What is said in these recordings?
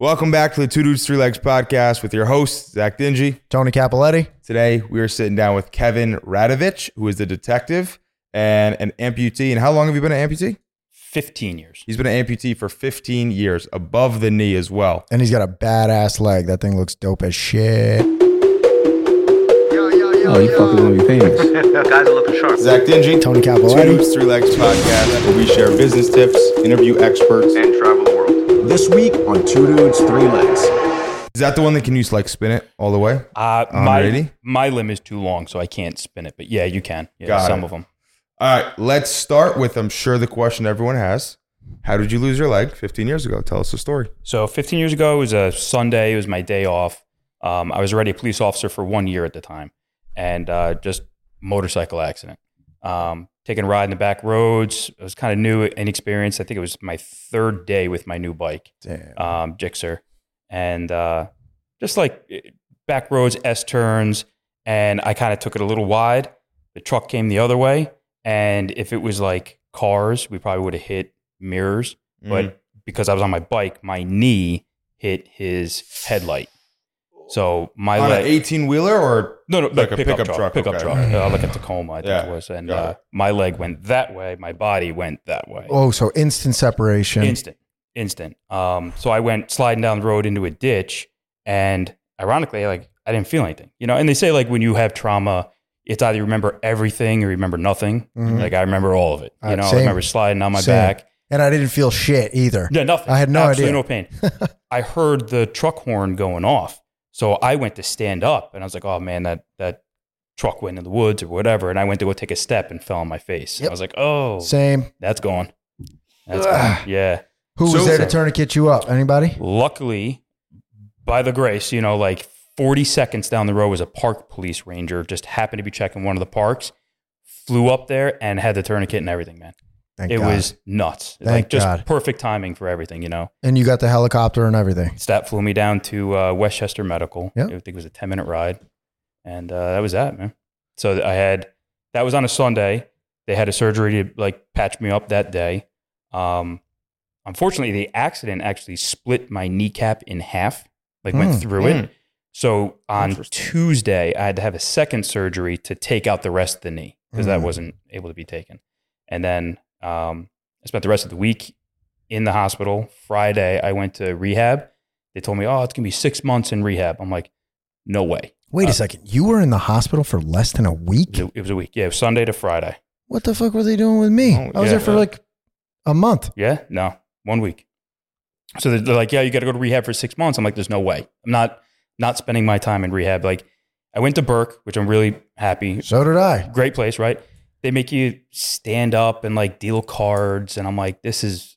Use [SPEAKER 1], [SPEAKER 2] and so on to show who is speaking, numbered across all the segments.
[SPEAKER 1] Welcome back to the Two Dudes Three Legs podcast with your host, Zach Dingy.
[SPEAKER 2] Tony Capoletti.
[SPEAKER 1] Today, we are sitting down with Kevin Radovich, who is a detective and an amputee. And how long have you been an amputee?
[SPEAKER 3] 15 years.
[SPEAKER 1] He's been an amputee for 15 years, above the knee as well.
[SPEAKER 2] And he's got a badass leg. That thing looks dope as shit.
[SPEAKER 4] Oh, you fucking gonna be famous.
[SPEAKER 5] Guys are looking sharp.
[SPEAKER 1] Zach Dingy,
[SPEAKER 2] Tony
[SPEAKER 1] Two
[SPEAKER 2] Capoletti.
[SPEAKER 1] Dudes Three Legs podcast, where we share business tips, interview experts.
[SPEAKER 5] And travel the world.
[SPEAKER 4] this week on Two Dudes, Three Legs.
[SPEAKER 1] Is that the one that can use like spin it all the way?
[SPEAKER 3] Uh,
[SPEAKER 1] Um,
[SPEAKER 3] my
[SPEAKER 1] really?
[SPEAKER 3] my limb is too long, so I can't spin it. But yeah, you can. Yeah,
[SPEAKER 1] Got
[SPEAKER 3] some
[SPEAKER 1] it.
[SPEAKER 3] of them.
[SPEAKER 1] All right, let's start with I'm sure the question everyone has. How did you lose your leg 15 years ago? Tell us the story.
[SPEAKER 3] So 15 years ago, it was a Sunday. It was my day off. Um, I was already a police officer for one year at the time, and uh, just motorcycle accident. Um, taking a ride in the back roads. It was kind of new, inexperienced. I think it was my third day with my new bike.
[SPEAKER 2] Damn.
[SPEAKER 3] um, Gixxer, and uh, just like eh, back roads, S turns, and I kind of took it a little wide. The truck came the other way, and if it was like cars, we probably would have hit mirrors.
[SPEAKER 1] Mm-hmm. Mm.
[SPEAKER 3] But because I was on my bike, my knee hit his headlight. So my
[SPEAKER 1] on an
[SPEAKER 3] leg,
[SPEAKER 1] 18 wheeler or
[SPEAKER 3] no, no,
[SPEAKER 1] like
[SPEAKER 3] like
[SPEAKER 1] a
[SPEAKER 3] pickup,
[SPEAKER 1] pickup
[SPEAKER 3] truck,
[SPEAKER 1] truck,
[SPEAKER 3] pickup
[SPEAKER 1] okay.
[SPEAKER 3] truck, uh, like a Tacoma, I think
[SPEAKER 1] Yeah,
[SPEAKER 3] it was, and
[SPEAKER 1] got
[SPEAKER 3] uh, my leg went that way, my body went that way.
[SPEAKER 2] Oh, so instant separation.
[SPEAKER 3] Instant, instant. Um, so I went sliding down the road into a ditch, and ironically, like I didn't feel anything, you know. And they say like when you have trauma, it's either you remember everything or you remember nothing.
[SPEAKER 2] Mhm.
[SPEAKER 3] Like I remember all of it, you
[SPEAKER 2] Uh,
[SPEAKER 3] know.
[SPEAKER 2] same.
[SPEAKER 3] I remember sliding on my
[SPEAKER 2] Same.
[SPEAKER 3] back.
[SPEAKER 2] and I didn't feel shit either.
[SPEAKER 3] Yeah, nothing.
[SPEAKER 2] I had no
[SPEAKER 3] Absolutely
[SPEAKER 2] idea.
[SPEAKER 3] No pain. I heard the truck horn going off, so I went to stand up, and I was like, "Oh man, that that." Truck went in the woods or whatever, and I went to go take a step and fell on my face. And
[SPEAKER 2] Yep.
[SPEAKER 3] I was like, "Oh,
[SPEAKER 2] Same.
[SPEAKER 3] that's gone, that's
[SPEAKER 2] Ugh.
[SPEAKER 3] gone." yeah."
[SPEAKER 2] Who
[SPEAKER 1] So-
[SPEAKER 2] was there to tourniquet you up? Anybody?
[SPEAKER 3] luckily, by the grace, you know, like 40 seconds down the road was a park police ranger, just happened to be checking one of the parks, flew up there and had the tourniquet and everything, man.
[SPEAKER 2] Thank
[SPEAKER 3] it
[SPEAKER 2] God.
[SPEAKER 3] was nuts.
[SPEAKER 2] Thank
[SPEAKER 3] like just
[SPEAKER 2] God.
[SPEAKER 3] perfect timing for everything, you know.
[SPEAKER 2] and you got the helicopter and everything.
[SPEAKER 3] Stat flew me down to uh, Westchester Medical.
[SPEAKER 2] Yeah.
[SPEAKER 3] I think it was a 10 minute ride. And uh, that was that, man. So I had, that was on a Sunday. They had a surgery to like patch me up that day. Um, unfortunately, the accident actually split my kneecap in half, like
[SPEAKER 2] Mm.
[SPEAKER 3] went through
[SPEAKER 1] Mm.
[SPEAKER 3] it. So on
[SPEAKER 1] Interesting.
[SPEAKER 3] Tuesday, I had to have a second surgery to take out the rest of the knee because that
[SPEAKER 2] Mm.
[SPEAKER 3] wasn't able to be taken. And then um, I spent the rest of the week in the hospital. Friday, I went to rehab. They told me, oh, it's going to be six months in rehab. I'm like, no way.
[SPEAKER 2] Wait
[SPEAKER 3] Uh,
[SPEAKER 2] a second. You were in the hospital for less than a week?
[SPEAKER 3] It was a- it was a week. Yeah, it was Sunday to Friday.
[SPEAKER 2] What the fuck were they doing with me?
[SPEAKER 1] Oh,
[SPEAKER 2] I was
[SPEAKER 3] yeah.
[SPEAKER 2] there for like a month.
[SPEAKER 3] Yeah, no, one week. So they're- they're like, yeah, you got to go to rehab for six months. I'm like, there's no way. I'm not not spending my time in rehab. Like, I went to Burke, which I'm really happy.
[SPEAKER 2] So did I.
[SPEAKER 3] Great place, right? They make you stand up and like deal cards, and I'm like, this is.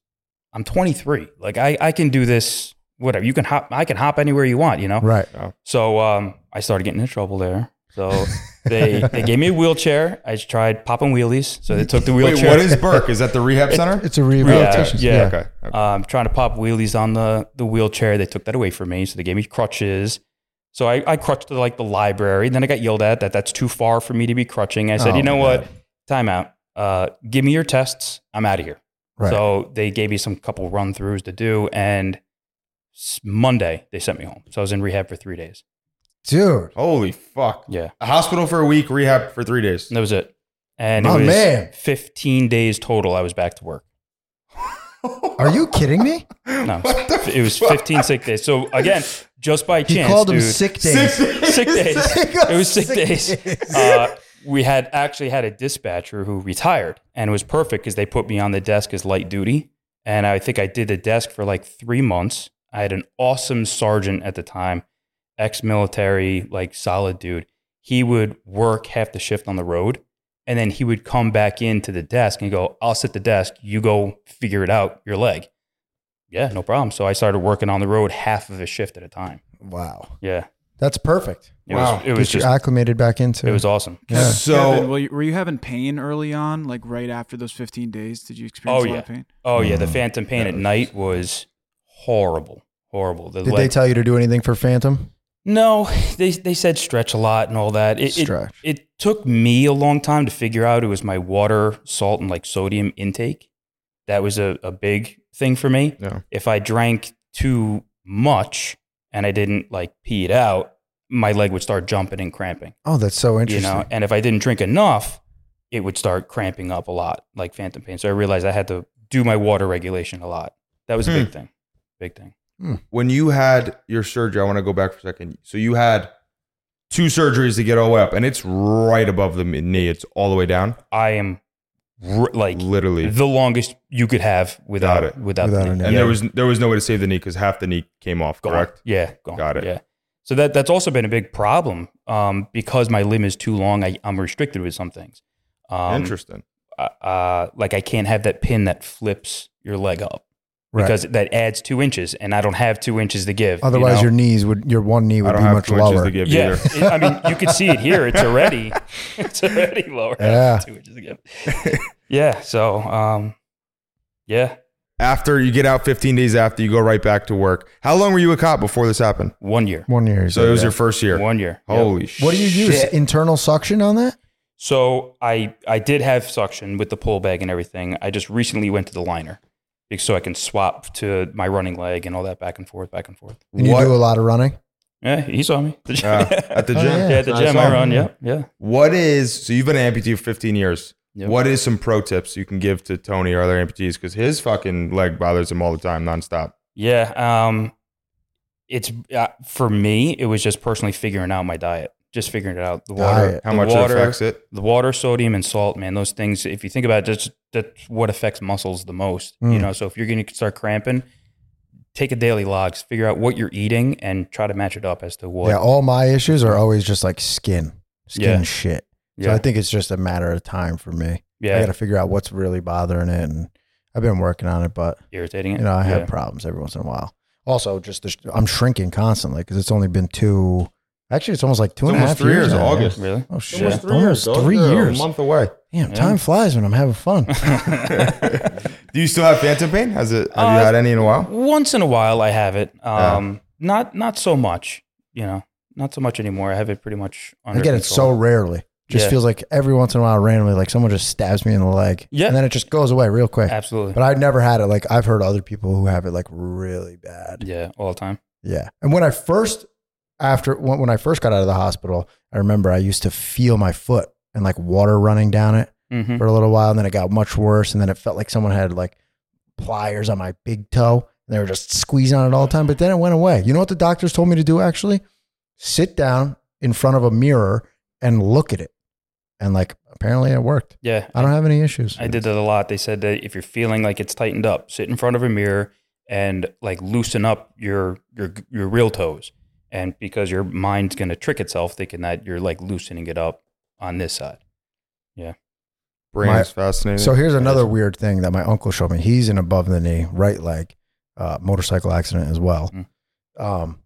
[SPEAKER 3] I'm 23. Like, I I can do this. Whatever you can hop, I can hop anywhere you want. You know.
[SPEAKER 2] Right.
[SPEAKER 3] So um, I started getting in trouble there. So they they gave me a wheelchair. I tried popping wheelies. So they took the
[SPEAKER 1] Wait,
[SPEAKER 3] wheelchair.
[SPEAKER 1] what is Burke? Is that the rehab center?
[SPEAKER 2] It's a rehabilitation.
[SPEAKER 3] Yeah.
[SPEAKER 1] Okay. okay.
[SPEAKER 3] um, trying to pop wheelies on the, the wheelchair. They took that away from me. So they gave me crutches. So I, I crutched to like the library. Then I got yelled at that that's too far for me to be crutching. I said,
[SPEAKER 2] Oh,
[SPEAKER 3] you know
[SPEAKER 2] my
[SPEAKER 3] what? Time out. Uh, give me your tests. I'm out of here.
[SPEAKER 2] Right.
[SPEAKER 3] So they gave me some couple run throughs to do. And s- Monday, they sent me home. So I was in rehab for three days.
[SPEAKER 2] Dude.
[SPEAKER 1] Holy fuck.
[SPEAKER 3] Yeah.
[SPEAKER 1] A hospital for a week, rehab for three days.
[SPEAKER 3] And that was it. And
[SPEAKER 2] My
[SPEAKER 3] it was
[SPEAKER 2] man.
[SPEAKER 3] 15 days total. I was back to work.
[SPEAKER 2] Are you kidding me?
[SPEAKER 3] No, it was 15 sick days. So again, just by
[SPEAKER 2] He
[SPEAKER 3] chance,
[SPEAKER 2] called him
[SPEAKER 3] dude,
[SPEAKER 2] sick days.
[SPEAKER 1] Six days.
[SPEAKER 3] sick days.
[SPEAKER 2] Sick of
[SPEAKER 3] it was sick,
[SPEAKER 2] sick
[SPEAKER 3] days.
[SPEAKER 2] days.
[SPEAKER 3] Uh, we had actually had a dispatcher who retired, and it was perfect because they put me on the desk as light duty, and I think I did the desk for like three months. I had an awesome sergeant at the time, ex-military, like solid dude. He would work half the shift on the road, and then he would come back into the desk and go, "I'll sit the desk. You go figure it out. Your leg." Yeah, no problem. So I started working on the road half of a shift at a time.
[SPEAKER 2] Wow.
[SPEAKER 3] Yeah.
[SPEAKER 2] That's perfect.
[SPEAKER 3] It
[SPEAKER 1] Wow.
[SPEAKER 3] was it was
[SPEAKER 2] Get you
[SPEAKER 3] just
[SPEAKER 2] acclimated back into
[SPEAKER 3] it was awesome.
[SPEAKER 2] Yeah.
[SPEAKER 1] So
[SPEAKER 6] Kevin, were you, were you having pain early on, like right after those 15 days? Did you experience
[SPEAKER 3] Oh,
[SPEAKER 6] a lot
[SPEAKER 3] yeah.
[SPEAKER 6] of pain?
[SPEAKER 3] Oh yeah, the
[SPEAKER 2] Mm.
[SPEAKER 3] phantom pain
[SPEAKER 1] That
[SPEAKER 3] at
[SPEAKER 1] was-
[SPEAKER 3] night was horrible, horrible. The
[SPEAKER 2] Did they
[SPEAKER 3] leg-
[SPEAKER 2] tell you to do anything for Phantom?
[SPEAKER 3] no, they they said stretch a lot and all that. It, it
[SPEAKER 2] Stretch.
[SPEAKER 3] it took me a long time to figure out it was my water, salt, and like sodium intake. That was a, a big thing for me.
[SPEAKER 1] Yeah.
[SPEAKER 3] If I drank too much and I didn't like pee it out, my leg would start jumping and cramping.
[SPEAKER 2] Oh, that's so
[SPEAKER 3] You
[SPEAKER 2] interesting.
[SPEAKER 3] know, and if I didn't drink enough, it would start cramping up a lot, like phantom pain. So I realized I had to do my water regulation a lot. That was a
[SPEAKER 1] Hmm.
[SPEAKER 3] big thing. Big thing.
[SPEAKER 1] when you had your surgery, I want to go back for a second. So you had two surgeries to get all the way up, and it's right above the mid- knee. It's all the way down,
[SPEAKER 3] I am r- like
[SPEAKER 1] literally.
[SPEAKER 3] the longest you could have without
[SPEAKER 1] Got it.
[SPEAKER 3] without,
[SPEAKER 2] Without
[SPEAKER 3] the-
[SPEAKER 2] a knee.
[SPEAKER 1] and there was there was no way to save the knee because half the knee came off.
[SPEAKER 3] Gone.
[SPEAKER 1] Correct.
[SPEAKER 3] Yeah, gone.
[SPEAKER 1] Got it.
[SPEAKER 3] Yeah. So that that's also been a big problem um, because my limb is too long. I, I'm restricted with some things. Um,
[SPEAKER 1] Interesting.
[SPEAKER 3] uh, Uh, like I can't have that pin that flips your leg up
[SPEAKER 2] Right.
[SPEAKER 3] because that adds two inches, and I don't have two inches to give. you
[SPEAKER 2] Otherwise,
[SPEAKER 3] know?
[SPEAKER 2] your knees would, your one knee
[SPEAKER 1] I
[SPEAKER 2] would be
[SPEAKER 1] don't have
[SPEAKER 2] much
[SPEAKER 1] two inches
[SPEAKER 2] lower.
[SPEAKER 1] to give
[SPEAKER 3] yeah.
[SPEAKER 1] either.
[SPEAKER 3] It- I mean, you can see it here. It's already it's already lower. I have Two inches to give. yeah. So um, yeah.
[SPEAKER 1] After you get out, 15 days after, you go right back to work. How long were you a cop before this happened?
[SPEAKER 3] One year.
[SPEAKER 2] One year.
[SPEAKER 1] So it was your first year.
[SPEAKER 3] One year. Yep.
[SPEAKER 1] Holy shit!
[SPEAKER 2] What do you use? Internal suction on that?
[SPEAKER 3] So I I did have suction with the pull bag and everything. I just recently went to the liner, be- so I can swap to my running leg and all that back and forth, back and forth.
[SPEAKER 2] And you
[SPEAKER 1] What-
[SPEAKER 2] do a lot of running?
[SPEAKER 3] Yeah, he saw me. The gym.
[SPEAKER 1] Uh, at the
[SPEAKER 2] Oh,
[SPEAKER 1] gym.
[SPEAKER 2] yeah.
[SPEAKER 3] yeah, at the
[SPEAKER 1] I
[SPEAKER 3] gym
[SPEAKER 1] saw
[SPEAKER 3] I
[SPEAKER 1] him.
[SPEAKER 3] run. Yeah, yeah.
[SPEAKER 1] What is so you've been an amputee for 15 years.
[SPEAKER 3] Yep.
[SPEAKER 1] What is some pro tips you can give to Tony or other amputees? Because his fucking leg bothers him all the time, nonstop.
[SPEAKER 3] Yeah. Um, it's uh, for me. It was just personally figuring out my diet, just figuring it out. The water,
[SPEAKER 2] Diet.
[SPEAKER 1] How
[SPEAKER 3] the
[SPEAKER 1] much
[SPEAKER 3] water,
[SPEAKER 1] it affects it.
[SPEAKER 3] the water, sodium, and salt. Man, those things. If you think about it, just that's what affects muscles the most. You
[SPEAKER 2] Mm.
[SPEAKER 3] know, so if you're going to start cramping. Take a daily logs, figure out what you're eating, and try to match it up as to what.
[SPEAKER 2] Yeah. oh, All my issues are always just like skin, skin
[SPEAKER 3] Yeah.
[SPEAKER 2] shit. So
[SPEAKER 3] yeah.
[SPEAKER 2] I think it's just a matter of time for me. I
[SPEAKER 3] Yeah,
[SPEAKER 2] got to figure out what's really bothering it. And I've been working on it, but
[SPEAKER 3] irritating it.
[SPEAKER 2] you know, I have
[SPEAKER 3] Yeah.
[SPEAKER 2] problems every once in a while. Also, just the sh- I'm shrinking constantly because it's only been two. Actually, it's almost like two
[SPEAKER 1] It's
[SPEAKER 2] and a
[SPEAKER 1] almost
[SPEAKER 2] half
[SPEAKER 1] three years,
[SPEAKER 2] now, man.
[SPEAKER 1] August.
[SPEAKER 3] Really?
[SPEAKER 2] Oh shit!
[SPEAKER 3] almost
[SPEAKER 2] Almost three years.
[SPEAKER 1] A month away.
[SPEAKER 2] Damn,
[SPEAKER 3] Yeah.
[SPEAKER 2] time flies when I'm having fun.
[SPEAKER 1] Do you still have phantom pain? Has it? Have you
[SPEAKER 3] Uh,
[SPEAKER 1] had any in a while?
[SPEAKER 3] Once in a while, I have it. Um, not not so much. You know, not so much anymore. I have it pretty much. Under
[SPEAKER 2] I get it so
[SPEAKER 3] control.
[SPEAKER 2] rarely. Just
[SPEAKER 3] Yeah.
[SPEAKER 2] feels like every once in a while, randomly, like someone just stabs me in the leg.
[SPEAKER 3] Yeah.
[SPEAKER 2] and then it just goes away real quick.
[SPEAKER 3] Absolutely.
[SPEAKER 2] But I've never had it. Like I've heard other people who have it like really bad.
[SPEAKER 3] yeah, all the time.
[SPEAKER 2] Yeah. And when I first after when, when I first got out of the hospital, I remember I used to feel my foot and like water running down it
[SPEAKER 3] hmm
[SPEAKER 2] for a little while and then it got much worse and then it felt like someone had like pliers on my big toe and they were just squeezing on it all the time but then it went away. You know what the doctors told me to do actually? Sit down in front of a mirror and look at it. And like apparently it worked.
[SPEAKER 3] Yeah,
[SPEAKER 2] I don't have any issues.
[SPEAKER 3] I did that a lot. They said that if you're feeling like it's tightened up, sit in front of a mirror and like loosen up your your your real toes, and because your mind's gonna trick itself thinking that you're like loosening it up on this side.
[SPEAKER 1] Brain
[SPEAKER 2] my-
[SPEAKER 1] is fascinating.
[SPEAKER 2] So here's
[SPEAKER 1] It
[SPEAKER 2] another
[SPEAKER 1] is.
[SPEAKER 2] weird thing that my uncle showed me. He's in above the knee, right leg, uh, motorcycle accident as well.
[SPEAKER 3] Mm.
[SPEAKER 2] Um,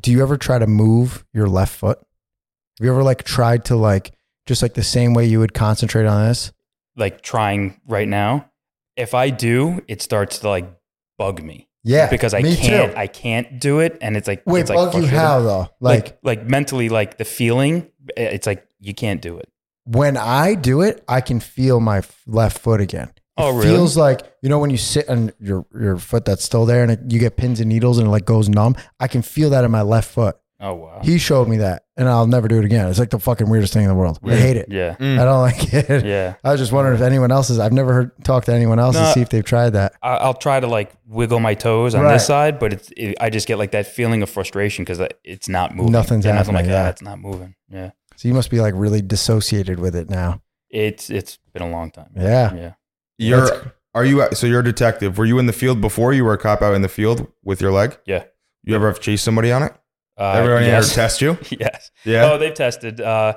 [SPEAKER 2] do you ever try to move your left foot? Have you ever like tried to like just like the same way you would concentrate on this?
[SPEAKER 3] Like trying right now, if I do, it starts to like bug me.
[SPEAKER 2] Yeah,
[SPEAKER 3] because I
[SPEAKER 2] me
[SPEAKER 3] can't
[SPEAKER 2] Too.
[SPEAKER 3] I can't do it and it's like
[SPEAKER 2] Wait,
[SPEAKER 3] it's like
[SPEAKER 2] bug you
[SPEAKER 3] frustrating.
[SPEAKER 2] how though?
[SPEAKER 3] like,
[SPEAKER 2] like
[SPEAKER 3] like mentally like the feeling eh, it's like you can't do it
[SPEAKER 2] when I do it, I can feel my f- left foot again. It
[SPEAKER 3] Oh, really?
[SPEAKER 2] Feels like you know when you sit on your your foot that's still there and it, you get pins and needles and it like goes numb. I can feel that in my left foot.
[SPEAKER 3] oh wow
[SPEAKER 2] He showed me that, and I'll never do it again. It's like the fucking weirdest thing in the world. I hate it.
[SPEAKER 3] yeah
[SPEAKER 2] I don't like it.
[SPEAKER 3] yeah
[SPEAKER 2] I was just wondering if anyone else is. I've never heard talk to anyone else to
[SPEAKER 3] No.
[SPEAKER 2] see if they've tried that.
[SPEAKER 3] I- I'll try to like wiggle my toes on
[SPEAKER 2] Right.
[SPEAKER 3] this side but it's it, I just get like that feeling of frustration because it's not moving
[SPEAKER 2] Nothing's
[SPEAKER 3] And I'm
[SPEAKER 2] happening,
[SPEAKER 3] like
[SPEAKER 2] yeah.
[SPEAKER 3] ah, it's not moving yeah
[SPEAKER 2] So you must be like really dissociated with it now.
[SPEAKER 3] it's it's been a long time
[SPEAKER 2] Yeah.
[SPEAKER 3] yeah
[SPEAKER 2] That's-
[SPEAKER 1] You're are you so you're a detective? Were you in the field before you were a cop out in the field with your leg?
[SPEAKER 3] Yeah.
[SPEAKER 1] You ever have chased somebody on it?
[SPEAKER 3] uh,
[SPEAKER 1] Everyone
[SPEAKER 3] yes.
[SPEAKER 1] ever test you?
[SPEAKER 3] yes
[SPEAKER 1] Yeah.
[SPEAKER 3] Oh, they've tested. Uh,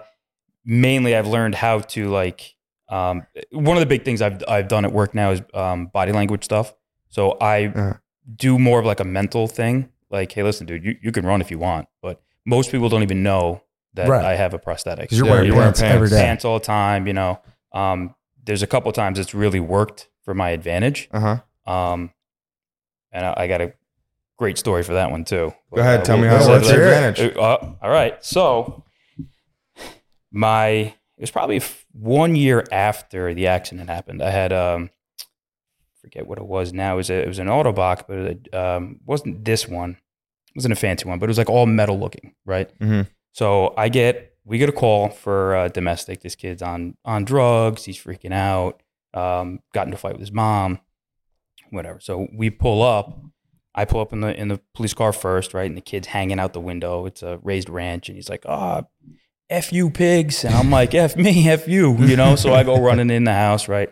[SPEAKER 3] mainly, I've learned how to like. Um, one of the big things I've I've done at work now is um, body language stuff. So I
[SPEAKER 1] Uh-huh.
[SPEAKER 3] do more of like a mental thing. Like, hey, listen, dude, you, you can run if you want, but most people don't even know that
[SPEAKER 2] Right.
[SPEAKER 3] I have a prosthetic.
[SPEAKER 2] Because you're
[SPEAKER 1] Yeah,
[SPEAKER 2] wearing
[SPEAKER 1] you're wearing
[SPEAKER 2] pants, every
[SPEAKER 1] pants.
[SPEAKER 2] day.
[SPEAKER 3] Pants all the time, you know. Um, there's a couple times it's really worked for my advantage.
[SPEAKER 1] Uh huh.
[SPEAKER 3] Um, and I, I got a great story for that one too.
[SPEAKER 1] Go ahead, tell me how
[SPEAKER 2] it works.
[SPEAKER 3] save
[SPEAKER 2] Let's
[SPEAKER 1] hear
[SPEAKER 3] that. Uh, all right, so my it was probably f- one year after the accident happened. I had um, forget what it was now. It was, a, it was an Autobach, but it um, wasn't this one. It wasn't a fancy one, but it was like all metal looking, right?
[SPEAKER 1] Mhm.
[SPEAKER 3] So I get, we get a call for uh, domestic. This kid's on, on drugs. He's freaking out. Um, got into a fight with his mom, whatever. So we pull up. I pull up in the in the police car first, right? And the kid's hanging out the window. It's a raised ranch, and he's like, "Ah, f you pigs," and I'm like, "F me, f you," you know. So I go running in the house, right?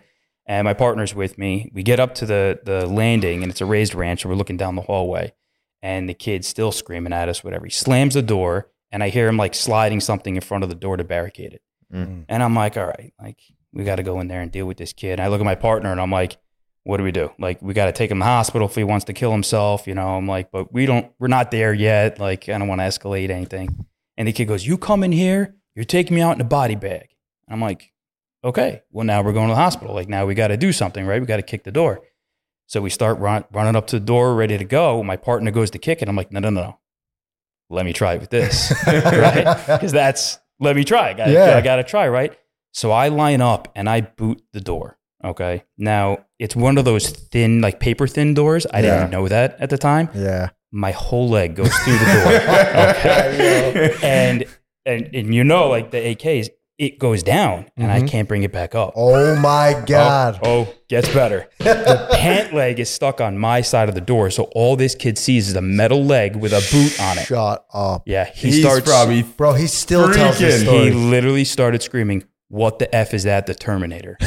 [SPEAKER 3] And my partner's with me. We get up to the the landing, and it's a raised ranch, so we're looking down the hallway, and the kid's still screaming at us, whatever. He slams the door, and I hear him like sliding something in front of the door to barricade it.
[SPEAKER 1] Mm.
[SPEAKER 3] And I'm like, "All right, like we got to go in there and deal with this kid." And I look at my partner, and I'm like what do we do? Like, we got to take him to the hospital if he wants to kill himself. You know, I'm like, but we don't, we're not there yet. Like, I don't want to escalate anything. And the kid goes, You come in here, you're taking me out in a body bag. And I'm like, Okay, well, now we're going to the hospital. Like, now we got to do something, right? We got to kick the door. So we start run, running up to the door, ready to go. My partner goes to kick it. I'm like, No, no, no, no. Let me try it with this, right? Because that's, let me try. I gotta,
[SPEAKER 2] Yeah.
[SPEAKER 3] I got to try, right? So I line up and I boot the door. Okay. Now it's one of those thin, like paper thin doors. I
[SPEAKER 2] Yeah.
[SPEAKER 3] didn't know that at the time.
[SPEAKER 2] Yeah.
[SPEAKER 3] My whole leg goes through the door. Okay. and, and and you know, like the AKs, it goes down and I
[SPEAKER 2] Mhm.
[SPEAKER 3] can't bring it back up.
[SPEAKER 2] Oh my God.
[SPEAKER 3] Oh, oh, gets better. the pant leg is stuck on my side of the door. So all this kid sees is a metal leg with a boot on it.
[SPEAKER 2] Shut up.
[SPEAKER 3] oh. Yeah. He
[SPEAKER 1] He's
[SPEAKER 3] starts
[SPEAKER 1] probably
[SPEAKER 2] Bro, he still tells this
[SPEAKER 1] Freaking-
[SPEAKER 2] story.
[SPEAKER 3] He literally started screaming, What the F is that? The Terminator.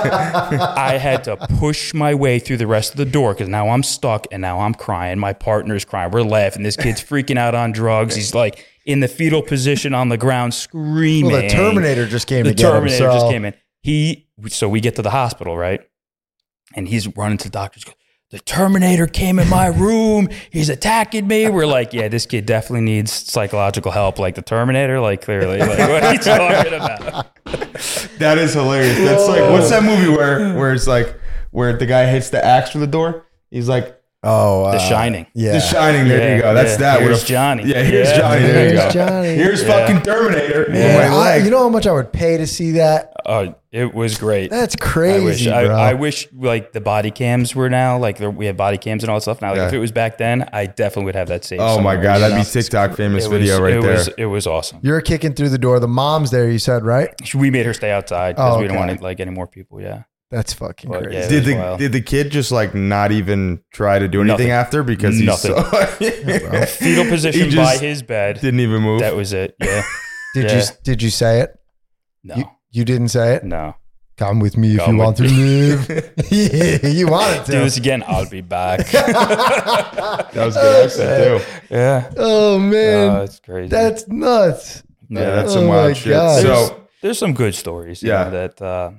[SPEAKER 3] I had to push my way through the rest of the door because now I'm stuck and now I'm crying. My partner's crying. We're laughing. This kid's freaking out on drugs. He's like in the fetal position on the ground screaming.
[SPEAKER 2] Well, the Terminator just came
[SPEAKER 3] The
[SPEAKER 2] to get him,
[SPEAKER 3] Terminator just
[SPEAKER 2] so-
[SPEAKER 3] came in. He so we get to the hospital, right? And he's running to the doctor's the Terminator came in my room. He's attacking me. We're like, yeah, this kid definitely needs psychological help. Like the Terminator, like clearly. Like, what are you talking about?
[SPEAKER 1] That is hilarious. That's like what's that movie where where it's like where the guy hits the axe for the door? He's like
[SPEAKER 2] Oh, uh,
[SPEAKER 3] The Shining.
[SPEAKER 2] Yeah.
[SPEAKER 1] The Shining. There
[SPEAKER 3] Yeah,
[SPEAKER 1] you go. That's
[SPEAKER 3] yeah.
[SPEAKER 1] that. with
[SPEAKER 3] Here's
[SPEAKER 1] a-
[SPEAKER 3] Johnny.
[SPEAKER 1] Yeah, here's
[SPEAKER 3] Yeah.
[SPEAKER 1] Johnny. There you
[SPEAKER 2] Here's
[SPEAKER 1] go.
[SPEAKER 2] Johnny.
[SPEAKER 1] Here's
[SPEAKER 3] Yeah.
[SPEAKER 1] fucking Terminator.
[SPEAKER 2] Yeah,
[SPEAKER 1] Yeah. My
[SPEAKER 2] I-
[SPEAKER 1] leg.
[SPEAKER 2] you know how much I would pay to see that?
[SPEAKER 3] Oh, it was great.
[SPEAKER 2] That's
[SPEAKER 3] I
[SPEAKER 2] crazy,
[SPEAKER 3] wish I,
[SPEAKER 2] bro.
[SPEAKER 3] I wish like the body cams were now like there- we have body cams and all that stuff now. Like
[SPEAKER 1] Yeah.
[SPEAKER 3] if it was back then, I definitely would have that saved.
[SPEAKER 1] oh my
[SPEAKER 3] somewhere,
[SPEAKER 1] god,
[SPEAKER 3] you
[SPEAKER 1] that'd
[SPEAKER 3] know?
[SPEAKER 1] be TikTok famous
[SPEAKER 3] It
[SPEAKER 1] video
[SPEAKER 3] was-
[SPEAKER 1] right
[SPEAKER 3] it
[SPEAKER 1] there.
[SPEAKER 3] Was, it was awesome.
[SPEAKER 2] You're kicking through the door. The mom's there, you said, right?
[SPEAKER 3] We made her stay outside because
[SPEAKER 2] Oh,
[SPEAKER 3] we didn't
[SPEAKER 2] okay.
[SPEAKER 3] want like any more people. Yeah,
[SPEAKER 2] That's fucking
[SPEAKER 3] Well,
[SPEAKER 2] crazy.
[SPEAKER 3] yeah.
[SPEAKER 1] did
[SPEAKER 3] was
[SPEAKER 1] the
[SPEAKER 3] wild.
[SPEAKER 1] did the kid just like not even try to do anything
[SPEAKER 3] Nothing.
[SPEAKER 1] after because he's so
[SPEAKER 3] fetal position
[SPEAKER 1] just
[SPEAKER 3] by his bed.
[SPEAKER 1] didn't even move.
[SPEAKER 3] That was it. Yeah.
[SPEAKER 2] Did
[SPEAKER 3] Yeah.
[SPEAKER 2] you did you say it?
[SPEAKER 3] No.
[SPEAKER 2] You, you didn't say it.
[SPEAKER 3] no.
[SPEAKER 2] Come with me if
[SPEAKER 3] Come
[SPEAKER 2] you
[SPEAKER 3] with
[SPEAKER 2] want to live. Yeah, you wanted
[SPEAKER 3] Do this
[SPEAKER 2] to.
[SPEAKER 3] again. I'll be back.
[SPEAKER 1] that was good accent too.
[SPEAKER 3] yeah.
[SPEAKER 2] Oh man,
[SPEAKER 3] Oh, it's crazy.
[SPEAKER 2] that's nuts.
[SPEAKER 1] Yeah, that's some
[SPEAKER 2] Oh my
[SPEAKER 1] wild shit.
[SPEAKER 2] God.
[SPEAKER 1] So
[SPEAKER 3] There's some good stories. you know,
[SPEAKER 1] Yeah.
[SPEAKER 3] that uh,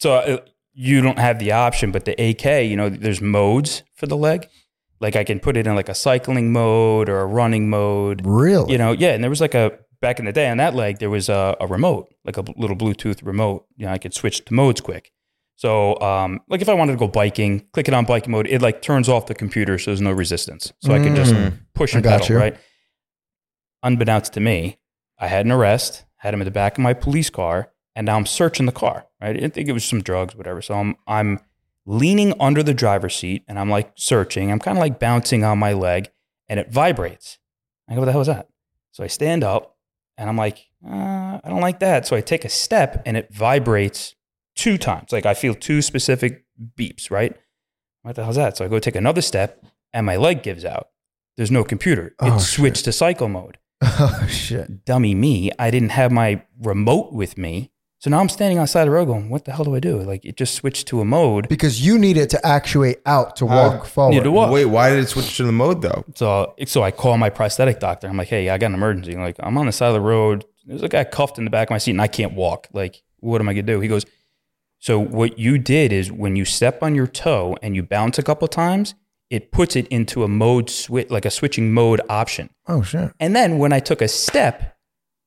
[SPEAKER 3] so uh, you don't have the option, but the AK, you know, there's modes for the leg. Like I can put it in like a cycling mode or a running mode.
[SPEAKER 2] Really?
[SPEAKER 3] You know, yeah. And there was like a back in the day on that leg, there was a, a remote, like a bl- little Bluetooth remote. You know, I could switch to modes quick. So, um, like if I wanted to go biking, click it on bike mode, it like turns off the computer, so there's no resistance. So I can just
[SPEAKER 1] Mm.
[SPEAKER 3] push
[SPEAKER 2] Hmm. I
[SPEAKER 3] and
[SPEAKER 2] got
[SPEAKER 3] pedal,
[SPEAKER 2] you.
[SPEAKER 3] right? Unbeknownst to me, I had an arrest, had him in the back of my police car, and now I'm searching the car. Right? I didn't think it was some drugs, whatever. So I'm I'm leaning under the driver's seat and I'm like searching. I'm kind of like bouncing on my leg and it vibrates. I go, what the hell was that? So I stand up and I'm like, uh, I don't like that. So I take a step and it vibrates two times. Like I feel two specific beeps, right? What the hell's that? So I go take another step and my leg gives out. There's no computer. It
[SPEAKER 2] Oh,
[SPEAKER 3] switched to cycle mode.
[SPEAKER 2] Oh shit.
[SPEAKER 3] Dummy me, I didn't have my remote with me. So now I'm standing on the side of the road going, what the hell do I do? Like it just switched to a mode.
[SPEAKER 2] Because you need it to actuate out to
[SPEAKER 1] How-
[SPEAKER 2] walk forward.
[SPEAKER 3] Need to walk.
[SPEAKER 1] wait, why did it switch to the mode though?
[SPEAKER 3] So, so I call my prosthetic doctor. I'm like, hey, I got an emergency. I'm like, I'm on the side of the road. There's a guy cuffed in the back of my seat and I can't walk. Like, what am I going to do? He goes, so what you did is when you step on your toe and you bounce a couple times, it puts it into a mode switch, like a switching mode option.
[SPEAKER 2] Oh shit.
[SPEAKER 3] And then when I took a step,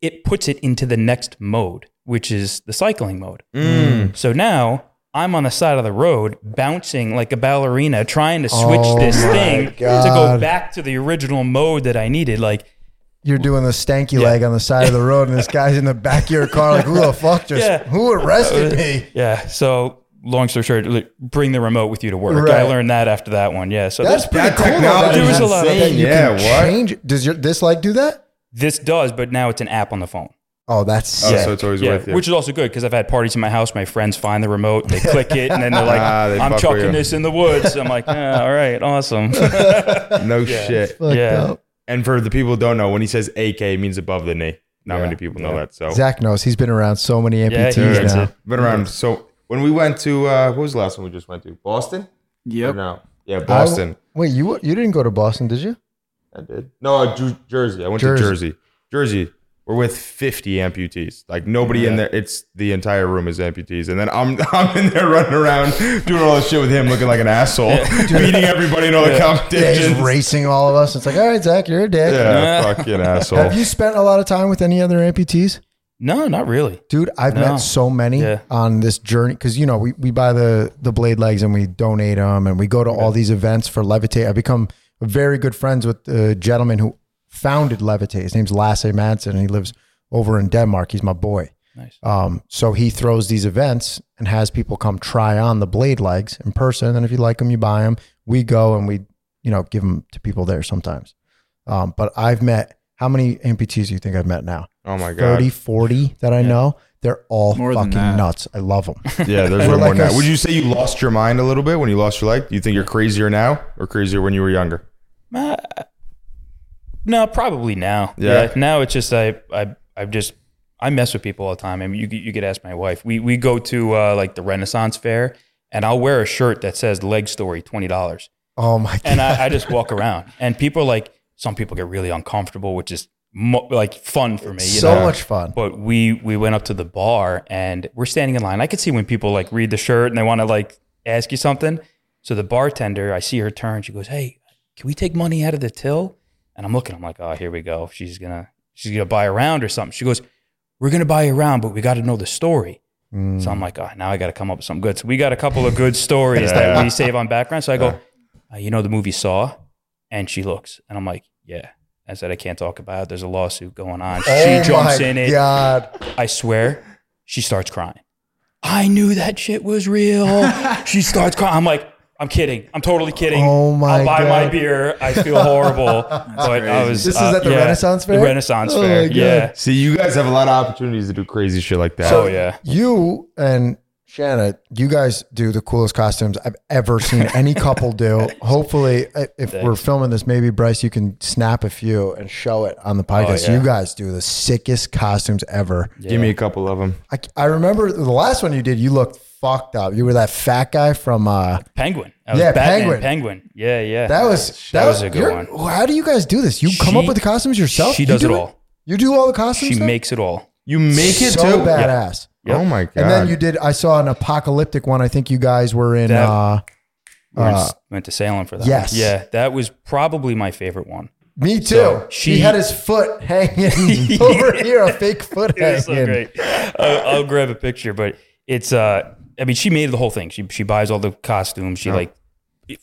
[SPEAKER 3] it puts it into the next mode, which is the cycling mode.
[SPEAKER 2] Mm.
[SPEAKER 3] So now I'm on the side of the road bouncing like a ballerina trying to switch
[SPEAKER 2] Oh
[SPEAKER 3] this
[SPEAKER 2] my
[SPEAKER 3] thing to go
[SPEAKER 2] God.
[SPEAKER 3] back to the original mode that I needed. Like,
[SPEAKER 2] You're doing the stanky leg on the side of the road, and this guy's in the back of your car, like, who the fuck just
[SPEAKER 3] Yeah.
[SPEAKER 2] who arrested me?
[SPEAKER 3] yeah. So long story short, li- bring the remote with you to work. I
[SPEAKER 2] Right.
[SPEAKER 3] learned that after that one. Yeah. So
[SPEAKER 2] That's
[SPEAKER 3] that's,
[SPEAKER 2] pretty
[SPEAKER 1] That
[SPEAKER 2] cool. though,
[SPEAKER 1] technology
[SPEAKER 3] There was a lot of-
[SPEAKER 1] insane. Yeah, what?
[SPEAKER 2] Change. it. Does your this like do that?
[SPEAKER 3] this does, but now it's an app on the phone.
[SPEAKER 2] Oh, that's
[SPEAKER 1] Oh,
[SPEAKER 2] sick.
[SPEAKER 1] so it's always with you.
[SPEAKER 3] Which is also good because I've had parties in my house. My friends find the remote, they click it, and then they're like,
[SPEAKER 1] Ah, they fuck
[SPEAKER 3] "I'm
[SPEAKER 1] with you.
[SPEAKER 3] chucking this in the woods." I'm like, "Yeah, "All right, awesome."
[SPEAKER 1] no shit.
[SPEAKER 2] Fucked
[SPEAKER 3] yeah.
[SPEAKER 2] up.
[SPEAKER 1] And for the people who don't know, when he says AK, it means above the knee. Not
[SPEAKER 3] Yeah.
[SPEAKER 1] many people know
[SPEAKER 3] Yeah.
[SPEAKER 1] that. So
[SPEAKER 2] Zach knows. He's been around so many
[SPEAKER 3] Yeah,
[SPEAKER 2] amputees
[SPEAKER 3] he gets
[SPEAKER 2] now.
[SPEAKER 3] it.
[SPEAKER 1] been around. So when we went to uh, what was the last one we just went to? Boston? Or
[SPEAKER 6] Yep.
[SPEAKER 1] No. Yeah, Boston.
[SPEAKER 2] I- wait, you you didn't go to Boston, did you?
[SPEAKER 1] I, did. No, uh, Ju- Jersey. I went
[SPEAKER 2] Jersey.
[SPEAKER 1] to Jersey. Jersey. We're with 50 amputees. Like nobody in there. It's the entire room is amputees. And then I'm I'm in there running around doing all this shit with him looking like an asshole. Beating everybody in all the
[SPEAKER 2] Yeah, he's
[SPEAKER 1] competitions.
[SPEAKER 2] racing all of us. It's like, all right, Zach, you're a dick.
[SPEAKER 1] Yeah, fucking asshole.
[SPEAKER 2] Have you spent a lot of time with any other amputees?
[SPEAKER 3] no, not really.
[SPEAKER 2] Dude, I've
[SPEAKER 3] No.
[SPEAKER 2] met so many
[SPEAKER 3] Yeah.
[SPEAKER 2] on this journey because you know we, we buy the the blade legs and we donate them and we go to all these events for Levitate. I become very good friends with the gentleman who founded Levitate. His name's Lasse Madsen. And he lives over in Denmark. He's my boy.
[SPEAKER 3] Nice.
[SPEAKER 2] Um, so he throws these events and has people come try on the blade legs in person. And if you like them, you buy them. We go and we you know give them to people there sometimes. Um, but I've met how many amputees do you think I've met now?
[SPEAKER 1] oh my god.
[SPEAKER 2] 30, 40 that I know, they're all
[SPEAKER 6] More than
[SPEAKER 2] fucking
[SPEAKER 6] that.
[SPEAKER 2] nuts. I love them.
[SPEAKER 1] Yeah, there's
[SPEAKER 2] We're
[SPEAKER 1] one more
[SPEAKER 2] like a
[SPEAKER 1] now.
[SPEAKER 2] s-
[SPEAKER 1] Would you say you lost your mind a little bit when you lost your leg? Do you think you're crazier now or crazier when you were younger?
[SPEAKER 3] Uh, no, probably now.
[SPEAKER 1] Yeah.
[SPEAKER 3] Now it's just I I I just I mess with people all the time. I mean, you could- you could ask my wife. We we go to uh, like the Renaissance Fair, and I'll wear a shirt that says Leg Story twenty dollars,
[SPEAKER 2] oh my God.
[SPEAKER 3] and I, I just walk around, and people are like some people get really uncomfortable, which is mo- like fun for me. You
[SPEAKER 2] so
[SPEAKER 3] know?
[SPEAKER 2] much fun.
[SPEAKER 3] But we we went up to the bar and we're standing in line. I could see when people like read the shirt and they want to like ask you something. So the bartender, I see her turn. She goes, "Hey, can we take money out of the till?" And I'm looking. I'm like, "Oh, here we go. She's gonna she's gonna buy a round or something." She goes, "We're gonna buy a round, but we got to know the story." So
[SPEAKER 2] Mm.
[SPEAKER 3] I'm like, "Oh, now I got to come up with something good." So we got a couple of good stories that we save on background. So I go, uh, "You know the movie Saw?" And she looks, and I'm like, "Yeah." I said, "I can't talk about it. There's a lawsuit going on."
[SPEAKER 2] Oh
[SPEAKER 3] she jumps
[SPEAKER 2] my
[SPEAKER 3] in it.
[SPEAKER 2] God.
[SPEAKER 3] I swear, she starts crying. I knew that shit was real. she starts crying. I'm like, I'm kidding. I'm totally kidding.
[SPEAKER 2] Oh my
[SPEAKER 3] I'll buy my
[SPEAKER 2] God.
[SPEAKER 3] beer. I feel horrible. but I
[SPEAKER 6] crazy.
[SPEAKER 3] was.
[SPEAKER 2] This is
[SPEAKER 3] uh,
[SPEAKER 2] at the
[SPEAKER 3] yeah,
[SPEAKER 2] Renaissance Fair?
[SPEAKER 3] The Renaissance
[SPEAKER 2] Oh my
[SPEAKER 3] Fair.
[SPEAKER 2] God.
[SPEAKER 3] Yeah.
[SPEAKER 1] See, you guys have a lot of opportunities to do crazy shit like that.
[SPEAKER 3] So yeah.
[SPEAKER 2] You and Shanna, you guys do the coolest costumes I've ever seen any couple do. Hopefully, i- if we're filming this, maybe Bryce, you can snap a few and show it on the podcast.
[SPEAKER 3] Oh, yeah.
[SPEAKER 2] You guys do the sickest costumes ever.
[SPEAKER 1] Give me a couple of them.
[SPEAKER 2] I, I remember the last one you did, you looked fucked up. You were that fat guy from uh,
[SPEAKER 3] Penguin. I was
[SPEAKER 2] Yeah,
[SPEAKER 3] Batman
[SPEAKER 2] Penguin.
[SPEAKER 3] Penguin. Yeah, yeah.
[SPEAKER 2] That was that,
[SPEAKER 3] That
[SPEAKER 2] was
[SPEAKER 3] was a good
[SPEAKER 2] you're-
[SPEAKER 3] one.
[SPEAKER 2] How do you guys do this? You come
[SPEAKER 3] She-
[SPEAKER 2] up with the costumes yourself?
[SPEAKER 3] she
[SPEAKER 2] You
[SPEAKER 3] does
[SPEAKER 2] do
[SPEAKER 3] it all.
[SPEAKER 2] You do all the costumes.
[SPEAKER 3] she
[SPEAKER 2] now?
[SPEAKER 3] makes it all.
[SPEAKER 1] You make it
[SPEAKER 2] so
[SPEAKER 1] too.
[SPEAKER 2] badass.
[SPEAKER 3] Yep.
[SPEAKER 1] Oh my god.
[SPEAKER 2] And then you did. I saw an apocalyptic one. I think you guys were in.
[SPEAKER 3] That-
[SPEAKER 2] uh,
[SPEAKER 3] We
[SPEAKER 2] Uh,
[SPEAKER 3] went to Salem for that.
[SPEAKER 2] yes.
[SPEAKER 3] Yeah. That was probably my favorite one.
[SPEAKER 2] me too.
[SPEAKER 3] So,
[SPEAKER 2] she,
[SPEAKER 3] she-
[SPEAKER 2] had his foot hanging over here, a fake foot
[SPEAKER 3] It
[SPEAKER 2] hanging.
[SPEAKER 3] was so great. I'll, I'll grab a picture, but it's uh, I mean, she made the whole thing. She she buys all the costumes. She like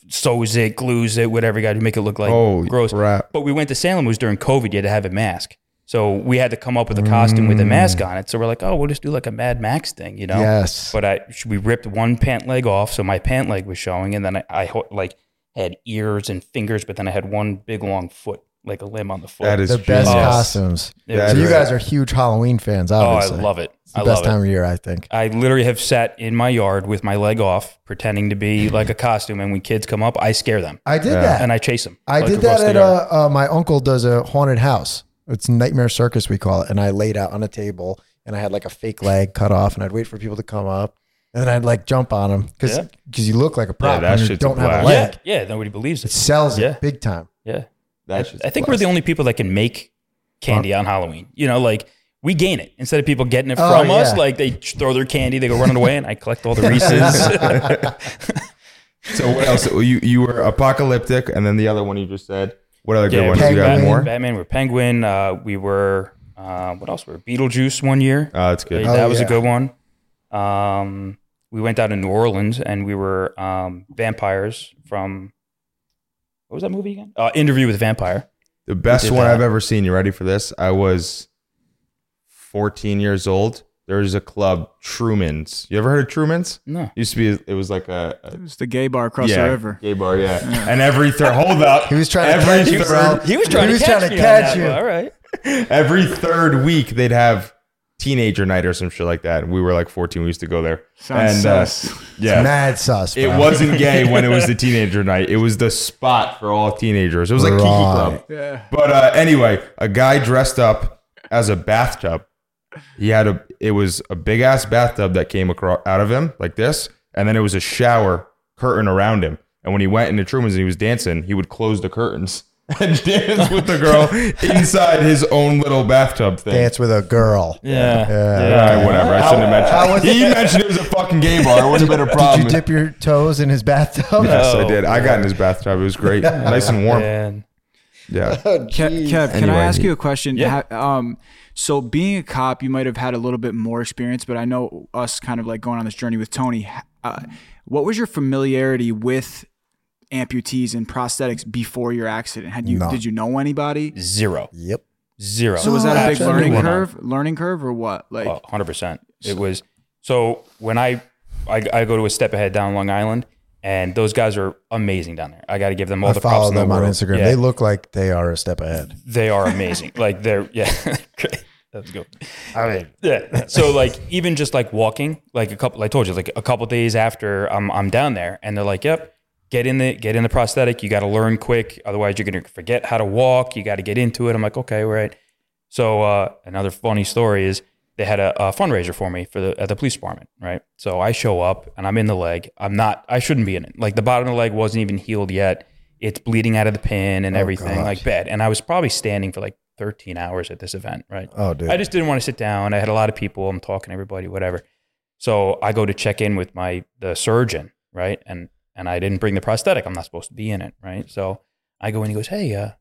[SPEAKER 3] sews it, glues it, whatever you got to make it look like
[SPEAKER 1] Oh,
[SPEAKER 3] gross.
[SPEAKER 1] crap.
[SPEAKER 3] But we went to Salem. It was during COVID. You had to have a mask, so we had to come up with a costume with a mask on it. So we're like, oh, we'll just do like a Mad Max thing, you know?
[SPEAKER 2] Yes.
[SPEAKER 3] But I we ripped one pant leg off, so my pant leg was showing, and then I, I ho- like had ears and fingers, but then I had one big long foot, like a limb on the foot.
[SPEAKER 1] that is
[SPEAKER 2] the best
[SPEAKER 1] genius.
[SPEAKER 2] costumes.
[SPEAKER 3] It
[SPEAKER 1] That
[SPEAKER 2] So
[SPEAKER 3] was-
[SPEAKER 2] you
[SPEAKER 1] is-
[SPEAKER 2] guys are huge Halloween fans.
[SPEAKER 3] oh, I
[SPEAKER 2] Obviously,
[SPEAKER 3] love it.
[SPEAKER 2] It's the
[SPEAKER 3] I
[SPEAKER 2] best
[SPEAKER 3] love it.
[SPEAKER 2] time of year, I think.
[SPEAKER 3] I literally have sat in my yard with my leg off, pretending to be like a costume. And when kids come up, I scare them
[SPEAKER 2] I did
[SPEAKER 1] Yeah.
[SPEAKER 2] that.
[SPEAKER 3] and I chase them.
[SPEAKER 2] I
[SPEAKER 3] like,
[SPEAKER 2] did
[SPEAKER 3] across
[SPEAKER 2] that
[SPEAKER 3] the
[SPEAKER 2] at
[SPEAKER 3] yard.
[SPEAKER 2] uh, uh, my uncle does a haunted house. It's Nightmare Circus we call it, and I laid out on a table and I had like a fake leg cut off, and I'd wait for people to come up, and then I'd like jump on them because
[SPEAKER 3] Yeah.
[SPEAKER 2] you look like a prop
[SPEAKER 1] that
[SPEAKER 2] when you
[SPEAKER 1] shit's a
[SPEAKER 2] don't have a
[SPEAKER 1] blast.
[SPEAKER 2] leg.
[SPEAKER 3] yeah, yeah. Nobody believes
[SPEAKER 2] It
[SPEAKER 3] it.
[SPEAKER 2] sells
[SPEAKER 3] Yeah.
[SPEAKER 2] it big time.
[SPEAKER 3] Yeah, I
[SPEAKER 1] That shit's
[SPEAKER 3] think we're the only people that can make candy on Halloween. You know, like we gain it instead of people getting it
[SPEAKER 2] Oh,
[SPEAKER 3] from us.
[SPEAKER 2] yeah.
[SPEAKER 3] Like they ch- throw their candy, they go running away, and I collect all the Reese's.
[SPEAKER 1] blast. So what else? You you were apocalyptic, and then the other one you just said. What other good
[SPEAKER 3] yeah,
[SPEAKER 1] ones?
[SPEAKER 3] we
[SPEAKER 1] You
[SPEAKER 3] were
[SPEAKER 1] got
[SPEAKER 3] Batman,
[SPEAKER 1] more?
[SPEAKER 3] Batman. We're Penguin. Uh, we were uh, what else? We were Beetlejuice one year.
[SPEAKER 1] Oh, that's good.
[SPEAKER 2] Oh,
[SPEAKER 3] that was
[SPEAKER 2] yeah.
[SPEAKER 3] a good one. Um, we went down to New Orleans and we were um, vampires from what was that movie again? Uh, Interview with a Vampire.
[SPEAKER 1] The best
[SPEAKER 3] did
[SPEAKER 1] one
[SPEAKER 3] that.
[SPEAKER 1] I've ever seen. You ready for this? I was 14 years old. There's a club, Truman's. You ever heard of Truman's?
[SPEAKER 3] No.
[SPEAKER 1] Used to be, it was like a, a
[SPEAKER 6] It's the gay bar across
[SPEAKER 1] yeah,
[SPEAKER 6] the river.
[SPEAKER 1] gay bar, yeah. And every third, hold up,
[SPEAKER 2] He was trying to
[SPEAKER 1] every
[SPEAKER 2] catch you,
[SPEAKER 1] third,
[SPEAKER 2] bro.
[SPEAKER 3] He was trying
[SPEAKER 2] He
[SPEAKER 3] to
[SPEAKER 2] was
[SPEAKER 3] catch
[SPEAKER 2] trying to
[SPEAKER 3] me on that
[SPEAKER 2] catch
[SPEAKER 3] one.
[SPEAKER 2] you.
[SPEAKER 3] All right.
[SPEAKER 1] every third week they'd have teenager night or some shit like that. And we were like 14. We used to go there.
[SPEAKER 6] Sounds
[SPEAKER 1] and uh,
[SPEAKER 6] sus.
[SPEAKER 1] yeah,
[SPEAKER 2] Mad sus.
[SPEAKER 1] it
[SPEAKER 2] bro.
[SPEAKER 1] wasn't gay when it was the teenager night. It was the spot for all teenagers. It was like Kiki
[SPEAKER 2] Right.
[SPEAKER 1] Club.
[SPEAKER 6] Yeah.
[SPEAKER 1] But uh, anyway, a guy dressed up as a bathtub. He had a. It was a big ass bathtub that came across out of him like this, and then it was a shower curtain around him. And when he went into Truman's and he was dancing, he would close the curtains and dance with the girl inside his own little bathtub thing.
[SPEAKER 2] Dance with a girl.
[SPEAKER 3] Yeah.
[SPEAKER 1] All right, whatever. I shouldn't have mentioned. He mentioned it was a fucking gay bar. It would have been a problem.
[SPEAKER 2] Did you dip your toes in his bathtub?
[SPEAKER 1] Yes, I
[SPEAKER 3] No.
[SPEAKER 1] did. I got in his bathtub. It was great, nice and warm. Yeah.
[SPEAKER 3] Man.
[SPEAKER 6] Kev, Kev can
[SPEAKER 1] Anyway,
[SPEAKER 6] I ask
[SPEAKER 1] he-
[SPEAKER 6] you a question?
[SPEAKER 3] Yeah.
[SPEAKER 6] Ha- um, so being a cop, you might have had a little bit more experience, but I know us kind of like going on this journey with Tony. Uh, what was your familiarity with amputees and prosthetics before your accident? Had you
[SPEAKER 2] No.
[SPEAKER 6] did you know anybody?
[SPEAKER 3] Zero.
[SPEAKER 2] Yep.
[SPEAKER 3] Zero.
[SPEAKER 6] So was that a big
[SPEAKER 2] Absolutely
[SPEAKER 6] learning
[SPEAKER 2] not.
[SPEAKER 6] curve? Learning curve or what? Like
[SPEAKER 3] Oh, 100%. It was so when I, I I go to a step ahead down Long Island and those guys are amazing down there. I got to give them all
[SPEAKER 2] I
[SPEAKER 3] the props
[SPEAKER 2] follow
[SPEAKER 3] in the
[SPEAKER 2] them on
[SPEAKER 3] world.
[SPEAKER 2] Instagram.
[SPEAKER 3] Yeah,
[SPEAKER 2] They look like they are a step ahead.
[SPEAKER 3] they are amazing. like they're yeah. Great. Let's go. I mean, yeah. So like even just like walking, like a couple I told you like a couple days after I'm I'm down there and they're like, "Yep, get in the get in the prosthetic. You got to learn quick, otherwise you're going to forget how to walk. You got to get into it." I'm like, "Okay, all right." So uh, another funny story is they had a, a fundraiser for me for the at the police department, right? So I show up and I'm in the leg. I'm not. I shouldn't be in it. Like the bottom of the leg wasn't even healed yet. It's bleeding out of the pin and everything,
[SPEAKER 2] God.
[SPEAKER 3] like bad. And I was probably standing for like 13 hours at this event, right?
[SPEAKER 2] Oh, dude.
[SPEAKER 3] I just didn't want to sit down. I had a lot of people. I'm talking to everybody, whatever. So I go to check in with my the surgeon, right? And and I didn't bring the prosthetic. I'm not supposed to be in it, right? So I go in. He goes, "Hey, uh,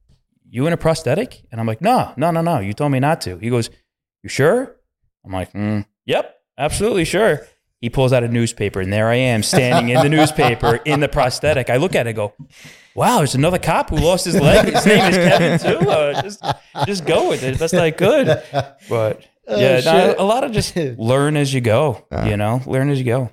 [SPEAKER 3] you in a prosthetic?" And I'm like, "No, no, no, no. You told me not to." He goes, "You sure?" I'm like, mm, "Yep, absolutely sure." He pulls out a newspaper, and there I am standing in the newspaper in the prosthetic. I look at it, and go, "Wow, there's another cop who lost his leg. His name is Kevin too. Uh, just, just go with it. That's not good." But yeah, no,
[SPEAKER 2] shit.
[SPEAKER 3] a lot of just learn as you go.
[SPEAKER 1] Yeah.
[SPEAKER 3] You know, learn as you go.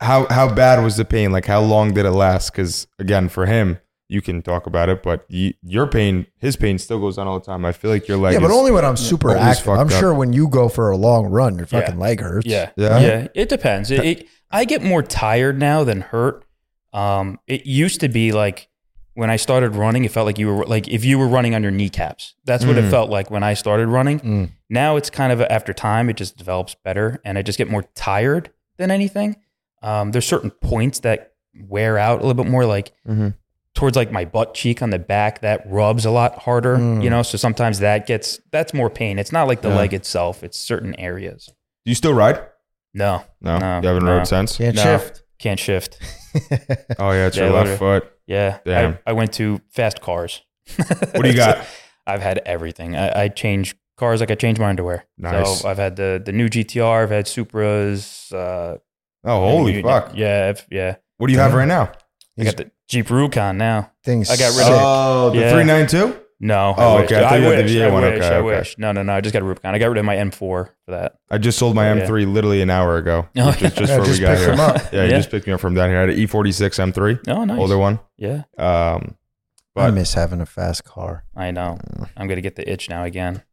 [SPEAKER 1] How how bad was the pain? Like how long did it last? Because again, for him, you can talk about it, but you, your pain, his pain, still goes on all the time. I feel like your leg.
[SPEAKER 2] yeah, but
[SPEAKER 1] is-
[SPEAKER 2] only when I'm super
[SPEAKER 1] Always
[SPEAKER 2] active. I'm
[SPEAKER 1] fucked up.
[SPEAKER 2] sure when you go for a long run, your
[SPEAKER 3] Yeah.
[SPEAKER 2] fucking leg hurts.
[SPEAKER 3] Yeah.
[SPEAKER 1] Yeah?
[SPEAKER 3] Yeah. It depends. It, it, I get more tired now than hurt. Um, it used to be like when I started running, it felt like you were like if you were running on your kneecaps. That's what it felt like when I started running.
[SPEAKER 2] Mm.
[SPEAKER 3] Now it's kind of after time, it just develops better, and I just get more tired than anything. Um, there's certain points that wear out a little bit more, like
[SPEAKER 1] Mhm.
[SPEAKER 3] towards like my butt cheek on the back. That rubs a lot harder, you know. So sometimes that gets that's more pain. It's not like the
[SPEAKER 1] Mm. Yeah.
[SPEAKER 3] leg itself; it's certain areas.
[SPEAKER 1] Do you still ride?
[SPEAKER 3] No,
[SPEAKER 1] No,
[SPEAKER 3] No,
[SPEAKER 1] you haven't
[SPEAKER 3] no.
[SPEAKER 1] rode since.
[SPEAKER 2] Can't
[SPEAKER 3] No.
[SPEAKER 2] shift.
[SPEAKER 3] can't shift.
[SPEAKER 1] Oh yeah, it's
[SPEAKER 3] Yeah,
[SPEAKER 1] your left
[SPEAKER 3] literally.
[SPEAKER 1] foot.
[SPEAKER 3] Yeah.
[SPEAKER 1] Damn.
[SPEAKER 3] I, I went to fast cars.
[SPEAKER 1] What do you got?
[SPEAKER 3] I've had everything. I, I changed cars like I changed my underwear.
[SPEAKER 1] Nice.
[SPEAKER 3] So I've had the, the new GTR, I've had Supras. Uh,
[SPEAKER 1] Oh holy
[SPEAKER 3] you-
[SPEAKER 1] fuck!
[SPEAKER 3] Yeah. I've, yeah.
[SPEAKER 1] What do you have right now?
[SPEAKER 3] I got the Jeep Rubicon now.
[SPEAKER 2] Things.
[SPEAKER 3] I got rid of-
[SPEAKER 2] sick.
[SPEAKER 1] Oh, the
[SPEAKER 3] Yeah.
[SPEAKER 1] three nine two.
[SPEAKER 3] No.
[SPEAKER 1] Oh,
[SPEAKER 3] I wish.
[SPEAKER 1] okay. I thought
[SPEAKER 3] I,
[SPEAKER 1] you had the
[SPEAKER 3] wish.
[SPEAKER 1] VA
[SPEAKER 3] I
[SPEAKER 1] one.
[SPEAKER 3] wish.
[SPEAKER 1] Okay,
[SPEAKER 3] I
[SPEAKER 1] okay.
[SPEAKER 3] wish. No, no, no. I just got a Rubicon. I got rid of my M4 for that.
[SPEAKER 1] I just sold my
[SPEAKER 3] Oh, yeah.
[SPEAKER 1] M3 literally an hour ago.
[SPEAKER 3] Oh,
[SPEAKER 1] which
[SPEAKER 3] yeah.
[SPEAKER 1] is just
[SPEAKER 2] Yeah,
[SPEAKER 1] where
[SPEAKER 2] just
[SPEAKER 1] we got
[SPEAKER 2] picked
[SPEAKER 1] here.
[SPEAKER 2] them up.
[SPEAKER 1] Yeah, you
[SPEAKER 3] Yeah.
[SPEAKER 1] just picked me up from down here. I had an E E46 M3,
[SPEAKER 3] Oh, nice.
[SPEAKER 1] older one.
[SPEAKER 3] Yeah.
[SPEAKER 1] Um,
[SPEAKER 2] I
[SPEAKER 1] but
[SPEAKER 2] miss having a fast car.
[SPEAKER 3] I know. I'm going to get the itch now again.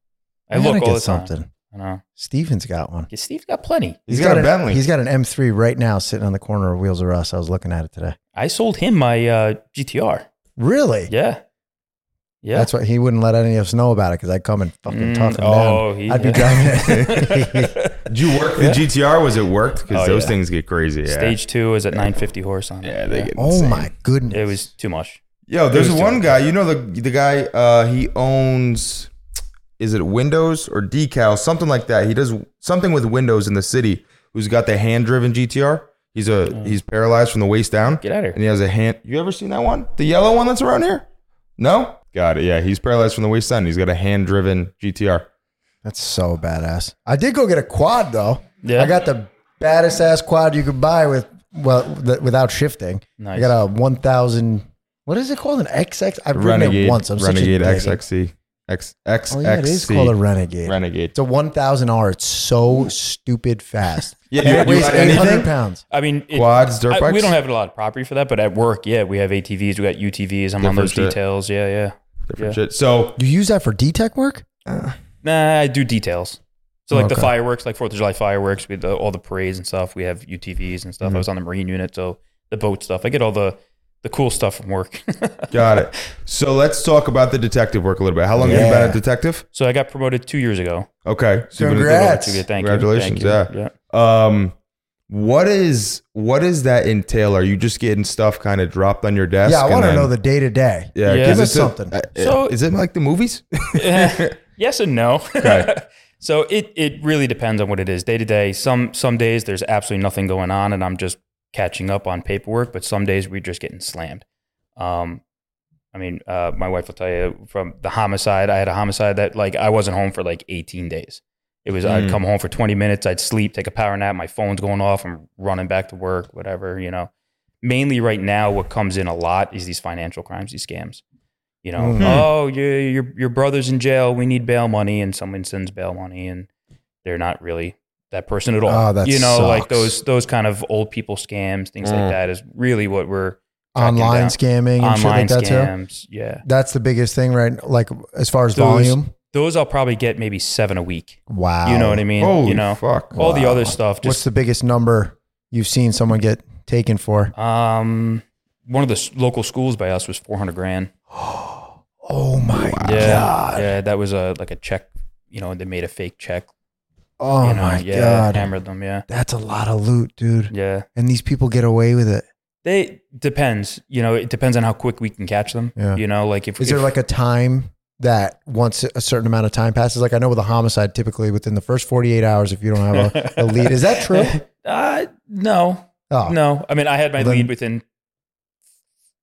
[SPEAKER 3] I,
[SPEAKER 2] I, gotta
[SPEAKER 3] look all
[SPEAKER 2] get
[SPEAKER 3] the time.
[SPEAKER 2] something.
[SPEAKER 3] I know.
[SPEAKER 2] Steven's got one.
[SPEAKER 3] Steve's got plenty.
[SPEAKER 1] he's got, a
[SPEAKER 2] an-
[SPEAKER 1] Bentley.
[SPEAKER 2] He's got an M3 right now sitting on the corner of Wheels of Us. I was looking at it today.
[SPEAKER 3] I sold him my uh, GTR.
[SPEAKER 2] Really?
[SPEAKER 3] Yeah. Yeah.
[SPEAKER 2] That's why he wouldn't let any of us know about it because I'd come and fucking
[SPEAKER 3] Mm,
[SPEAKER 2] tough him
[SPEAKER 3] oh,
[SPEAKER 2] down.
[SPEAKER 3] he-
[SPEAKER 2] I'd be driving it.
[SPEAKER 1] Did you work the
[SPEAKER 3] Yeah.
[SPEAKER 1] GTR? Was it worked? Because
[SPEAKER 3] Oh,
[SPEAKER 1] those
[SPEAKER 3] yeah.
[SPEAKER 1] things get crazy. Yeah.
[SPEAKER 3] Stage two is at 950 horse on it.
[SPEAKER 1] Yeah, they get
[SPEAKER 2] oh
[SPEAKER 1] insane.
[SPEAKER 2] my goodness.
[SPEAKER 3] It was too much.
[SPEAKER 1] Yo, there's
[SPEAKER 3] It was
[SPEAKER 1] one
[SPEAKER 3] dope.
[SPEAKER 1] guy. You know the the guy. Uh, he owns. Is it Windows or Decal? Something like that. He does something with Windows in the city. Who's got the hand driven GTR? He's a he's paralyzed from the waist down.
[SPEAKER 3] Get out of
[SPEAKER 1] and
[SPEAKER 3] here.
[SPEAKER 1] he has a hand. You ever seen that one? The yellow one that's around here? No. Got it. Yeah, he's paralyzed from the waist down. He's got a hand-driven GTR.
[SPEAKER 2] That's so badass. I did go get a quad though.
[SPEAKER 3] Yeah.
[SPEAKER 2] I got the baddest ass quad you could buy with well th- without shifting. I
[SPEAKER 3] Nice.
[SPEAKER 2] got a 1000 what is it called an XX? I've ridden
[SPEAKER 1] Renegade.
[SPEAKER 2] it once. I'm
[SPEAKER 1] Renegade
[SPEAKER 2] such a dick.
[SPEAKER 1] XXC. X E, X
[SPEAKER 2] Oh, yeah, it is called a renegade.
[SPEAKER 1] renegade.
[SPEAKER 2] It's a 1,000 R. It's so stupid fast.
[SPEAKER 1] Yeah,
[SPEAKER 2] It
[SPEAKER 1] you, you
[SPEAKER 2] weighs
[SPEAKER 1] got
[SPEAKER 2] 800
[SPEAKER 1] anything?
[SPEAKER 2] pounds.
[SPEAKER 3] I mean, it-
[SPEAKER 1] Quads, dirt
[SPEAKER 3] I-
[SPEAKER 1] bikes.
[SPEAKER 3] we don't have a lot of property for that, but at work, yeah, we have ATVs, we got UTVs. I'm on
[SPEAKER 1] Different
[SPEAKER 3] those
[SPEAKER 1] shit.
[SPEAKER 3] details. Yeah, yeah.
[SPEAKER 1] different
[SPEAKER 3] yeah.
[SPEAKER 1] shit. So
[SPEAKER 2] You use that for D-Tech work?
[SPEAKER 3] Nah, I do details. So like the
[SPEAKER 2] Okay.
[SPEAKER 3] fireworks, like Fourth of July fireworks, we the, all the parades and stuff. We have UTVs and stuff.
[SPEAKER 1] Mm-hmm.
[SPEAKER 3] I was on the marine unit, so the boat stuff. I get all the the cool stuff from work.
[SPEAKER 1] got it. So let's talk about the detective work a little bit. How long have you
[SPEAKER 2] Yeah.
[SPEAKER 1] been a detective?
[SPEAKER 3] so I got promoted two years ago.
[SPEAKER 1] Okay. So you've been a
[SPEAKER 2] Congrats.
[SPEAKER 3] Two years, thank
[SPEAKER 1] Congratulations,
[SPEAKER 3] You, thank you.
[SPEAKER 1] yeah. Um, what is what does that entail? Are you just getting stuff kind of dropped on your desk?
[SPEAKER 2] yeah, I
[SPEAKER 1] and
[SPEAKER 2] want to
[SPEAKER 1] then-
[SPEAKER 2] know the day-to-day.
[SPEAKER 1] Yeah,
[SPEAKER 3] Yeah.
[SPEAKER 1] 'cause
[SPEAKER 2] Give us
[SPEAKER 1] it's a-
[SPEAKER 2] something.
[SPEAKER 1] uh,
[SPEAKER 3] So-
[SPEAKER 1] is it like the movies?
[SPEAKER 3] Eh, yes and no.
[SPEAKER 1] Okay.
[SPEAKER 3] so it it really depends on what it is day to day. Some some days there's absolutely nothing going on, and I'm just catching up on paperwork. But some days we're just getting slammed. Um, I mean, uh, my wife will tell you from the homicide. I had a homicide that like I wasn't home for like 18 days. It was I'd
[SPEAKER 1] Mm.
[SPEAKER 3] come home for 20 minutes, I'd sleep, take a power nap, my phone's going off, I'm running back to work, whatever, you know. Mainly right now, what comes in a lot is these financial crimes, these scams. You know,
[SPEAKER 2] Mhm.
[SPEAKER 3] oh, your, your your brother's in jail. We need bail money, and someone sends bail money, and they're not really that person at all.
[SPEAKER 2] Oh, that
[SPEAKER 3] you know, like
[SPEAKER 2] sucks.
[SPEAKER 3] those those kind of old people scams, things
[SPEAKER 1] Mm.
[SPEAKER 3] like that, is really what we're tracking
[SPEAKER 2] Online
[SPEAKER 3] down.
[SPEAKER 2] scamming and shit
[SPEAKER 3] online
[SPEAKER 2] like that too.
[SPEAKER 3] scams. Yeah,
[SPEAKER 2] That's the biggest thing, right? Like as far as
[SPEAKER 3] Those-
[SPEAKER 2] volume.
[SPEAKER 3] those I'll probably get maybe seven a week.
[SPEAKER 2] Wow.
[SPEAKER 3] You know what I mean?
[SPEAKER 1] Holy
[SPEAKER 3] you know,
[SPEAKER 1] fuck!
[SPEAKER 3] all the
[SPEAKER 2] Wow.
[SPEAKER 3] other stuff.
[SPEAKER 2] What's
[SPEAKER 3] Just
[SPEAKER 2] the biggest number you've seen someone get taken for?
[SPEAKER 3] um, one of the s- local schools by us was four hundred grand.
[SPEAKER 2] Oh my
[SPEAKER 3] Yeah,
[SPEAKER 2] god.
[SPEAKER 3] yeah, that was a like a check. You know, they made a fake check.
[SPEAKER 2] Oh
[SPEAKER 3] you know,
[SPEAKER 2] my
[SPEAKER 3] yeah,
[SPEAKER 2] god.
[SPEAKER 3] hammered them. Yeah,
[SPEAKER 2] That's a lot of loot, dude.
[SPEAKER 3] yeah.
[SPEAKER 2] And these people get away with it.
[SPEAKER 3] They depends. You know, it depends on how quick we can catch them.
[SPEAKER 2] Yeah.
[SPEAKER 3] You know, like if
[SPEAKER 2] Is
[SPEAKER 3] if,
[SPEAKER 2] there like a time that once a certain amount of time passes? Like I know with a homicide, typically within the first 48 hours, if you don't have a, a lead, is that true?
[SPEAKER 3] uh, no,
[SPEAKER 2] Oh,
[SPEAKER 3] No, I mean I had my
[SPEAKER 2] Well, then-
[SPEAKER 3] lead within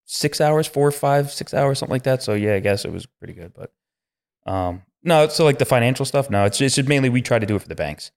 [SPEAKER 3] six hours, four, five, six hours, something like that. So yeah, I guess it was pretty good. But um, no, so like the financial stuff, no, it's just it's mainly we try to do it for the banks.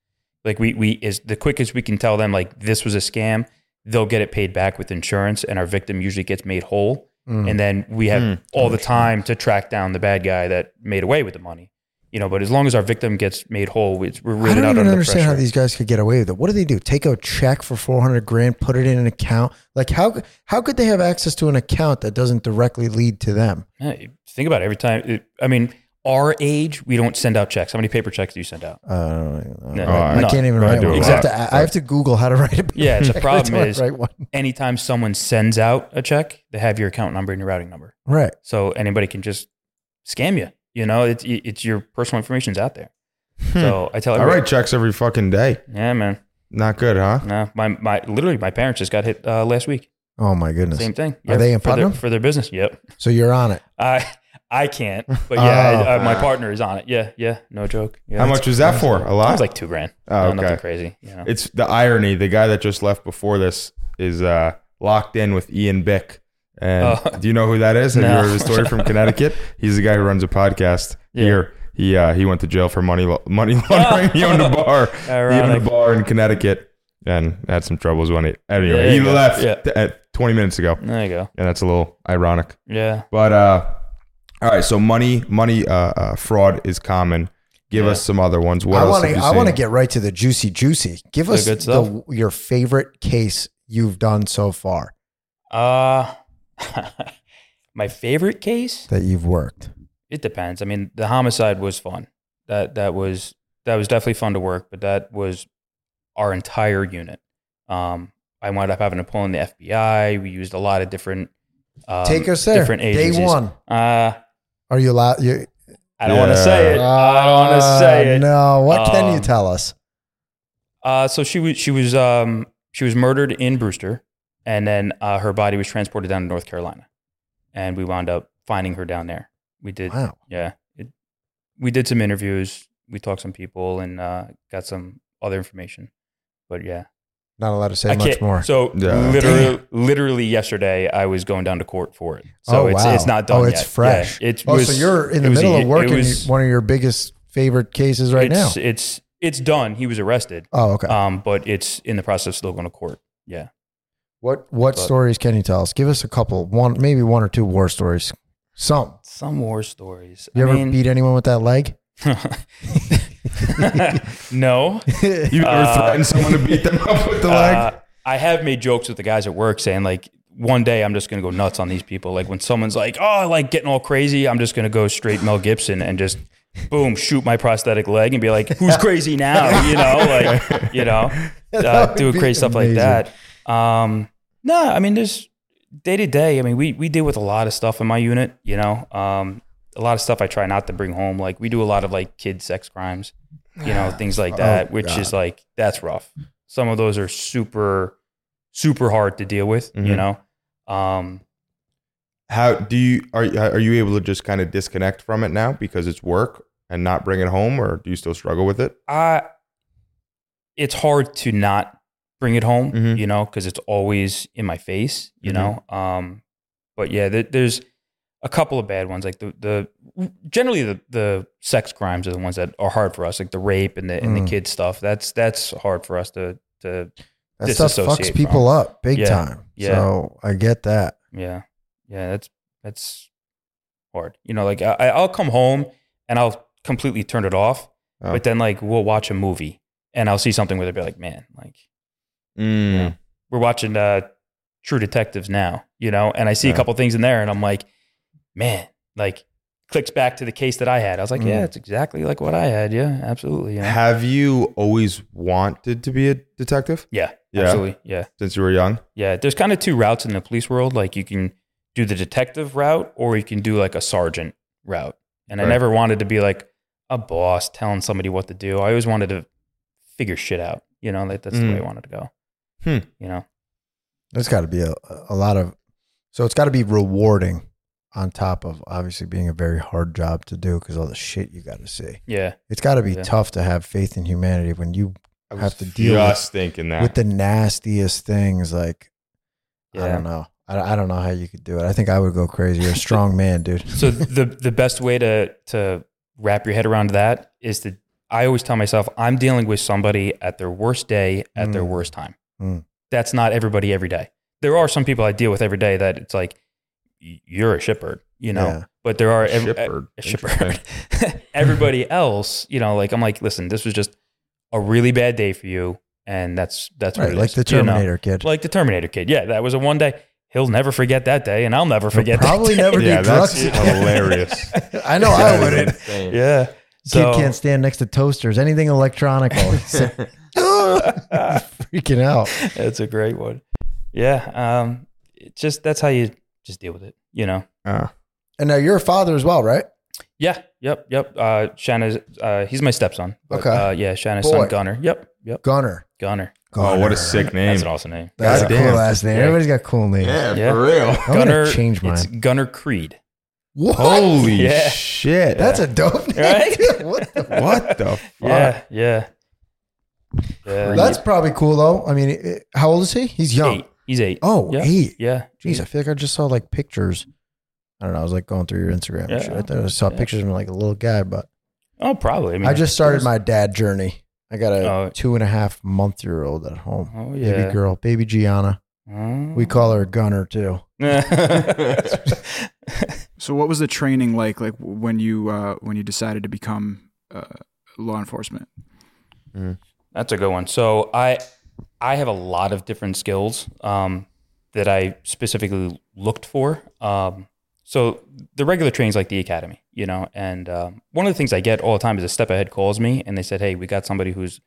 [SPEAKER 3] Like we we is the quickest we can tell them like this was a scam. They'll get it paid back with insurance, and our victim usually gets made whole.
[SPEAKER 2] Mm.
[SPEAKER 3] And then we have
[SPEAKER 1] Mm,
[SPEAKER 3] all the time to track down the bad guy that made away with the money. You know, but as long as our victim gets made whole, we- we're really
[SPEAKER 2] I don't
[SPEAKER 3] not
[SPEAKER 2] even
[SPEAKER 3] under
[SPEAKER 2] understand
[SPEAKER 3] pressure.
[SPEAKER 2] how these guys could get away with it. What do they do? Take a check for 400 grand, put it in an account. Like how, how could they have access to an account that doesn't directly lead to them?
[SPEAKER 3] Yeah, you think about it every time. It, I mean, our age, we don't send out checks. How many paper checks do you send out?
[SPEAKER 2] I don't even know.
[SPEAKER 3] No,
[SPEAKER 2] I
[SPEAKER 1] no,
[SPEAKER 2] can't even
[SPEAKER 1] I
[SPEAKER 2] write
[SPEAKER 1] do
[SPEAKER 2] one.
[SPEAKER 1] a
[SPEAKER 2] I have,
[SPEAKER 1] lot.
[SPEAKER 2] to, I have to Google how to write a
[SPEAKER 3] Yeah, the
[SPEAKER 2] check. I
[SPEAKER 3] problem
[SPEAKER 2] don't
[SPEAKER 3] is-
[SPEAKER 2] write one.
[SPEAKER 3] Anytime someone sends out a check, they have your account number and your routing number,
[SPEAKER 2] Right.
[SPEAKER 3] so anybody can just scam you. You know, it's it's your personal information's out there. So I tell
[SPEAKER 1] I
[SPEAKER 3] everybody,
[SPEAKER 1] write checks every fucking day.
[SPEAKER 3] yeah, man,
[SPEAKER 1] Not good, huh?
[SPEAKER 3] no, my my literally my parents just got hit uh, last week.
[SPEAKER 2] Oh my goodness.
[SPEAKER 3] Same thing.
[SPEAKER 2] Are they in
[SPEAKER 3] for their,
[SPEAKER 2] Putnam?
[SPEAKER 3] for their business? Yep.
[SPEAKER 2] So you're on it.
[SPEAKER 3] I I can't, but yeah,
[SPEAKER 2] Oh.
[SPEAKER 3] I, uh, my partner is on it. Yeah, yeah, no joke. Yeah,
[SPEAKER 1] How much was that for? A
[SPEAKER 3] It
[SPEAKER 1] lot.
[SPEAKER 3] was like two grand.
[SPEAKER 1] Oh,
[SPEAKER 3] No,
[SPEAKER 1] okay.
[SPEAKER 3] nothing crazy. You know?
[SPEAKER 1] it's the irony. The guy that just left before this is uh, locked in with Ian Bick. And
[SPEAKER 3] Oh.
[SPEAKER 1] do you know who that is? Have you
[SPEAKER 3] No.
[SPEAKER 1] heard his story from Connecticut? He's the guy who runs a podcast
[SPEAKER 3] Yeah. Oh.
[SPEAKER 1] here. He uh, he went to jail for money lo- money laundering. he owned a bar. He owned a
[SPEAKER 3] Ironic.
[SPEAKER 1] bar in Connecticut and had some troubles when he anyway
[SPEAKER 3] There
[SPEAKER 1] he
[SPEAKER 3] you go.
[SPEAKER 1] left
[SPEAKER 3] Yeah.
[SPEAKER 1] t- at 20 minutes ago.
[SPEAKER 3] there you go.
[SPEAKER 1] And that's a little ironic.
[SPEAKER 3] Yeah.
[SPEAKER 1] But uh, all right, so money money uh, uh, fraud is common. Give us some other ones. What
[SPEAKER 2] I
[SPEAKER 1] else
[SPEAKER 2] want
[SPEAKER 1] have
[SPEAKER 2] to.
[SPEAKER 1] you
[SPEAKER 2] I
[SPEAKER 1] seen?
[SPEAKER 2] want to get right to the juicy, juicy. Give
[SPEAKER 3] The
[SPEAKER 2] us
[SPEAKER 3] good stuff?
[SPEAKER 2] the, your favorite case you've done so far
[SPEAKER 3] Uh my favorite case?
[SPEAKER 2] that you've worked.
[SPEAKER 3] It depends. I mean, the homicide was fun. That that was that was definitely fun to work, but that was our entire unit. Um I wound up having to pull in the FBI. We used a lot of different um,
[SPEAKER 2] Take us there.
[SPEAKER 3] different
[SPEAKER 2] Day
[SPEAKER 3] agencies.
[SPEAKER 2] one.
[SPEAKER 3] Uh
[SPEAKER 2] Are you allowed? You,
[SPEAKER 3] I don't want to say it. I don't want to
[SPEAKER 2] Ah,
[SPEAKER 3] say it.
[SPEAKER 2] No. What can you
[SPEAKER 3] Um,
[SPEAKER 2] tell us?
[SPEAKER 3] Uh, so she was she was um, she was murdered in Brewster, and then uh, her body was transported down to North Carolina, and we wound up finding her down there. We did,
[SPEAKER 2] Wow.
[SPEAKER 3] yeah, it, we did some interviews, we talked some people, and uh, got some other information. But yeah,
[SPEAKER 2] Not allowed to say
[SPEAKER 3] I
[SPEAKER 2] much
[SPEAKER 3] can't-
[SPEAKER 2] more.
[SPEAKER 3] So
[SPEAKER 1] Yeah.
[SPEAKER 3] literally, literally yesterday, I was going down to court for it. So
[SPEAKER 2] Oh,
[SPEAKER 3] it's
[SPEAKER 2] wow.
[SPEAKER 3] it's not done.
[SPEAKER 2] Oh, it's
[SPEAKER 3] yet.
[SPEAKER 2] fresh.
[SPEAKER 3] Yeah, it's
[SPEAKER 2] oh,
[SPEAKER 3] was-
[SPEAKER 2] so you're in
[SPEAKER 3] it
[SPEAKER 2] the
[SPEAKER 3] was a-
[SPEAKER 2] middle of
[SPEAKER 3] it
[SPEAKER 2] working
[SPEAKER 3] was-
[SPEAKER 2] one of your biggest favorite cases right now.
[SPEAKER 3] it's, It's it's done. He was arrested,
[SPEAKER 2] Oh, okay.
[SPEAKER 3] um, but it's in the process of still going to court. Yeah.
[SPEAKER 2] what what
[SPEAKER 3] but-
[SPEAKER 2] stories can you tell us? Give us a couple. One, maybe one or two war stories. Some.
[SPEAKER 3] Some war stories.
[SPEAKER 2] You
[SPEAKER 3] I
[SPEAKER 2] ever
[SPEAKER 3] mean,
[SPEAKER 2] beat anyone with that leg?
[SPEAKER 3] no.
[SPEAKER 1] You ever
[SPEAKER 3] Uh,
[SPEAKER 1] threatened someone to beat them up with the leg?
[SPEAKER 3] Uh, I have made jokes with the guys at work saying like one day I'm just gonna go nuts on these people. Like when someone's like, oh, I like getting all crazy, I'm just gonna go straight Mel Gibson and just boom, shoot my prosthetic leg and be like, who's crazy now? You know, like you know, uh,
[SPEAKER 2] That
[SPEAKER 3] do
[SPEAKER 2] would be
[SPEAKER 3] crazy stuff like
[SPEAKER 2] amazing.
[SPEAKER 3] that. Um, no, I mean, there's day to day. I mean, we we deal with a lot of stuff in my unit. You know, um, a lot of stuff I try not to bring home. Like we do a lot of like kid sex crimes. You
[SPEAKER 2] Ah,
[SPEAKER 3] know, things like
[SPEAKER 2] oh,
[SPEAKER 3] that, which is like that's rough. Some of those are super, super hard to deal with.
[SPEAKER 2] Mm-hmm.
[SPEAKER 3] You know, um,
[SPEAKER 1] How do you are are you able to just kind of disconnect from it now because it's work and not bring it home, or do you still struggle with it?
[SPEAKER 3] I it's hard to not bring it home,
[SPEAKER 1] Mhm.
[SPEAKER 3] you know, because it's always in my face, you know. Um, but yeah, there, there's a couple of bad ones, like the the generally the the sex crimes are the ones that are hard for us, like the rape and the and
[SPEAKER 2] Mm.
[SPEAKER 3] the kid stuff. That's that's hard for us to to
[SPEAKER 2] That stuff fucks
[SPEAKER 3] Disassociate
[SPEAKER 2] people
[SPEAKER 3] from.
[SPEAKER 2] up big
[SPEAKER 3] Yeah,
[SPEAKER 2] time.
[SPEAKER 3] yeah.
[SPEAKER 2] So I get that.
[SPEAKER 3] Yeah. Yeah, that's that's hard. You know, like I I- I'll come home and I'll completely turn it off,
[SPEAKER 1] Oh.
[SPEAKER 3] but then like we'll watch a movie and I'll see something where they'll be like, "Man, like
[SPEAKER 1] Mm.
[SPEAKER 3] we're watching uh True Detectives now, you know, and I see
[SPEAKER 1] Yeah.
[SPEAKER 3] a couple things in there and I'm like, "Man, like clicks back to the case that I had." I was like,
[SPEAKER 2] Mm.
[SPEAKER 3] "Yeah, it's exactly like what I had." Yeah, absolutely. You know?
[SPEAKER 1] Have you always wanted to be a detective
[SPEAKER 3] yeah.
[SPEAKER 1] Yeah.
[SPEAKER 3] Absolutely. Yeah.
[SPEAKER 1] since you were young?
[SPEAKER 3] Yeah, there's kind of two routes in the police world. Like you can do the detective route, or you can do like a sergeant route. And
[SPEAKER 1] Right.
[SPEAKER 3] I never wanted to be like a boss telling somebody what to do. I always wanted to figure shit out. You know, like that's the way I
[SPEAKER 1] Mm.
[SPEAKER 3] wanted to go.
[SPEAKER 1] Hmm.
[SPEAKER 3] You know,
[SPEAKER 2] There's got to be a, a lot of, so it's got to be rewarding on top of obviously being a very hard job to do because all the shit you got to see.
[SPEAKER 3] yeah,
[SPEAKER 2] It's got to be
[SPEAKER 3] Yeah.
[SPEAKER 2] tough to have faith in humanity when you
[SPEAKER 1] I
[SPEAKER 2] Have to deal with-
[SPEAKER 1] just thinking that.
[SPEAKER 2] with the nastiest things like
[SPEAKER 3] yeah.
[SPEAKER 2] I don't know. I, I don't know how you could do it. I think I would go crazy. You're a strong man, dude.
[SPEAKER 3] so the the best way to to wrap your head around that is to I always tell myself I'm dealing with somebody at their worst day at their
[SPEAKER 2] Mm.
[SPEAKER 3] worst time.
[SPEAKER 2] Mm.
[SPEAKER 3] That's not everybody every day. There are some people I deal with every day that it's like y- you're a shitbird, you know.
[SPEAKER 2] Yeah.
[SPEAKER 3] But there are ev-
[SPEAKER 1] Shitbird.
[SPEAKER 3] a shitbird. everybody else, you know, like I'm like, listen, this was just a really bad day for you, and that's that's what
[SPEAKER 2] Right,
[SPEAKER 3] it
[SPEAKER 2] like
[SPEAKER 3] is,"
[SPEAKER 2] the
[SPEAKER 3] you know?
[SPEAKER 2] Terminator kid.
[SPEAKER 3] like the Terminator kid. Yeah, that was a one day. He'll never forget that day, and I'll never
[SPEAKER 2] You'll
[SPEAKER 3] forget.
[SPEAKER 2] probably
[SPEAKER 3] that
[SPEAKER 2] never
[SPEAKER 3] day.
[SPEAKER 1] yeah,
[SPEAKER 2] do
[SPEAKER 1] that's
[SPEAKER 2] drugs.
[SPEAKER 1] hilarious.
[SPEAKER 2] I know I wouldn't.
[SPEAKER 1] Insane.
[SPEAKER 3] Yeah. So,
[SPEAKER 2] Kid can't stand next to toasters, anything electronic. He's "Ah." freaking out.
[SPEAKER 3] That's a great one. Yeah. Um, it just that's how you just deal with it, you know?
[SPEAKER 1] Ah.
[SPEAKER 2] And now you're a father as well, right?
[SPEAKER 3] Yeah. Yep. Yep. Uh, Shanna's, uh, he's my stepson. But,
[SPEAKER 2] Okay.
[SPEAKER 3] Uh, yeah. Shanna's
[SPEAKER 2] Boy.
[SPEAKER 3] son, Gunner. Yep. Yep.
[SPEAKER 2] Gunner.
[SPEAKER 3] Gunner.
[SPEAKER 1] oh, what a sick name.
[SPEAKER 3] That's an awesome name.
[SPEAKER 2] That's a
[SPEAKER 1] Goddamn.
[SPEAKER 2] cool last name.
[SPEAKER 3] Yeah.
[SPEAKER 2] Everybody's got cool names.
[SPEAKER 3] Yeah. for
[SPEAKER 1] real.
[SPEAKER 2] I'm
[SPEAKER 3] Gunner.
[SPEAKER 2] gonna change mine.
[SPEAKER 3] It's Gunner Creed.
[SPEAKER 2] What?
[SPEAKER 1] Holy
[SPEAKER 3] Yeah.
[SPEAKER 1] shit.
[SPEAKER 2] That's a dope name.
[SPEAKER 3] Right?
[SPEAKER 2] dude. what the
[SPEAKER 1] what the fuck?
[SPEAKER 3] Yeah. Yeah. Yeah.
[SPEAKER 2] That's probably cool though. I mean, it- how old is he? He's young.
[SPEAKER 3] eight. He's eight.
[SPEAKER 2] Oh,
[SPEAKER 3] yeah.
[SPEAKER 2] eight.
[SPEAKER 3] Yeah.
[SPEAKER 2] Jeez, I feel like I just saw like pictures. I don't know. I was like going through your Instagram. and
[SPEAKER 3] Yeah.
[SPEAKER 2] shit. I thought I saw
[SPEAKER 3] Yeah.
[SPEAKER 2] pictures of him, like a little guy, but
[SPEAKER 3] Oh, probably. I, mean,
[SPEAKER 2] I just started my dad journey. I got a
[SPEAKER 3] Oh.
[SPEAKER 2] two and a half month year old at home.
[SPEAKER 3] Oh,
[SPEAKER 2] Baby
[SPEAKER 3] yeah. Oh.
[SPEAKER 2] girl, baby Gianna. We call her Gunner too.
[SPEAKER 6] So, what was the training like, like w- when you uh, when you decided to become uh, law enforcement?
[SPEAKER 3] That's a good one. So I I have a lot of different skills um, that I specifically looked for. Um, so the regular training's like the academy, you know. And um, one of the things I get all the time is a step ahead calls me and they said, "Hey, we got somebody who's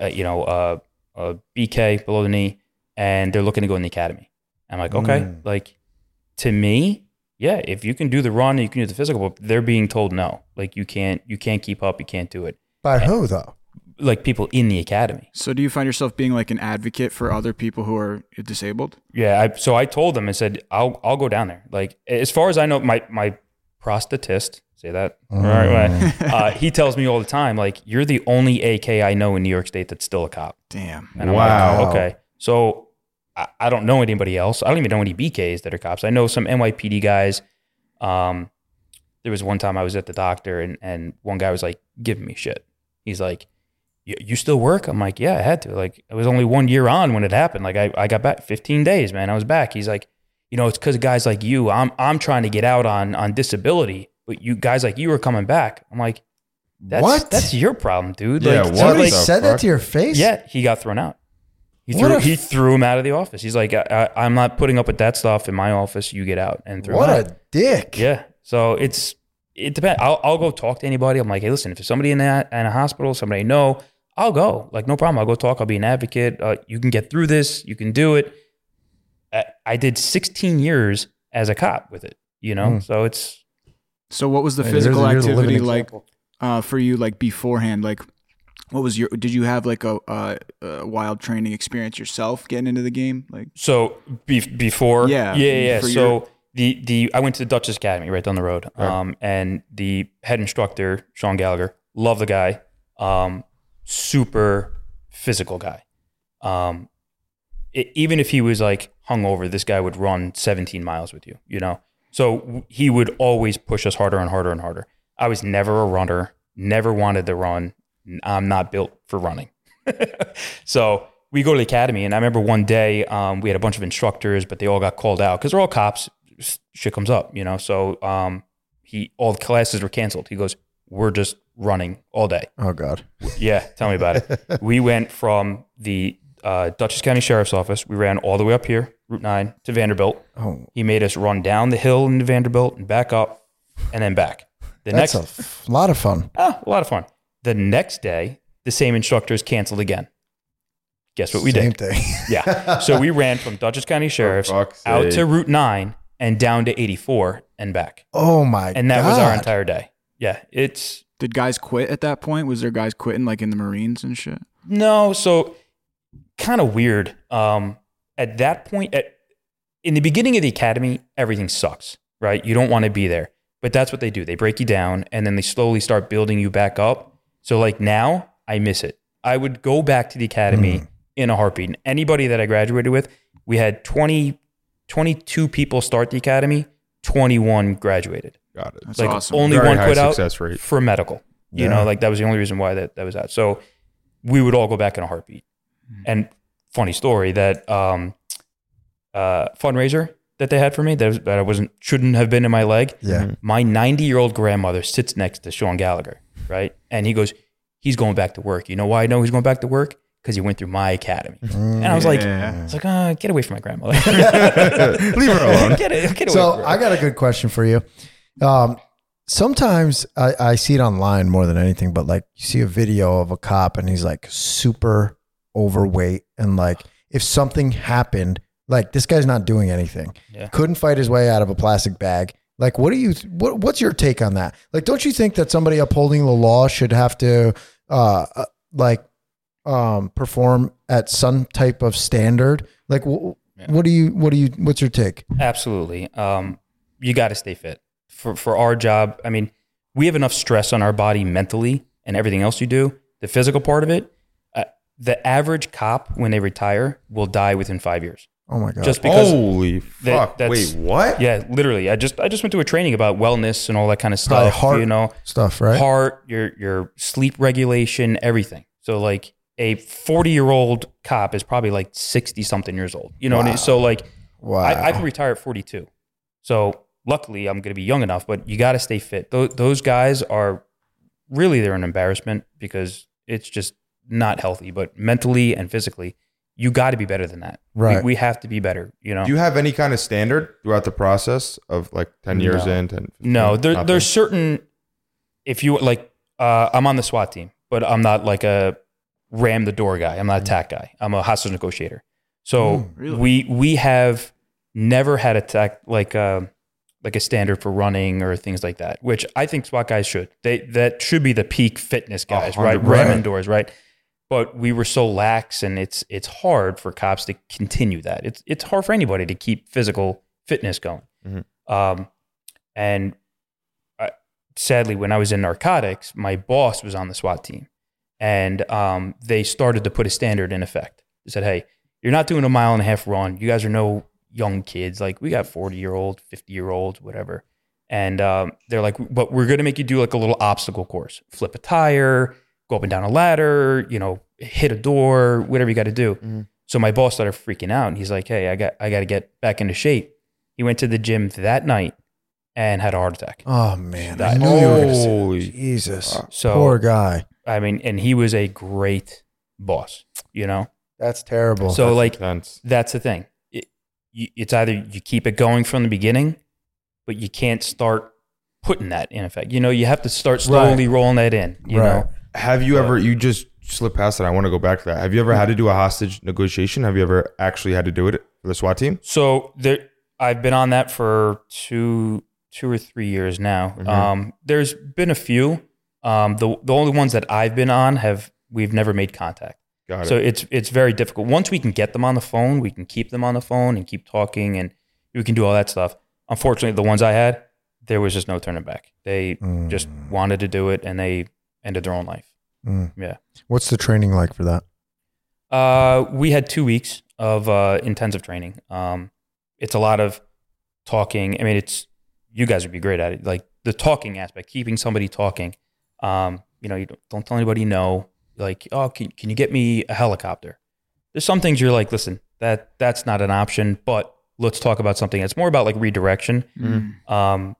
[SPEAKER 3] uh, you know uh, a BK below the knee, and they're looking to go in the academy." I'm like, okay,
[SPEAKER 2] Mm.
[SPEAKER 3] like to me, yeah, if you can do the run, you can do the physical, but they're being told no, like you can't, you can't keep up, you can't do it.
[SPEAKER 2] By who though?
[SPEAKER 3] Like people in the academy,
[SPEAKER 6] So, do you find yourself being like an advocate for other people who are disabled?
[SPEAKER 3] Yeah, I, so I told them and said, "I'll I'll go down there." Like as far as I know, my my prostatist say that All right, right. Uh, he tells me all the time, like you're the only AK I know in New York State that's still a cop.
[SPEAKER 6] Damn.
[SPEAKER 3] And I'm like,
[SPEAKER 1] Wow.
[SPEAKER 3] okay, so I, I don't know anybody else. I don't even know any BKs that are cops. I know some NYPD guys. Um, there was one time I was at the doctor and and one guy was like giving me shit. He's like. "You- You still work? I'm like, yeah, I had to. Like, I was only one year on when it happened. Like, I, I got back 15 days, man. I was back. He's like, you know, it's because guys like you, I'm I'm trying to get out on on disability, but you guys like you are coming back. I'm like, that's,
[SPEAKER 2] What?
[SPEAKER 3] That's your problem, dude.
[SPEAKER 1] Yeah,
[SPEAKER 3] like, it's
[SPEAKER 1] what
[SPEAKER 3] not
[SPEAKER 2] Somebody
[SPEAKER 1] the
[SPEAKER 3] like-
[SPEAKER 2] said
[SPEAKER 1] fuck?
[SPEAKER 2] that to your face?
[SPEAKER 3] yeah, he got thrown out. He
[SPEAKER 2] What
[SPEAKER 3] threw,
[SPEAKER 2] a-
[SPEAKER 3] he threw him out of the office. He's like, I, I, I'm not putting up with that stuff in my office. You get out and threw
[SPEAKER 2] What
[SPEAKER 3] him out.
[SPEAKER 2] a dick.
[SPEAKER 3] Yeah. So it's it depends. I'll, I'll go talk to anybody. I'm like, hey, listen, if there's somebody in that in a hospital, somebody I know, I'll go. Like, no problem. I'll go talk. I'll be an advocate. Uh, you can get through this. You can do it. I, I did 16 years as a cop with it. You
[SPEAKER 2] Hmm.
[SPEAKER 3] know, so it's
[SPEAKER 6] So what was the
[SPEAKER 2] Hey, there's-
[SPEAKER 6] physical
[SPEAKER 2] there's a living
[SPEAKER 6] activity like
[SPEAKER 2] example.
[SPEAKER 6] uh, for you like beforehand? Like what was your did you have like a, uh a wild training experience yourself getting into the game? Like
[SPEAKER 3] so be, before.
[SPEAKER 6] Yeah,
[SPEAKER 3] Yeah. Yeah.
[SPEAKER 6] for
[SPEAKER 3] So.
[SPEAKER 6] your-
[SPEAKER 3] the, the I went to the Dutchess Academy right down the road, um, and the head instructor Sean Gallagher, love the guy, um, super physical guy. Um, it, even if he was like hungover, this guy would run 17 miles with you, you know? So w- he would always push us harder and harder and harder. I was never a runner, never wanted to run. N- I'm not built for running. so we go to the academy, and I remember one day um, we had a bunch of instructors, but they all got called out because they're all cops. S- Shit comes up, you know? So um, he, all the classes were canceled. He goes, We're just running all day.
[SPEAKER 2] Oh God.
[SPEAKER 3] Yeah, tell me about it. we went from the uh, Dutchess County Sheriff's Office. We ran all the way up here, Route 9, to Vanderbilt.
[SPEAKER 2] Oh,
[SPEAKER 3] He made us run down the hill into Vanderbilt and back up and then back. The
[SPEAKER 2] that's
[SPEAKER 3] next,
[SPEAKER 2] a f- lot of fun.
[SPEAKER 3] ah, a lot of fun. The next day, the same instructors canceled again. Guess what we
[SPEAKER 2] Same
[SPEAKER 3] did?
[SPEAKER 2] thing.
[SPEAKER 3] Yeah. So we ran from Dutchess County Sheriff's
[SPEAKER 1] fuck's
[SPEAKER 3] out
[SPEAKER 1] sake.
[SPEAKER 3] to Route 9 and down to 84 and back.
[SPEAKER 2] Oh my God.
[SPEAKER 3] And that was our entire day. Yeah, it's
[SPEAKER 6] did guys quit at that point? Was there guys quitting like in the Marines and shit?
[SPEAKER 3] No, so kind of weird. Um, at that point, at in the beginning of the academy, everything sucks, right? You don't want to be there, but that's what they do. They break you down, and then they slowly start building you back up. So like now, I miss it. I would go back to the academy in a heartbeat. And anybody that I graduated with, we had 20, 22 people start the academy, twenty one graduated
[SPEAKER 1] Got it.
[SPEAKER 6] That's
[SPEAKER 3] like
[SPEAKER 6] awesome.
[SPEAKER 3] only
[SPEAKER 1] Very
[SPEAKER 3] one
[SPEAKER 1] high
[SPEAKER 3] quit out
[SPEAKER 1] success rate.
[SPEAKER 3] for medical. You know, like that was the only reason why that, that was out. So we would all go back in a heartbeat.
[SPEAKER 2] Mm-hmm.
[SPEAKER 3] And funny story that um, uh, fundraiser that they had for me that, was, that I wasn't shouldn't have been in my leg.
[SPEAKER 2] Yeah.
[SPEAKER 3] My 90 year old grandmother sits next to Sean Gallagher, right? And he goes, he's going back to work. You know why I know he's going back to work? Because he went through my academy.
[SPEAKER 2] Mm,
[SPEAKER 3] And I was like,
[SPEAKER 6] Yeah.
[SPEAKER 3] I was like, uh, get away from my grandmother.
[SPEAKER 1] Leave her alone.
[SPEAKER 3] get it, get away from
[SPEAKER 2] So
[SPEAKER 3] her.
[SPEAKER 2] I got a good question for you. Um, sometimes I, I see it online more than anything, but like you see a video of a cop and he's like super overweight and like if something happened, like this guy's not doing anything.
[SPEAKER 3] Yeah.
[SPEAKER 2] Couldn't fight his way out of a plastic bag. Like, what do you? What, what's your take on that? Like, don't you think that somebody upholding the law should have to, uh, uh, like, um, perform at some type of standard? Like, wh- what do you? What do you? What's your take?
[SPEAKER 3] Absolutely. Um, you got to stay fit for for our job. I mean, we have enough stress on our body mentally and everything else you do. The physical part of it, uh, the average cop when they retire will die within five years.
[SPEAKER 2] Oh my god!
[SPEAKER 3] Just because,
[SPEAKER 1] Holy fuck!
[SPEAKER 3] that's-
[SPEAKER 1] Wait, what?
[SPEAKER 3] yeah, literally. I just I just went to a training about wellness and all that kind of
[SPEAKER 2] Probably
[SPEAKER 3] stuff.
[SPEAKER 2] heart
[SPEAKER 3] You know,
[SPEAKER 2] stuff, right?
[SPEAKER 3] heart, your your sleep regulation, everything. So like a forty year old cop is probably like sixty something years old. You know what I mean? So like
[SPEAKER 2] Wow.
[SPEAKER 3] I, I can retire at 42. So luckily, I'm going to be young enough, but you got to stay fit. Tho- those guys are really, they're an embarrassment because it's just not healthy, but mentally and physically, you got to be better than that. We-
[SPEAKER 2] Right.
[SPEAKER 3] We, have to be better, you know?
[SPEAKER 1] Do you have any kind of standard throughout the process of like ten years
[SPEAKER 3] No.
[SPEAKER 1] in? 10, 15,
[SPEAKER 3] no, there,
[SPEAKER 1] nothing?
[SPEAKER 3] there's certain, if you like, uh, I'm on the SWAT team, but I'm not like a ram the door guy. I'm not a tack guy. I'm a hostage negotiator. So
[SPEAKER 6] really?
[SPEAKER 3] we, we have never had a tack, like, um, like a standard for running or things like that, which I think SWAT guys should. They that should be the peak fitness guys, right? Ram
[SPEAKER 2] 100%.
[SPEAKER 3] indoors, right? But we were so lax, and it's it's hard for cops to continue that. It's it's hard for anybody to keep physical fitness going.
[SPEAKER 1] Mhm.
[SPEAKER 3] Um, and I, sadly, when I was in narcotics, my boss was on the SWAT team, and um, they started to put a standard in effect. They said, "Hey, you're not doing a mile and a half run. You guys are no young kids. Like we got 40 year old, 50 year olds, whatever. And um, they're like, but we're going to make you do like a little obstacle course, flip a tire, go up and down a ladder, you know, hit a door, whatever you got to do. So my boss started freaking out and he's like, Hey, I got, I got to get back into shape. He went to the gym that night and had a heart attack.
[SPEAKER 2] Oh man, I
[SPEAKER 3] That-
[SPEAKER 2] knew you were going to say that.
[SPEAKER 1] Holy
[SPEAKER 2] Jesus.
[SPEAKER 3] So
[SPEAKER 2] Poor guy.
[SPEAKER 3] I mean, and he was a great boss, you know?
[SPEAKER 2] That's terrible.
[SPEAKER 3] So, like,
[SPEAKER 1] intense.
[SPEAKER 3] that's the thing. It, you, it's either you keep it going from the beginning, but you can't start putting that in effect. You know, you have to start slowly rolling that in, you
[SPEAKER 2] Right.
[SPEAKER 3] know?
[SPEAKER 1] Have you ever? You just slipped past it. I want to go back to that. Have you ever had to do a hostage negotiation? Have you ever actually had to do it for the SWAT team?
[SPEAKER 3] So there, I've been on that for two, two or three years now.
[SPEAKER 1] Mhm.
[SPEAKER 3] Um, there's been a few. Um, the the only ones that I've been on have we've never made contact.
[SPEAKER 1] Got
[SPEAKER 3] So
[SPEAKER 1] it.
[SPEAKER 3] it's it's very difficult. Once we can get them on the phone, we can keep them on the phone and keep talking, and we can do all that stuff. Unfortunately, the ones I had, there was just no turning back. They
[SPEAKER 2] Mm.
[SPEAKER 3] just wanted to do it, and they ended their own life.
[SPEAKER 2] Mm.
[SPEAKER 3] Yeah.
[SPEAKER 2] What's the training like for that?
[SPEAKER 3] Uh, we had two weeks of uh, intensive training. Um, it's a lot of talking. I mean, it's you guys would be great at it. Like the talking aspect, keeping somebody talking. Um, you know, you don't, don't tell anybody no. Like, oh, can, can you get me a helicopter? There's some things you're like, listen, that that's not an option, but let's talk about something. It's more about like redirection.
[SPEAKER 6] Mm.
[SPEAKER 3] Um,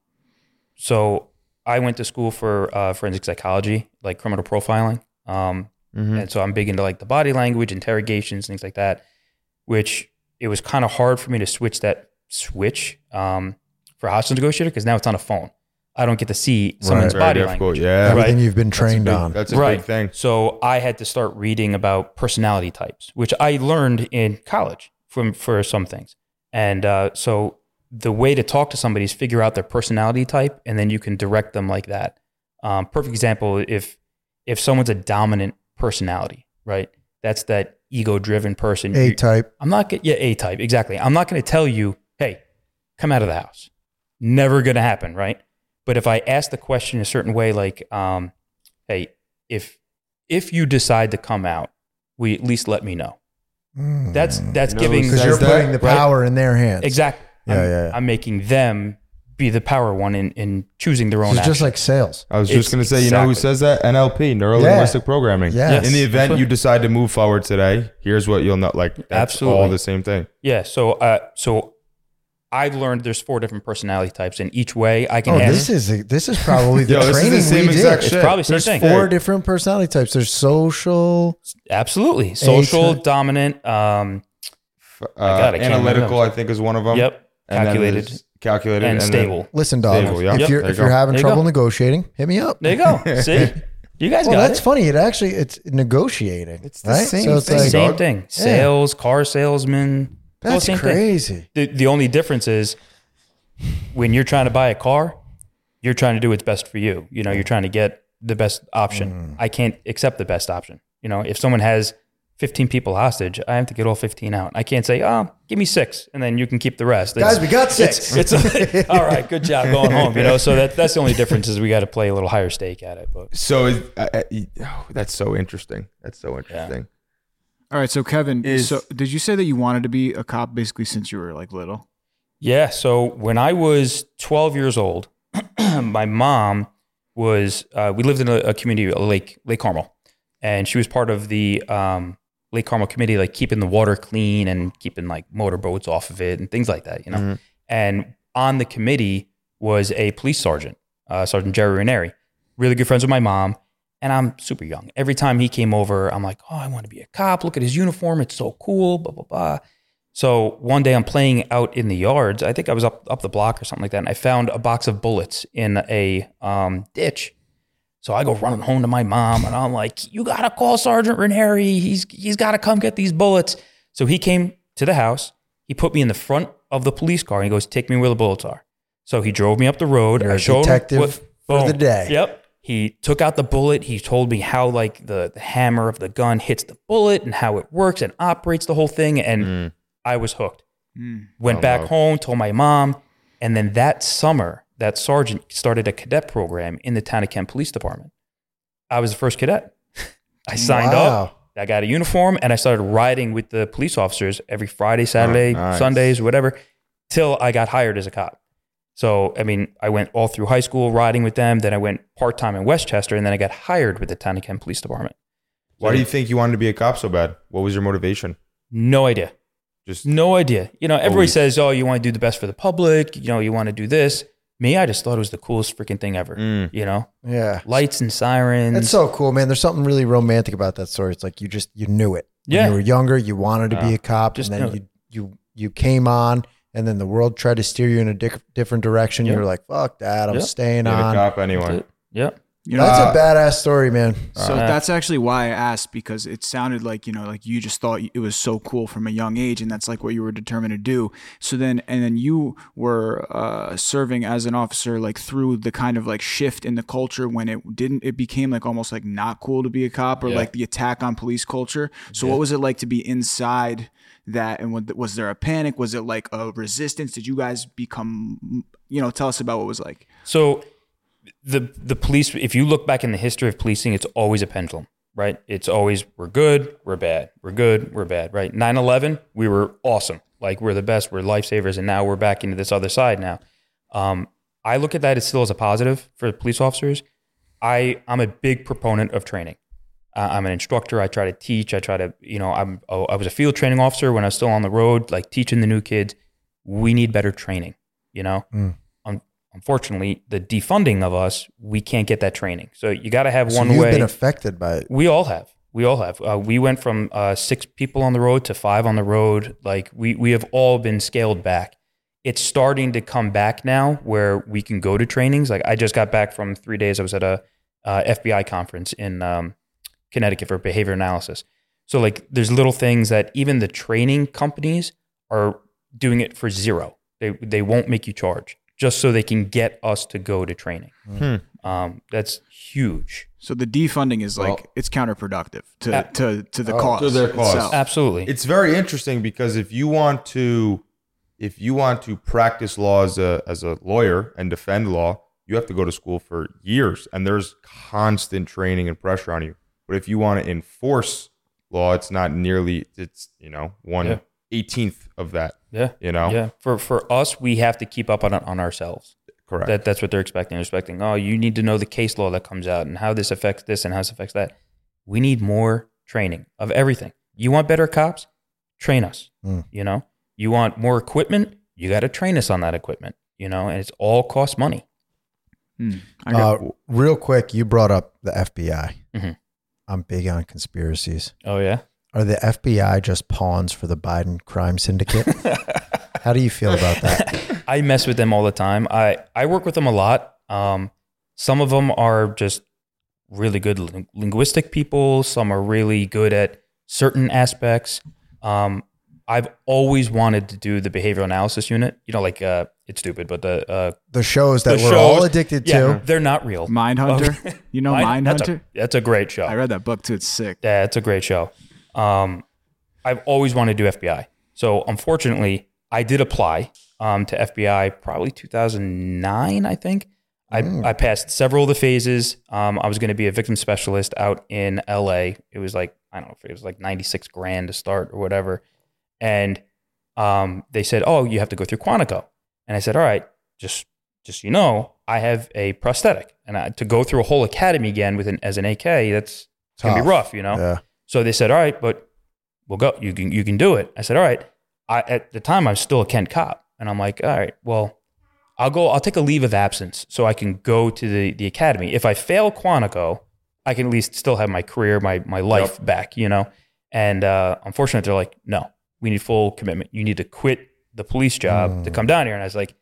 [SPEAKER 3] so I went to school for uh, forensic psychology, like criminal profiling. Um,
[SPEAKER 1] Mhm.
[SPEAKER 3] and so I'm big into like the body language, interrogations, things like that, which it was kind of hard for me to switch that switch um, for hostage negotiator because now it's on a phone. I don't get to see
[SPEAKER 2] Right.
[SPEAKER 3] someone's
[SPEAKER 1] Very
[SPEAKER 3] body
[SPEAKER 1] difficult.
[SPEAKER 3] language.
[SPEAKER 1] Yeah,
[SPEAKER 2] Everything
[SPEAKER 3] Right.
[SPEAKER 2] you've been
[SPEAKER 1] That's a
[SPEAKER 2] trained
[SPEAKER 1] big-
[SPEAKER 2] on.
[SPEAKER 1] That's a big thing.
[SPEAKER 3] So I had to start reading about personality types, which I learned in college from for some things. And uh, so the way to talk to somebody is figure out their personality type, and then you can direct them like that. Um, perfect example: if if someone's a dominant personality, right? That's that ego-driven person.
[SPEAKER 2] A
[SPEAKER 3] You-
[SPEAKER 2] type.
[SPEAKER 3] I'm not get yeah A type exactly. I'm not going to tell you, hey, come out of the house. Never going to happen, right? But if I ask the question a certain way, like, um, hey, if if you decide to come out, will you at least let me know? That's that's giving
[SPEAKER 2] Mm. because you're
[SPEAKER 1] that-
[SPEAKER 2] putting the
[SPEAKER 1] right?
[SPEAKER 2] power in their hands.
[SPEAKER 3] exactly.
[SPEAKER 2] Yeah,
[SPEAKER 3] I'm,
[SPEAKER 2] yeah, yeah.
[SPEAKER 3] I'm making them be the power one in in choosing their own.
[SPEAKER 2] It's just
[SPEAKER 3] action.
[SPEAKER 2] like sales.
[SPEAKER 1] I was
[SPEAKER 3] It's
[SPEAKER 1] just going to say, you know who
[SPEAKER 3] exactly-
[SPEAKER 1] says that? NLP, neuro linguistic programming.
[SPEAKER 2] Yes.
[SPEAKER 1] In the event you decide to move forward today, here's what you'll know. Like, that's all
[SPEAKER 3] Absolutely.
[SPEAKER 1] the same thing.
[SPEAKER 3] yeah. So uh, so I've learned there's four different personality types, and each way I can
[SPEAKER 2] Oh,
[SPEAKER 3] ask.
[SPEAKER 2] this is this is probably the
[SPEAKER 1] Yo, this is the
[SPEAKER 2] training
[SPEAKER 1] same
[SPEAKER 2] we
[SPEAKER 1] exact
[SPEAKER 2] did.
[SPEAKER 1] shit.
[SPEAKER 3] it's probably the
[SPEAKER 2] There's
[SPEAKER 3] same thing.
[SPEAKER 2] four different personality types. There's social.
[SPEAKER 3] Absolutely, social,
[SPEAKER 2] type.
[SPEAKER 3] dominant. Um,
[SPEAKER 1] Uh,
[SPEAKER 3] God, I can't
[SPEAKER 1] analytical, I
[SPEAKER 3] remember.
[SPEAKER 1] think, is one of them.
[SPEAKER 3] Yep.
[SPEAKER 1] And then
[SPEAKER 3] Calculated
[SPEAKER 1] there's calculated
[SPEAKER 3] and,
[SPEAKER 1] then-
[SPEAKER 3] stable.
[SPEAKER 2] Listen, dog.
[SPEAKER 1] Stable, yeah.
[SPEAKER 2] If
[SPEAKER 1] Yep.
[SPEAKER 2] you're
[SPEAKER 1] There
[SPEAKER 2] if
[SPEAKER 1] you
[SPEAKER 2] you're
[SPEAKER 1] go.
[SPEAKER 2] having
[SPEAKER 3] There you
[SPEAKER 2] trouble
[SPEAKER 3] go.
[SPEAKER 2] negotiating, hit me up.
[SPEAKER 3] There you go. See, you guys
[SPEAKER 2] Well,
[SPEAKER 3] got
[SPEAKER 2] that's
[SPEAKER 3] it.
[SPEAKER 2] funny. It actually it's negotiating.
[SPEAKER 1] It's the
[SPEAKER 2] right?
[SPEAKER 1] same
[SPEAKER 2] So it's
[SPEAKER 1] thing,
[SPEAKER 2] like,
[SPEAKER 1] dog.
[SPEAKER 3] Same thing. Sales, car salesman. It's all the
[SPEAKER 2] That's
[SPEAKER 3] same thing.
[SPEAKER 2] crazy.
[SPEAKER 3] The, the only difference is when you're trying to buy a car, you're trying to do what's best for you. You know, you're trying to get the best option. I can't accept the best option. You know, if someone has 15 people hostage, I have to get all 15 out. I can't say, oh, give me six, and then you can keep the rest.
[SPEAKER 2] Guys,
[SPEAKER 3] It's-
[SPEAKER 2] we got six.
[SPEAKER 3] It's, it's all right. Good job going home. You know, so that, that's the only difference is we got to play a little higher stake at it. But
[SPEAKER 1] So is, uh, uh, y- oh, that's so interesting. That's so interesting.
[SPEAKER 6] All right, so Kevin,
[SPEAKER 1] Is-
[SPEAKER 6] so did you say that you wanted to be a cop basically since you were like little?
[SPEAKER 3] Yeah. So when I was 12 years old, my mom was, uh, we lived in a, a community, a Lake, Lake Carmel, and she was part of the um, Lake Carmel committee, like keeping the water clean and keeping like motorboats off of it and things like that, you know? And on the committee was a police sergeant, uh, Sergeant Jerry Ranieri, really good friends with my mom. And I'm super young. Every time he came over, I'm like, oh, I want to be a cop. Look at his uniform. It's so cool, blah, blah, blah. So one day I'm playing out in the yards. I think I was up up the block or something like that, and I found a box of bullets in a um, ditch. So I go running home to my mom, and I'm like, "You gotta call Sergeant Ranieri. He's he's gotta come get these bullets." So he came to the house. He put me in the front of the police car, and he goes, "Take me where the bullets are." So he drove me up the road.
[SPEAKER 2] You're
[SPEAKER 3] I
[SPEAKER 2] a
[SPEAKER 3] showed
[SPEAKER 2] detective
[SPEAKER 3] him what-
[SPEAKER 2] for
[SPEAKER 3] boom.
[SPEAKER 2] the day.
[SPEAKER 3] Yep. He took out the bullet. He told me how like the, the hammer of the gun hits the bullet and how it works and operates the whole thing. And
[SPEAKER 1] Mm. Hmm.
[SPEAKER 3] I was hooked. Went back home, told my mom, and then that summer, that sergeant started a cadet program in the town of Kent Police Department. I was the first cadet. I signed
[SPEAKER 2] Wow.
[SPEAKER 3] up. I got a uniform and I started riding with the police officers every Friday, Saturday,
[SPEAKER 1] nice.
[SPEAKER 3] Sundays, whatever, till I got hired as a cop. So, I mean, I went all through high school riding with them. Then I went part time in Westchester, and then I got hired with the town of Kent Police Department.
[SPEAKER 1] Why do you think you wanted to be a cop so bad? What was your motivation?
[SPEAKER 3] No idea.
[SPEAKER 1] Just
[SPEAKER 3] No idea. You know, everybody
[SPEAKER 1] we-
[SPEAKER 3] says, "Oh, you want to do the best for the public. You know, you want to do this." Me, I just thought it was the coolest freaking thing ever.
[SPEAKER 1] Mm.
[SPEAKER 3] You know,
[SPEAKER 2] Yeah.
[SPEAKER 3] lights and sirens.
[SPEAKER 2] That's so cool, man. There's something really romantic about that story. It's like you just you knew it. When
[SPEAKER 3] Yeah.
[SPEAKER 2] you were younger, you wanted to be
[SPEAKER 1] Yeah.
[SPEAKER 2] a cop,
[SPEAKER 3] Just
[SPEAKER 2] and
[SPEAKER 3] knew
[SPEAKER 2] then you you you came on, and then the world tried to steer you in a dic- different direction.
[SPEAKER 3] Yeah.
[SPEAKER 2] You were like, "Fuck that! I'm
[SPEAKER 3] Yeah.
[SPEAKER 2] staying
[SPEAKER 1] being a
[SPEAKER 2] on."
[SPEAKER 1] cop anyway.
[SPEAKER 3] Yep.
[SPEAKER 6] You know,
[SPEAKER 2] That's
[SPEAKER 1] Uh,
[SPEAKER 2] a badass story, man.
[SPEAKER 6] So
[SPEAKER 3] Uh,
[SPEAKER 6] that's actually why I asked because it sounded like, you know, like you just thought it was so cool from a young age and that's like what you were determined to do. So then, and then you were uh, serving as an officer like through the kind of like shift in the culture when it didn't, it became like almost like not cool to be a cop or
[SPEAKER 3] Yeah.
[SPEAKER 6] like the attack on police culture. So what was it like to be inside that? And what, was there a panic? Was it like a resistance? Did you guys become, you know, tell us about what it was like?
[SPEAKER 3] So the the police if you look back in the history of policing, it's always a pendulum, right? It's always we're good, we're bad. We're good, we're bad, right? 9/11, we were awesome. Like we're the best, we're lifesavers and now we're back into this other side now. Um, I look at that as still as a positive for police officers. I I'm a big proponent of training. Uh, I'm an instructor. I try to teach. I try to, you know, I'm oh, I was a field training officer when I was still on the road, like teaching the new kids. We need better training, you know.
[SPEAKER 2] Hmm.
[SPEAKER 3] Un- unfortunately, the defunding of us, we can't get that training. So you got to have
[SPEAKER 2] So
[SPEAKER 3] one
[SPEAKER 2] you've
[SPEAKER 3] way.
[SPEAKER 2] been affected by it.
[SPEAKER 3] We all have. We all have. Uh, we went from uh, six people on the road to five on the road. Like we we have all been scaled back. It's starting to come back now where we can go to trainings. Like I just got back from three days. I was at a uh, FBI conference in um, Connecticut for behavior analysis. So like there's little things that even the training companies are doing it for zero. They they won't make you charge just so they can get us to go to training.
[SPEAKER 1] Hmm.
[SPEAKER 3] Um, that's huge.
[SPEAKER 6] So the defunding is like
[SPEAKER 1] Well-
[SPEAKER 6] it's counterproductive to
[SPEAKER 3] Uh,
[SPEAKER 6] to to the
[SPEAKER 2] oh,
[SPEAKER 6] cause.
[SPEAKER 1] to their cause.
[SPEAKER 6] itself.
[SPEAKER 3] Absolutely.
[SPEAKER 1] It's very interesting because if you want to, if you want to practice law as a as a lawyer and defend law, you have to go to school for years, and there's constant training and pressure on you. But if you want to enforce law, it's not nearly. It's you know one
[SPEAKER 3] Yeah.
[SPEAKER 1] eighteenth of that.
[SPEAKER 3] yeah.
[SPEAKER 1] You know.
[SPEAKER 3] Yeah, for for us, we have to keep up on on ourselves.
[SPEAKER 1] Correct.
[SPEAKER 3] That that's what they're expecting. They're expecting, oh, you need to know the case law that comes out and how this affects this and how this affects that. We need more training of everything. You want better cops? Train us.
[SPEAKER 2] Mm.
[SPEAKER 3] You know, you want more equipment? You got to train us on that equipment. You know, and it's all cost money.
[SPEAKER 6] Hmm. I got-
[SPEAKER 2] Uh, real quick, you brought up the FBI.
[SPEAKER 3] Mhm.
[SPEAKER 2] I'm big on conspiracies.
[SPEAKER 3] Oh yeah.
[SPEAKER 2] Are the FBI just pawns for the Biden crime syndicate? How do you feel about that?
[SPEAKER 3] I mess with them all the time. I, I work with them a lot. Um, some of them are just really good lin- linguistic people. Some are really good at certain aspects. Um, I've always wanted to do the behavioral analysis unit. You know, like uh, it's stupid, but the uh,
[SPEAKER 2] The shows that
[SPEAKER 3] the
[SPEAKER 2] we're
[SPEAKER 3] shows-
[SPEAKER 2] all addicted
[SPEAKER 3] yeah,
[SPEAKER 2] to.
[SPEAKER 3] they're not real.
[SPEAKER 6] Mindhunter. You know
[SPEAKER 3] Mine- that's a-
[SPEAKER 6] Mindhunter?
[SPEAKER 3] That's a great show.
[SPEAKER 6] I read that book too. It's sick.
[SPEAKER 3] Yeah, it's a great show. Um, I've always wanted to do FBI. So unfortunately, I did apply um, to FBI probably 2009, I think. I, I passed several of the phases. Um, I was going to be a victim specialist out in LA. It was like, I don't know if it was like 96 grand to start or whatever. And um, they said, "Oh, you have to go through Quantico." And I said, "All right, just just so you know, I have a prosthetic, and I, to go through a whole academy again with an as an AK, that's it's gonna be
[SPEAKER 2] Tough.
[SPEAKER 3] rough, you know."
[SPEAKER 2] Yeah.
[SPEAKER 3] So they said, "All right, but we'll go. You can you can do it." I said, "All right." I, at the time, I'm still a Kent cop, and I'm like, "All right, well, I'll go. I'll take a leave of absence so I can go to the the academy. If I fail Quantico, I can at least still have my career, my my life back, you know." And uh, unfortunately, they're like, "No, we need full commitment. You need to quit the police job to come
[SPEAKER 2] Hmm.
[SPEAKER 3] down here." And I was like,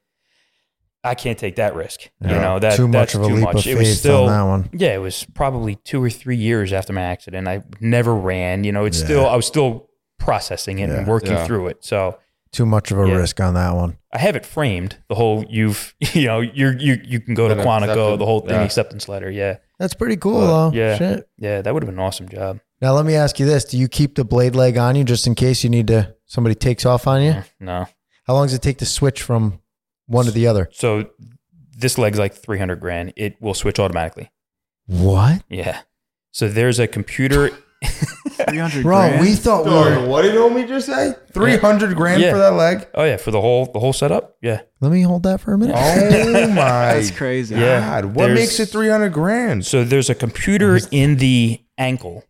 [SPEAKER 3] "I can't take that risk. You
[SPEAKER 2] Yeah.
[SPEAKER 3] know that
[SPEAKER 2] too much
[SPEAKER 3] that's
[SPEAKER 2] of a
[SPEAKER 3] too
[SPEAKER 2] leap
[SPEAKER 3] much.
[SPEAKER 2] of
[SPEAKER 3] it
[SPEAKER 2] faith
[SPEAKER 3] was still
[SPEAKER 2] on that one.
[SPEAKER 3] yeah, it was probably two or three years after my accident. I never ran. You know, it's still I was still processing it and
[SPEAKER 2] Yeah.
[SPEAKER 3] working
[SPEAKER 1] Yeah.
[SPEAKER 3] through it. So
[SPEAKER 2] Too much of a
[SPEAKER 3] Yeah.
[SPEAKER 2] risk on that one.
[SPEAKER 3] I have it framed. The whole you've you know you're you you can go to
[SPEAKER 1] An
[SPEAKER 3] Quantico.
[SPEAKER 1] acceptance-
[SPEAKER 3] The whole thing
[SPEAKER 1] yeah.
[SPEAKER 3] acceptance letter. Yeah,
[SPEAKER 2] That's pretty cool,
[SPEAKER 1] Well,
[SPEAKER 2] though.
[SPEAKER 3] yeah.
[SPEAKER 2] Shit.
[SPEAKER 3] yeah, that would have been an awesome job.
[SPEAKER 2] Now let me ask you this: Do you keep the blade leg on you just in case you need to? Somebody takes off on you.
[SPEAKER 3] No,
[SPEAKER 2] How long does it take to switch from one to the other?
[SPEAKER 3] so this leg's like three hundred grand. It will switch automatically.
[SPEAKER 2] What,
[SPEAKER 3] Yeah. So there's a computer.
[SPEAKER 6] 300
[SPEAKER 2] bro?
[SPEAKER 6] grand.
[SPEAKER 2] We thought we
[SPEAKER 1] Dude,
[SPEAKER 2] were.
[SPEAKER 1] what did homie just say? Three hundred grand
[SPEAKER 3] Yeah.
[SPEAKER 1] for that leg?
[SPEAKER 3] Oh yeah, for the whole the whole setup. Yeah.
[SPEAKER 2] Let me hold that for a minute.
[SPEAKER 1] Oh my
[SPEAKER 6] That's crazy.
[SPEAKER 3] Yeah.
[SPEAKER 1] god! What
[SPEAKER 3] There's-
[SPEAKER 1] makes it three hundred grand?
[SPEAKER 3] So there's a
[SPEAKER 6] Oh,
[SPEAKER 3] computer in the ankle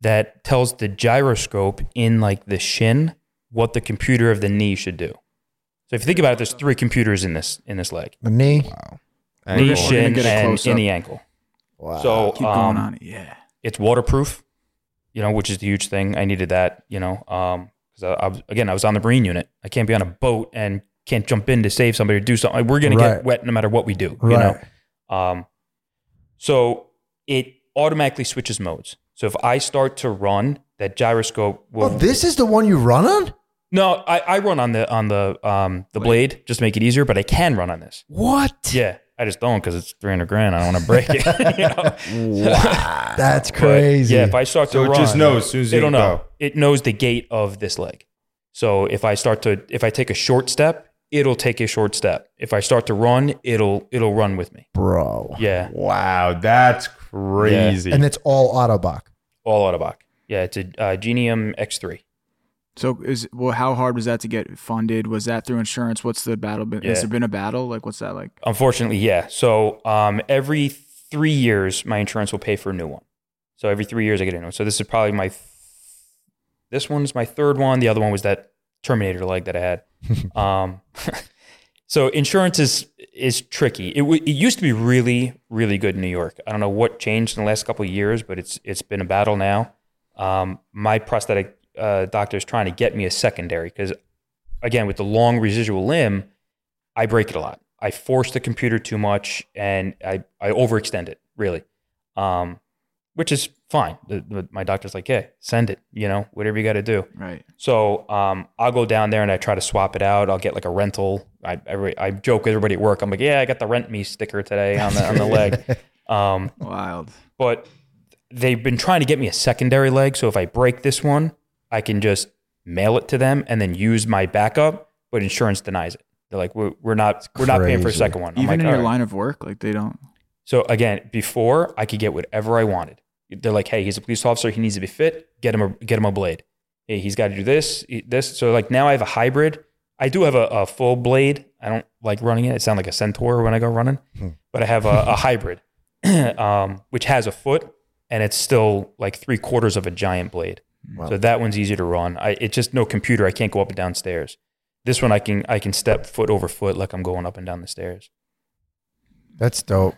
[SPEAKER 3] that tells the gyroscope in like the shin what the computer of the knee should do. So if you think about it, there's three computers in this in this leg:
[SPEAKER 2] The knee.
[SPEAKER 3] knee,
[SPEAKER 1] Ankle.
[SPEAKER 6] We're gonna
[SPEAKER 3] shin,
[SPEAKER 6] get a
[SPEAKER 3] and
[SPEAKER 6] close-up.
[SPEAKER 3] in the ankle.
[SPEAKER 2] Wow.
[SPEAKER 3] So
[SPEAKER 6] Keep
[SPEAKER 3] um,
[SPEAKER 6] going on it. Yeah.
[SPEAKER 3] it's waterproof, you know, which is the huge thing. I needed that, you know, um, because I, I was again I was on the marine unit. I can't be on a boat and can't jump in to save somebody or do something. We're gonna
[SPEAKER 2] Right.
[SPEAKER 3] get wet no matter what we do, you
[SPEAKER 2] Right.
[SPEAKER 3] know. Um, so it automatically switches modes. So if I start to run, that gyroscope will.
[SPEAKER 2] Oh, this is the one you run on?
[SPEAKER 3] no, I, I run on the on the um the blade just to make it easier, but I can run on this.
[SPEAKER 6] What?
[SPEAKER 3] Yeah, I just don't because it's three hundred grand. I don't want to break it. you know?
[SPEAKER 2] That's
[SPEAKER 3] But,
[SPEAKER 2] crazy.
[SPEAKER 3] yeah, if I start
[SPEAKER 1] So
[SPEAKER 3] to
[SPEAKER 1] it
[SPEAKER 3] run,
[SPEAKER 1] just knows as soon as you
[SPEAKER 3] it'll know.
[SPEAKER 1] go.
[SPEAKER 3] It knows the gait of this leg. So if I start to, if I take a short step, it'll take a short step. If I start to run, it'll it'll run with me.
[SPEAKER 2] Bro.
[SPEAKER 3] Yeah,
[SPEAKER 1] Wow, that's crazy.
[SPEAKER 2] And it's all Autobach.
[SPEAKER 3] all Autobach. Yeah, it's a uh, Genium X3.
[SPEAKER 6] So is well, how hard was that to get funded? Was that through insurance? What's the battle been?
[SPEAKER 3] Yeah.
[SPEAKER 6] Has there been a battle? Like, what's that like?
[SPEAKER 3] Unfortunately, yeah. So um, every three years, my insurance will pay for a new one. So every three years, I get a new one. So this is probably my, th- this one's my third one. The other one was that Terminator leg that I had. um, so insurance is is tricky. It, w- it used to be really really good in New York. I don't know what changed in the last couple of years, but it's it's been a battle now. Um, my prosthetic uh, doctor is trying to get me a secondary because, again, with the long residual limb, I break it a lot. I force the computer too much and I, I overextend it, really. Um, which is fine. The, the, my doctor's like, hey, send it, you know, whatever you got to do.
[SPEAKER 6] Right.
[SPEAKER 3] So um, I'll go down there and I try to swap it out. I'll get like a rental. I, every, I joke with everybody at work. I'm like, yeah, I got the rent me sticker today on the, on the leg. Um,
[SPEAKER 6] Wild.
[SPEAKER 3] but they've been trying to get me a secondary leg. So if I break this one, I can just mail it to them and then use my backup. But insurance denies it. They're like, we're, we're not we're not paying for a
[SPEAKER 2] crazy.
[SPEAKER 3] second one. I'm
[SPEAKER 6] Even
[SPEAKER 3] like,
[SPEAKER 6] in
[SPEAKER 3] "All
[SPEAKER 6] your
[SPEAKER 3] right."
[SPEAKER 6] line of work, like they don't.
[SPEAKER 3] So again, before I could get whatever I wanted. They're like, hey, he's a police officer. He needs to be fit. Get him a get him a blade. Hey, he's got to do this e- this. So like now I have a hybrid. I do have a, a full blade. I don't like running it. It sounds like a centaur when I go running, but I have a, a hybrid, um, which has a foot and it's still like three quarters of a giant blade. So that one's easier to run. I, it's just no computer. I can't go up and down stairs. This one I can I can step foot over foot like I'm going up and down the stairs.
[SPEAKER 2] That's dope.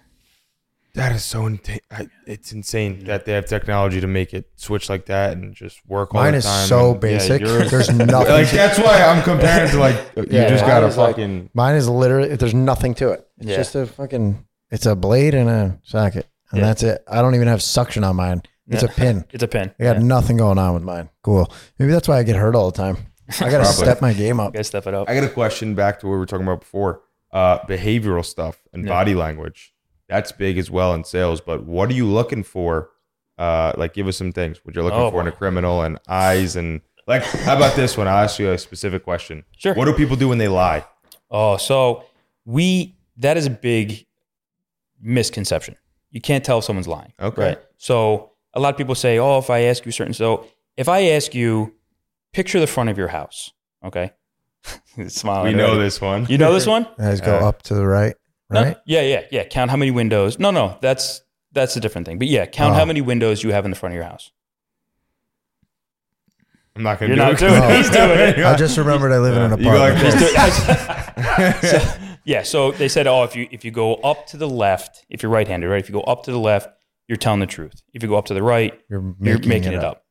[SPEAKER 1] That is so insane. It's insane that they have technology to make it switch like that and just work all
[SPEAKER 2] Mine
[SPEAKER 1] the
[SPEAKER 2] is
[SPEAKER 1] time.
[SPEAKER 2] so
[SPEAKER 1] And,
[SPEAKER 2] basic.
[SPEAKER 1] yours-
[SPEAKER 2] There's nothing
[SPEAKER 1] Like
[SPEAKER 2] to-
[SPEAKER 1] that's why I'm comparing to like you
[SPEAKER 2] Yeah.
[SPEAKER 1] just
[SPEAKER 2] Mine
[SPEAKER 1] got to
[SPEAKER 2] is like-
[SPEAKER 1] fucking
[SPEAKER 2] Mine is literally there's nothing to it. It's
[SPEAKER 3] Yeah.
[SPEAKER 2] just a fucking it's a blade and a socket. And
[SPEAKER 3] Yeah.
[SPEAKER 2] that's it. I don't even have suction on mine. It's a
[SPEAKER 3] Yeah.
[SPEAKER 2] pin.
[SPEAKER 3] It's a pin.
[SPEAKER 2] I got
[SPEAKER 3] Yeah.
[SPEAKER 2] nothing going on with mine. Cool. Maybe that's why I get hurt all the time. I gotta
[SPEAKER 1] Probably.
[SPEAKER 2] step my game up.
[SPEAKER 3] Gotta step it up.
[SPEAKER 1] I got a question back to what we were talking about before. Uh, behavioral stuff and
[SPEAKER 3] Yeah.
[SPEAKER 1] body language. That's big as well in sales. But what are you looking for? Uh, like, give us some things. What you're looking
[SPEAKER 3] Oh,
[SPEAKER 1] for in a
[SPEAKER 3] boy.
[SPEAKER 1] criminal and eyes and like. How about this one? I'll ask you a specific question.
[SPEAKER 3] Sure.
[SPEAKER 1] What do people do when they lie?
[SPEAKER 3] Oh, so we that is a big misconception. You can't tell if someone's lying.
[SPEAKER 1] Okay.
[SPEAKER 3] So a lot of people say, "Oh, if I ask you certain," so if I ask you, picture the front of your house. Okay. Smiling.
[SPEAKER 1] We know this one.
[SPEAKER 3] Oh, You know this one,
[SPEAKER 2] Guys go
[SPEAKER 1] Uh,
[SPEAKER 2] up to the right.
[SPEAKER 3] No?
[SPEAKER 2] Right?
[SPEAKER 3] Yeah, yeah, yeah. Count how many windows. No, no, that's that's a different thing. But yeah,
[SPEAKER 1] Uh-huh.
[SPEAKER 3] count
[SPEAKER 2] Oh.
[SPEAKER 3] how many windows you have in the front of your house.
[SPEAKER 1] I'm not gonna.
[SPEAKER 3] You're
[SPEAKER 1] do
[SPEAKER 3] not doing it. He's doing it.
[SPEAKER 2] I just remembered I live in an
[SPEAKER 1] You go like
[SPEAKER 2] apartment.
[SPEAKER 1] this.
[SPEAKER 3] So- yeah, so they said, oh, if you if you go up to the left, if you're right-handed, right? If you go up to the left, you're telling the truth. If you go up to the right,
[SPEAKER 2] You're
[SPEAKER 3] you're making it, up.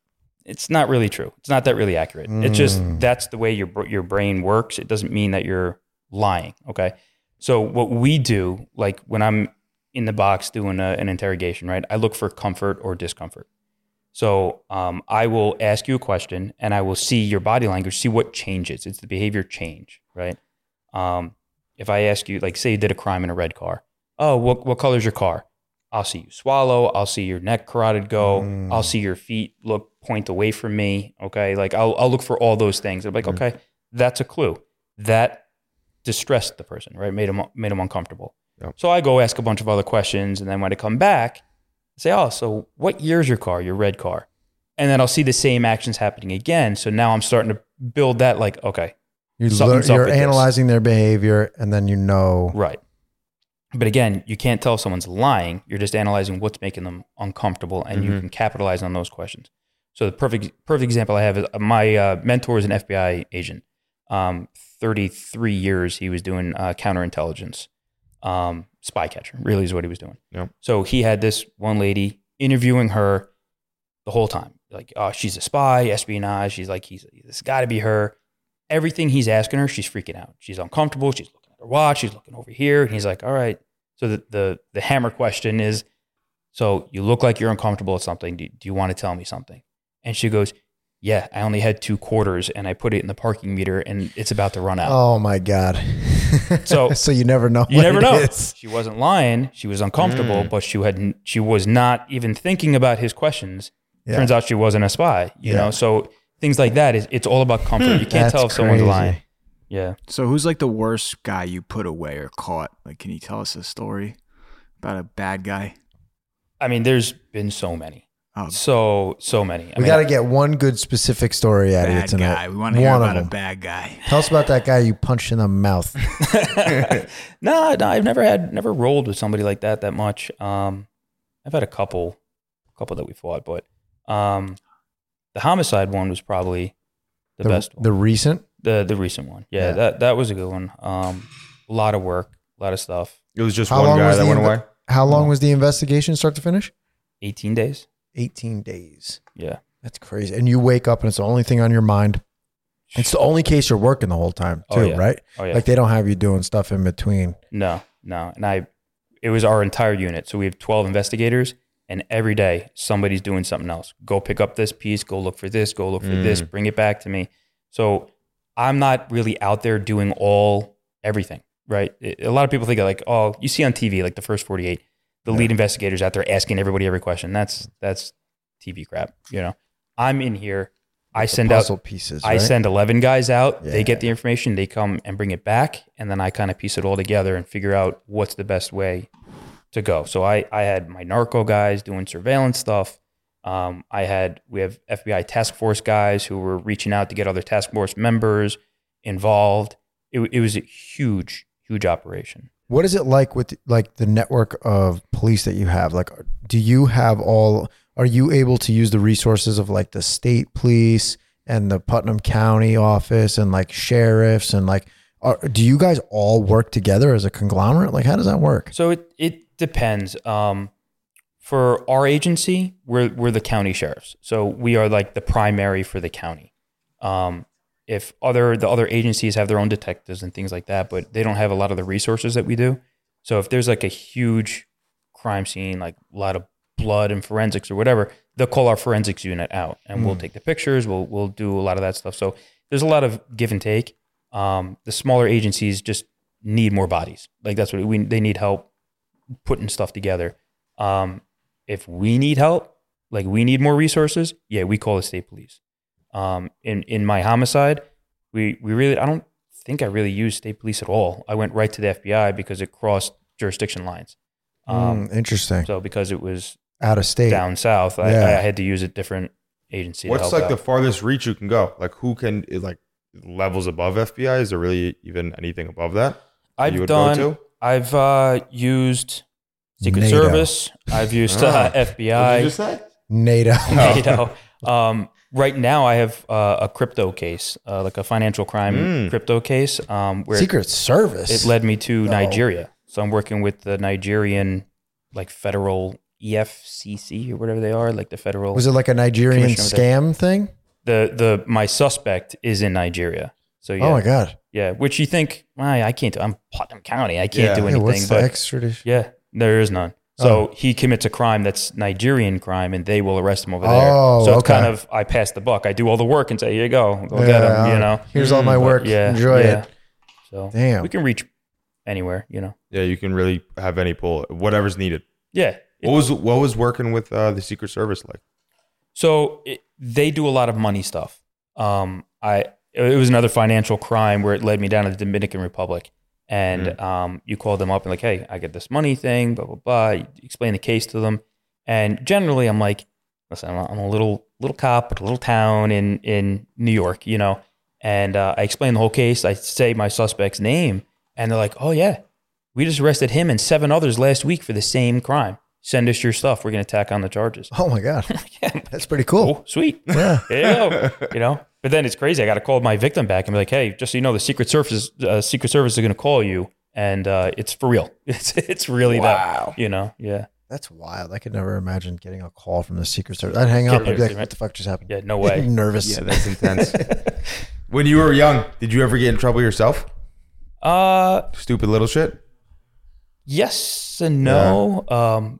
[SPEAKER 3] It's not really true. It's not that really accurate. It's just that's the way your br- your brain works. It doesn't mean that you're lying. Okay. So what we do, like when I'm in the box doing a, an interrogation, right? I look for comfort or discomfort. So um, I will ask you a question, and I will see your body language, see what changes. It's the behavior change, right? Um, if I ask you, like, say you did a crime in a red car. Oh, what what color's your car? I'll see you swallow. I'll see your neck carotid go. I'll see your feet look point away from me. Okay, like I'll I'll look for all those things. I'm like, okay, that's a clue. That distressed the person, right? Made him made him uncomfortable.
[SPEAKER 1] Yep.
[SPEAKER 3] So I go ask a bunch of other questions, and then when I come back, I say, oh, so what year's your car? Your red car. And then I'll see the same actions happening again. So now I'm starting to build that, like, okay,
[SPEAKER 2] You learn,
[SPEAKER 3] Something's up
[SPEAKER 2] you're
[SPEAKER 3] with this.
[SPEAKER 2] analyzing their behavior and then you know
[SPEAKER 3] Right. But again, you can't tell if someone's lying. You're just analyzing what's making them uncomfortable and you
[SPEAKER 1] Mhm.
[SPEAKER 3] can capitalize on those questions. So the perfect perfect example I have is uh, my uh, mentor is an FBI agent. Um, 33 years he was doing uh, counterintelligence, um, spy catcher. Really is what he was doing.
[SPEAKER 1] Yep.
[SPEAKER 3] So he had this one lady interviewing her the whole time. Like, oh, she's a spy, espionage. She's like, he's this got to be her. Everything he's asking her, she's freaking out. She's uncomfortable. She's looking at her watch. She's looking over here, and he's like, all right. So the the, the hammer question is, so you look like you're uncomfortable at something. Do, do you want to tell me something? And she goes, Yeah, I only had two quarters and I put it in the parking meter and it's about to run out.
[SPEAKER 2] Oh my god.
[SPEAKER 3] So-
[SPEAKER 2] so you never know.
[SPEAKER 3] you
[SPEAKER 2] what
[SPEAKER 3] never
[SPEAKER 2] it
[SPEAKER 3] know.
[SPEAKER 2] is.
[SPEAKER 3] She wasn't lying. She was uncomfortable,
[SPEAKER 1] Mm.
[SPEAKER 3] but she had she was not even thinking about his questions.
[SPEAKER 2] Yeah.
[SPEAKER 3] Turns out she wasn't a spy.
[SPEAKER 2] Yeah.
[SPEAKER 3] You
[SPEAKER 2] Hmm.
[SPEAKER 3] know, so things like that is it's all about comfort. You can't
[SPEAKER 2] That's
[SPEAKER 3] tell if someone's
[SPEAKER 2] crazy.
[SPEAKER 3] lying. Yeah.
[SPEAKER 6] So who's like the worst guy you put away or caught? Like, can you tell us a story about a bad guy?
[SPEAKER 3] I mean, there's been so many.
[SPEAKER 6] Oh,
[SPEAKER 3] So so many. I
[SPEAKER 2] We
[SPEAKER 3] mean,
[SPEAKER 2] got to get one good specific story out of you
[SPEAKER 6] bad
[SPEAKER 2] tonight.
[SPEAKER 6] guy. We want to hear
[SPEAKER 2] One of
[SPEAKER 6] about a
[SPEAKER 2] them.
[SPEAKER 6] bad guy.
[SPEAKER 2] Tell us about that guy you punched in the mouth.
[SPEAKER 3] no, no, I've never had never rolled with somebody like that that much. Um, I've had a couple, couple that we fought, but um, the homicide one was probably the, best one.
[SPEAKER 2] The recent.
[SPEAKER 3] The the recent one, yeah,
[SPEAKER 2] Yeah.
[SPEAKER 3] that that was a good one. Um, a lot of work, a lot of stuff.
[SPEAKER 1] It was just
[SPEAKER 2] How
[SPEAKER 1] one
[SPEAKER 2] long
[SPEAKER 1] guy
[SPEAKER 2] was
[SPEAKER 1] that
[SPEAKER 2] the
[SPEAKER 1] went
[SPEAKER 2] inve-
[SPEAKER 1] away.
[SPEAKER 2] How long was the investigation start to finish?
[SPEAKER 3] Eighteen days,
[SPEAKER 2] 18 days.
[SPEAKER 3] yeah.
[SPEAKER 2] That's crazy. And you wake up and it's the only thing on your mind. It's the only case you're working the whole time,
[SPEAKER 3] Oh,
[SPEAKER 2] too,
[SPEAKER 3] yeah.
[SPEAKER 2] right?
[SPEAKER 3] Oh yeah,
[SPEAKER 2] Like they don't have you doing stuff in between.
[SPEAKER 3] no, no. And I, it was our entire unit, so we have twelve investigators, and every day somebody's doing something else. Go pick up this piece. Go look for this. Go look for this. Bring it back to me. So I'm not really out there doing all everything, right? It- a lot of people think like, oh, you see on TV like the first 48, the lead investigators out there asking everybody every question. That's that's TV crap, you know. I'm in here. I send out
[SPEAKER 2] puzzle pieces.
[SPEAKER 3] I
[SPEAKER 2] right?
[SPEAKER 3] send 11 guys out. They
[SPEAKER 2] Yeah.
[SPEAKER 3] get the information, they come and bring it back. And then I kind of piece it all together and figure out what's the best way to go. So I, I had my narco guys doing surveillance stuff. Um, I had, we have FBI task force guys who were reaching out to get other task force members involved. It, wa- it was a huge, huge operation.
[SPEAKER 2] What is it like with like the network of police that you have? Like, do you have all? Are you able to use the resources of like the state police and the Putnam County office and like sheriffs and like? Are, do you guys all work together as a conglomerate? Like, how does that work?
[SPEAKER 3] So it, it depends. Um, for our agency, we're, we're the county sheriffs. So we are like the primary for the county. Um, if other the other agencies have their own detectives and things like that, but they don't have a lot of the resources that we do. So if there's like a huge crime scene, like a lot of blood and forensics or whatever, they'll call our forensics unit out and we'll take the pictures. We'll we'll do a lot of that stuff. So there's a lot of give and take. Um, the smaller agencies just need more bodies. Like that's what we they need help putting stuff together. Um, if we need help, like we need more resources, yeah, we call the state police. Um, in in my homicide, we we really I don't think I really used state police at all. I went right to the FBI because it crossed jurisdiction lines. Um,
[SPEAKER 2] Mm, interesting.
[SPEAKER 3] So because it was
[SPEAKER 2] Out of state.
[SPEAKER 3] down south, I,
[SPEAKER 2] Yeah.
[SPEAKER 3] I had to use a different agency.
[SPEAKER 1] What's
[SPEAKER 3] to help
[SPEAKER 1] like
[SPEAKER 3] out.
[SPEAKER 1] the farthest reach you can go? Like who can like levels above FBI? Is there really even anything above that?
[SPEAKER 3] I've
[SPEAKER 1] you would go
[SPEAKER 3] done.
[SPEAKER 1] to?
[SPEAKER 3] I've uh, used Secret
[SPEAKER 2] NATO. Oh.
[SPEAKER 3] Service. I've used uh,
[SPEAKER 1] Ah.
[SPEAKER 3] FBI.
[SPEAKER 1] say?
[SPEAKER 2] NATO.
[SPEAKER 3] you know,
[SPEAKER 2] Oh.
[SPEAKER 3] um, right now I have uh, a crypto case, uh, like a financial crime
[SPEAKER 1] Mm.
[SPEAKER 3] crypto case, um, where
[SPEAKER 2] Hmm. Secret Service.
[SPEAKER 3] it led me to
[SPEAKER 2] No.
[SPEAKER 3] Nigeria. So I'm working with the Nigerian, like federal E EFCC or whatever they are, like the federal.
[SPEAKER 2] was it like a Nigerian
[SPEAKER 3] Commissioner over there.
[SPEAKER 2] scam thing?
[SPEAKER 3] the the my suspect is in Nigeria. So yeah,
[SPEAKER 2] Oh my god!
[SPEAKER 3] yeah. Which you think "Ah, I can't? do I'm Putnam County. I can't
[SPEAKER 1] Yeah.
[SPEAKER 3] do
[SPEAKER 2] Yeah,
[SPEAKER 3] anything.
[SPEAKER 2] what's the
[SPEAKER 3] but Hmm,
[SPEAKER 2] extradition?
[SPEAKER 3] yeah, there is none.
[SPEAKER 2] Oh.
[SPEAKER 3] So he commits a crime that's Nigerian crime, and they will arrest him over there.
[SPEAKER 2] Oh,
[SPEAKER 3] so it's
[SPEAKER 2] okay.
[SPEAKER 3] kind of I pass the buck. I do all the work and say, "Here you go, go get
[SPEAKER 2] Yeah,
[SPEAKER 3] him." You know,
[SPEAKER 2] Here's all my
[SPEAKER 3] But
[SPEAKER 2] work. Enjoy
[SPEAKER 3] yeah.
[SPEAKER 2] it.
[SPEAKER 3] So
[SPEAKER 2] Damn.
[SPEAKER 3] we can reach anywhere. You know,
[SPEAKER 1] Yeah, you can really have any pull, whatever's needed.
[SPEAKER 3] yeah.
[SPEAKER 1] What was what was working with uh, the Secret Service like?
[SPEAKER 3] So it, they do a lot of money stuff. Um, I it was another financial crime where it led me down to the Dominican Republic, and um, you call them up and like, hey, I get this money thing, blah blah blah. You explain the case to them, and generally I'm like, listen, I'm a, I'm a little little cop at a little town in in New York, you know, and uh, I explain the whole case. I say my suspect's name, and they're like, oh yeah, we just arrested him and seven others last week for the same crime, Send us your stuff. We're going to tack on the charges.
[SPEAKER 2] Oh my god, that's pretty cool.
[SPEAKER 3] Oh, sweet.
[SPEAKER 2] Yeah,
[SPEAKER 3] Yeah, you know. But then it's crazy. I got to call my victim back and be like, "Hey, just so you know, the Secret Service, uh, Secret Service is going to call you, and uh, it's for real. It's it's really
[SPEAKER 6] Wow.
[SPEAKER 3] that. You know, yeah,
[SPEAKER 2] that's wild. I could never imagine getting a call from the Secret Service. I'd hang up. I'd be like, what the fuck just happened?
[SPEAKER 3] yeah, no way.
[SPEAKER 2] Nervous.
[SPEAKER 1] Yeah, that's intense. when you were young, did you ever get in trouble yourself?
[SPEAKER 3] uh,
[SPEAKER 1] Stupid little shit.
[SPEAKER 3] yes and no. Um,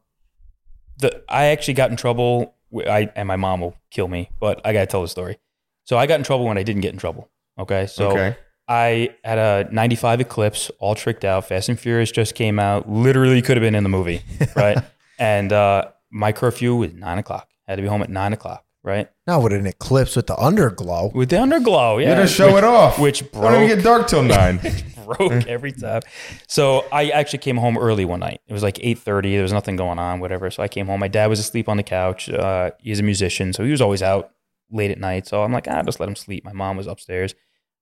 [SPEAKER 3] the I actually got in trouble. wi- I and my mom will kill me, but I got to tell the story. So I got in trouble when I didn't get in trouble. Okay, so
[SPEAKER 1] Okay.
[SPEAKER 3] I had a 95 Eclipse, all tricked out. Fast and Furious just came out. Literally could have been in the movie, right? and uh, my curfew was nine o'clock. had to be home at nine o'clock, right?
[SPEAKER 2] Not with an eclipse with the underglow.
[SPEAKER 3] With the underglow, yeah.
[SPEAKER 1] You're gonna show
[SPEAKER 3] which,
[SPEAKER 1] it off.
[SPEAKER 3] Which
[SPEAKER 1] Don't even
[SPEAKER 3] broke,
[SPEAKER 1] get dark till nine.
[SPEAKER 3] broke every time. So I actually came home early one night. It was like 8.30. There was nothing going on, whatever. So I came home. My dad was asleep on the couch. Uh, he's a musician, so he was always out late at night. So I'm like, ah, just let him sleep. My mom was upstairs.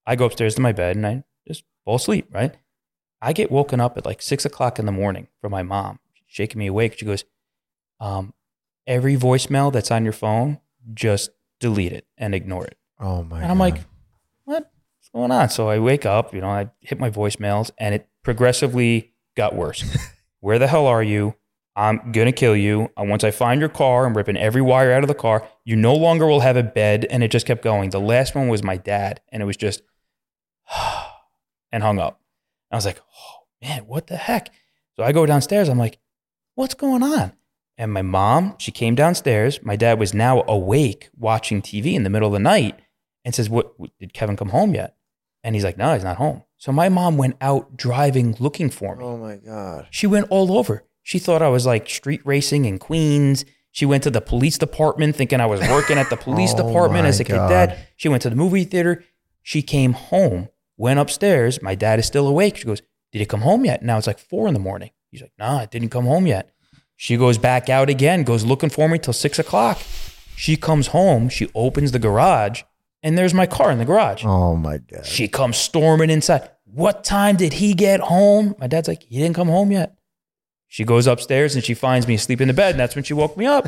[SPEAKER 3] I go upstairs to my bed and I just fall asleep, right? I get woken up at like six o'clock in the morning from my mom shaking me awake. She goes, um, every voicemail that's on your phone, just delete it and ignore it.
[SPEAKER 2] Oh my.
[SPEAKER 3] And I'm
[SPEAKER 2] God.
[SPEAKER 3] like, what's going on? So I wake up, you know, I hit my voicemails and it progressively got worse. Where the hell are you? I'm going to kill you. And once I find your car, I'm ripping every wire out of the car. You no longer will have a bed. And it just kept going. The last one was my dad. And it was just, and hung up. I was like, oh man, what the heck? So I go downstairs. I'm like, what's going on? And my mom, she came downstairs. My dad was now awake watching TV in the middle of the night and says, What did Kevin come home yet? And he's like, No, he's not home. So my mom went out driving looking for me.
[SPEAKER 2] oh my god.
[SPEAKER 3] She went all over. She thought I was like street racing in Queens. She went to the police department thinking I was working at the police
[SPEAKER 2] Oh
[SPEAKER 3] department
[SPEAKER 2] my
[SPEAKER 3] as a
[SPEAKER 2] God.
[SPEAKER 3] cadet. She went to the movie theater. She came home, went upstairs. My dad is still awake. She goes, Did he come home yet? Now it's like four in the morning. He's like, Nah, it didn't come home yet. She goes back out again, goes looking for me till six o'clock. She comes home, she opens the garage, and there's my car in the garage.
[SPEAKER 2] Oh my god.
[SPEAKER 3] She comes storming inside. What time did he get home? My dad's like, he didn't come home yet. She goes upstairs and she finds me asleep in the bed, and that's when she woke me up.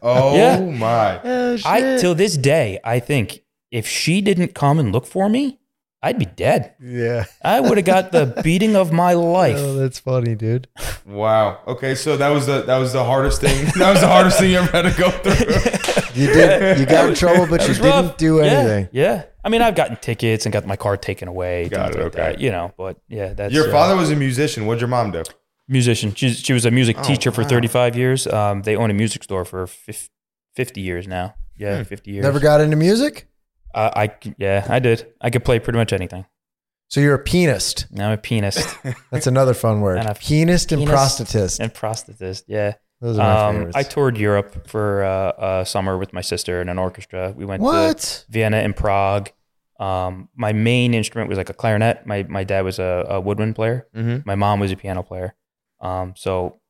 [SPEAKER 1] Oh
[SPEAKER 3] Yeah.
[SPEAKER 1] my!
[SPEAKER 3] I till this day, I think if she didn't come and look for me, I'd be dead.
[SPEAKER 2] Yeah.
[SPEAKER 3] I would have got the beating of my
[SPEAKER 2] Oh,
[SPEAKER 3] life.
[SPEAKER 2] that's funny, dude.
[SPEAKER 1] Wow. Okay, so that was the that was the hardest thing. That was the hardest thing you ever had to go through.
[SPEAKER 2] You did. You got in trouble, but
[SPEAKER 3] It
[SPEAKER 2] you
[SPEAKER 3] was
[SPEAKER 2] didn't
[SPEAKER 3] rough.
[SPEAKER 2] do
[SPEAKER 3] Yeah,
[SPEAKER 2] anything.
[SPEAKER 3] Yeah, I mean, I've gotten tickets and got my car taken away.
[SPEAKER 1] Got
[SPEAKER 3] things
[SPEAKER 1] it,
[SPEAKER 3] like
[SPEAKER 1] okay.
[SPEAKER 3] that, you know, but yeah, that's
[SPEAKER 1] Your
[SPEAKER 3] uh,
[SPEAKER 1] father was a musician. What'd your mom do?
[SPEAKER 3] musician. She's, she was a music
[SPEAKER 1] Oh,
[SPEAKER 3] teacher for
[SPEAKER 1] wow.
[SPEAKER 3] 35 years. Um, they own a music store for fif- 50 years now.
[SPEAKER 1] Hmm.
[SPEAKER 3] Yeah, 50 years.
[SPEAKER 2] Never got into music,
[SPEAKER 3] I, I c- yeah, I did. I could play pretty much anything.
[SPEAKER 2] so you're a penist.
[SPEAKER 3] Now I'm a pianist
[SPEAKER 2] That's another fun word.
[SPEAKER 3] And a
[SPEAKER 2] penist and
[SPEAKER 3] penist
[SPEAKER 2] prostatist.
[SPEAKER 3] and prostatist. Yeah.
[SPEAKER 2] Those are my
[SPEAKER 3] Um,
[SPEAKER 2] favorites.
[SPEAKER 3] I toured Europe for uh, uh, summer with my sister and an orchestra. We went to
[SPEAKER 2] what?
[SPEAKER 3] Vienna and Prague. Um, my main instrument was like a clarinet. My my dad was a, a woodwind player.
[SPEAKER 1] Mm-hmm.
[SPEAKER 3] My mom was a piano player. Um, so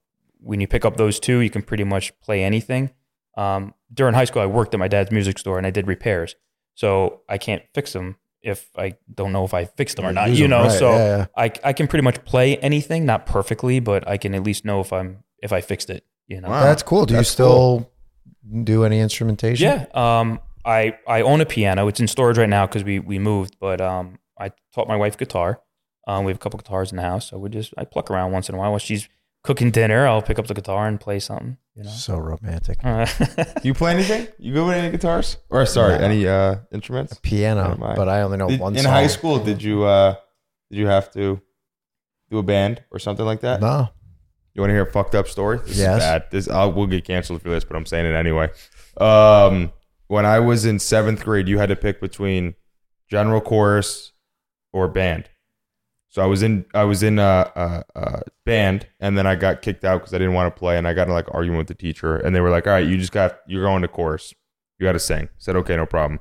[SPEAKER 3] when you pick up those two, you can pretty much play anything. Um, during high school, I worked at my dad's music store and I did repairs. So I can't fix them if I don't know if I fixed them or not,
[SPEAKER 2] Use
[SPEAKER 3] you
[SPEAKER 2] them,
[SPEAKER 3] know?
[SPEAKER 2] right,
[SPEAKER 3] So
[SPEAKER 2] yeah, yeah.
[SPEAKER 3] I, I can pretty much play anything, not perfectly, but I can at least know if I'm, if I fixed it, you know?
[SPEAKER 1] Wow.
[SPEAKER 2] That's cool. Do
[SPEAKER 1] That's
[SPEAKER 2] you still do any instrumentation?
[SPEAKER 3] Yeah. Um, I, I own a piano. It's in storage right now because we, we moved, but um, I taught my wife guitar. Um, we have a couple guitars in the house, so we just I pluck around once in a while while she's cooking dinner. I'll pick up the guitar and play something. You know.
[SPEAKER 2] So romantic.
[SPEAKER 3] Uh,
[SPEAKER 1] Do you play anything? You good with any guitars? Or sorry,
[SPEAKER 2] No.
[SPEAKER 1] any uh instruments?
[SPEAKER 2] Piano,
[SPEAKER 1] Never mind.
[SPEAKER 2] but I only know
[SPEAKER 1] Did-
[SPEAKER 2] one
[SPEAKER 1] in
[SPEAKER 2] song.
[SPEAKER 1] high school, did you uh did you have to do a band or something like that?
[SPEAKER 2] No.
[SPEAKER 1] You want to hear a fucked up story? This
[SPEAKER 2] Yes.
[SPEAKER 1] is bad. This I will get canceled for this, but I'm saying it anyway. Um, when I was in seventh grade, you had to pick between general chorus or band. So I was in I was in a, uh uh band, and then I got kicked out because I didn't want to play, and I got in like an argument with the teacher, and they were like, "All right, you just got you're going to chorus. You got to sing." I said, "Okay, no problem."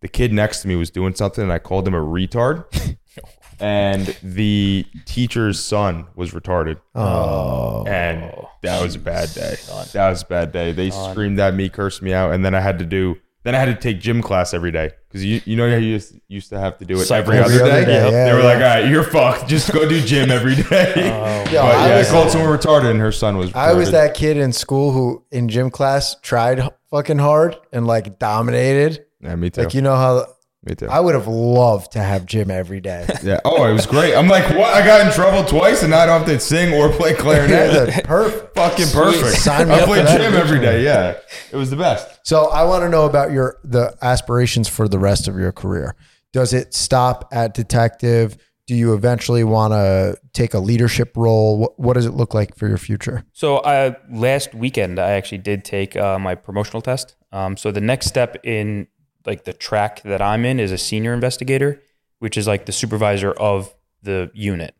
[SPEAKER 1] The kid next to me was doing something, and I called him a retard. And the teacher's son was retarded
[SPEAKER 2] Oh.
[SPEAKER 1] and that was a bad day. That was a bad day. They screamed at me, cursed me out, and then I had to do. Then I had to take gym class every day because you, you know how you used, used to have to do it
[SPEAKER 3] Cycle.
[SPEAKER 1] every, other, day.
[SPEAKER 2] yeah, yeah,
[SPEAKER 1] they were
[SPEAKER 2] yeah.
[SPEAKER 1] like, "All right, you're fucked. Just go do gym every day." but
[SPEAKER 2] Yo, I
[SPEAKER 1] yeah,
[SPEAKER 2] was-
[SPEAKER 1] Colton were retarded, and her son was.
[SPEAKER 2] I was
[SPEAKER 1] retarded.
[SPEAKER 2] that kid in school who in gym class tried h- fucking hard and like dominated.
[SPEAKER 1] Yeah, me too.
[SPEAKER 2] Like you know how
[SPEAKER 1] me too.
[SPEAKER 2] I would have loved to have gym every day.
[SPEAKER 1] yeah. Oh, it was great. I'm like, what? I got in trouble twice, and now I don't have to sing or play clarinet.
[SPEAKER 2] That's perfect.
[SPEAKER 1] Fucking perfect.
[SPEAKER 2] Sign me
[SPEAKER 1] I
[SPEAKER 2] up for
[SPEAKER 1] played
[SPEAKER 2] that.
[SPEAKER 1] gym every day. Yeah, it was the best.
[SPEAKER 2] So I want to know about your the aspirations for the rest of your career. Does it stop at detective? Do you eventually want to take a leadership role? What, what does it look like for your future?
[SPEAKER 3] So I, last weekend, I actually did take uh, my promotional test. Um, so the next step in like the track that I'm in is a senior investigator, which is like the supervisor of the unit.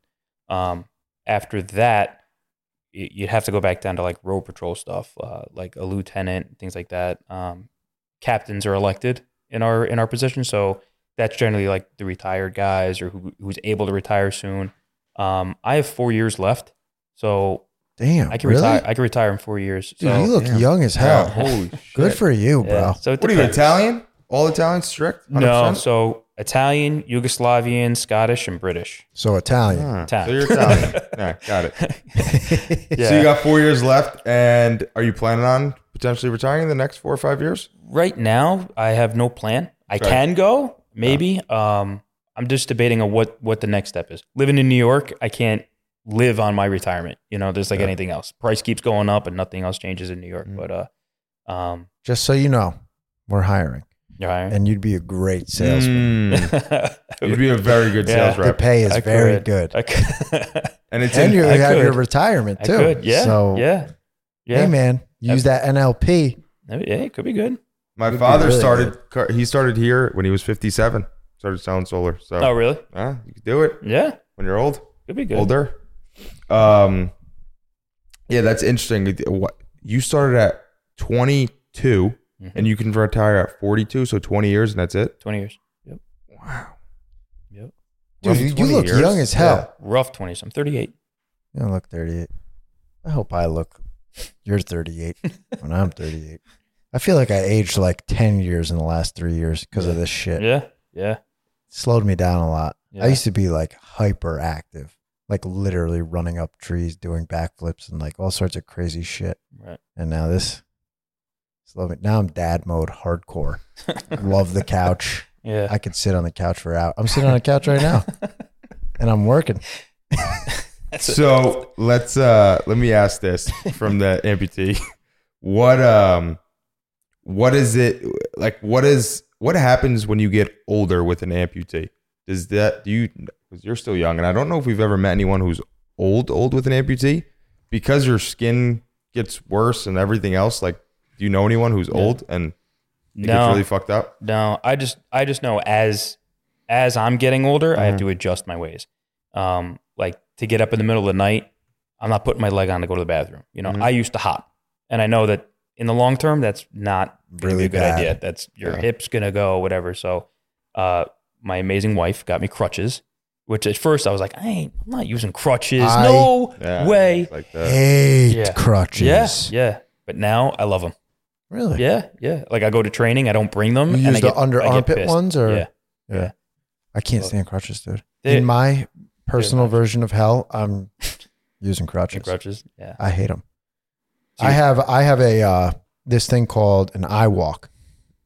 [SPEAKER 3] Um, after that, y- you'd have to go back down to like road patrol stuff, uh, like a lieutenant, things like that. Um, captains are elected in our in our position, so that's generally like the retired guys or who, who's able to retire soon. Um, I have four years left, so
[SPEAKER 2] Damn,
[SPEAKER 3] I can
[SPEAKER 2] really?
[SPEAKER 3] retire. Oh, I can retire in four years.
[SPEAKER 2] Dude,
[SPEAKER 3] so,
[SPEAKER 2] you look
[SPEAKER 1] Damn.
[SPEAKER 2] young as hell.
[SPEAKER 1] Yeah, holy shit.
[SPEAKER 2] Good for you, bro.
[SPEAKER 3] yeah. So it
[SPEAKER 1] What are you
[SPEAKER 3] depends.
[SPEAKER 1] Italian? All Italian, strict?
[SPEAKER 3] No, so Italian, Yugoslavian, Scottish, and British.
[SPEAKER 2] So Italian.
[SPEAKER 1] Huh.
[SPEAKER 3] Italian.
[SPEAKER 1] So you're Italian. yeah, got it.
[SPEAKER 3] Yeah.
[SPEAKER 1] So you got four years left, and are you planning on potentially retiring in the next four or five years?
[SPEAKER 3] right now, I have no plan. I can go, maybe. Um, I'm just debating on what what the next step is. Living in New York, I can't live on my retirement. You know, there's like anything else. Price keeps going up, and nothing else changes in New York.
[SPEAKER 2] Mm-hmm.
[SPEAKER 3] But uh, um,
[SPEAKER 2] Just so you know, we're hiring,
[SPEAKER 3] you're hiring.
[SPEAKER 2] and you'd be a great salesman.
[SPEAKER 1] Mm. You'd be a very good
[SPEAKER 3] Yeah.
[SPEAKER 1] sales
[SPEAKER 2] The
[SPEAKER 1] rep,
[SPEAKER 2] pay is
[SPEAKER 3] I
[SPEAKER 2] very
[SPEAKER 3] could.
[SPEAKER 2] good,
[SPEAKER 3] I could.
[SPEAKER 1] and it's
[SPEAKER 2] and
[SPEAKER 1] in,
[SPEAKER 2] you
[SPEAKER 3] I
[SPEAKER 2] have your
[SPEAKER 3] could.
[SPEAKER 2] retirement
[SPEAKER 3] I
[SPEAKER 2] too.
[SPEAKER 3] could. Yeah.
[SPEAKER 2] So
[SPEAKER 3] yeah. Yeah.
[SPEAKER 2] hey, man, use that NLP.
[SPEAKER 3] Yeah, it could be good.
[SPEAKER 1] my
[SPEAKER 2] be
[SPEAKER 1] father
[SPEAKER 2] really
[SPEAKER 1] started. car He started here when he was fifty-seven. Started selling solar. So
[SPEAKER 3] Oh, really?
[SPEAKER 1] yeah, you can do it
[SPEAKER 3] Yeah,
[SPEAKER 1] when you're old,
[SPEAKER 3] could be good.
[SPEAKER 1] older. Um, yeah, that's interesting. What you started at twenty-two,
[SPEAKER 3] Mm-hmm.
[SPEAKER 1] and you can retire at forty-two, so twenty years, and that's it.
[SPEAKER 3] Twenty years.
[SPEAKER 2] Dude,
[SPEAKER 1] Roughly
[SPEAKER 2] you, you
[SPEAKER 1] 20
[SPEAKER 2] look
[SPEAKER 1] years.
[SPEAKER 2] young as hell.
[SPEAKER 3] Rough twenties. I'm 38.
[SPEAKER 2] You don't look 38. I hope I look. You're 38 when I'm 38. I feel like I aged like 10 years in the last three years because of this shit.
[SPEAKER 3] Yeah, yeah.
[SPEAKER 2] Slowed me down a lot.
[SPEAKER 3] Yeah.
[SPEAKER 2] I used to be like hyperactive, like literally running up trees, doing backflips, and like all sorts of crazy shit.
[SPEAKER 3] Right.
[SPEAKER 2] And now this slow me. Now I'm dad mode, hardcore. Love the couch.
[SPEAKER 3] Yeah.
[SPEAKER 2] I could sit on the couch for hours. I'm sitting on a couch right now, and I'm working.
[SPEAKER 1] so let's uh let me ask this from the amputee what um what is it like what is what happens when you get older with an amputee does that do you because you're still young and i don't know if we've ever met anyone who's old old with an amputee because your skin gets worse and everything else like do you know anyone who's old and it gets
[SPEAKER 3] No.
[SPEAKER 1] really fucked up
[SPEAKER 3] No, I just I just know as as I'm getting older, I have to adjust my ways. Um, like to get up in the middle of the night, I'm not putting my leg on to go to the bathroom. You know, I used to hop, and I know that in the long term, that's not really
[SPEAKER 2] Really
[SPEAKER 3] a good
[SPEAKER 2] bad.
[SPEAKER 3] idea. That's your
[SPEAKER 1] Yeah.
[SPEAKER 3] hips gonna go, whatever. So, uh, my amazing wife got me crutches, which at first I was like, I ain't, I'm not using crutches.
[SPEAKER 2] I-
[SPEAKER 3] no
[SPEAKER 1] Yeah,
[SPEAKER 3] way.
[SPEAKER 1] it's like that
[SPEAKER 2] Hate
[SPEAKER 3] Uh, Yeah.
[SPEAKER 2] crutches.
[SPEAKER 3] Yeah, yeah. But now I love them.
[SPEAKER 2] Really?
[SPEAKER 3] Yeah, yeah. Like I go to training, I don't bring them.
[SPEAKER 2] You
[SPEAKER 3] and
[SPEAKER 2] use
[SPEAKER 3] I
[SPEAKER 2] the
[SPEAKER 3] get-
[SPEAKER 2] under
[SPEAKER 3] I get
[SPEAKER 2] armpit
[SPEAKER 3] pissed.
[SPEAKER 2] ones, or-
[SPEAKER 3] yeah, yeah.
[SPEAKER 2] I can't stand crutches, dude.
[SPEAKER 3] They-
[SPEAKER 2] In my personal
[SPEAKER 3] bad.
[SPEAKER 2] version of hell, I'm using
[SPEAKER 3] The
[SPEAKER 2] crutches.
[SPEAKER 3] crutches. Yeah,
[SPEAKER 2] I hate them.
[SPEAKER 3] So
[SPEAKER 2] I
[SPEAKER 3] you-
[SPEAKER 2] have I have a uh, this thing called an eye walk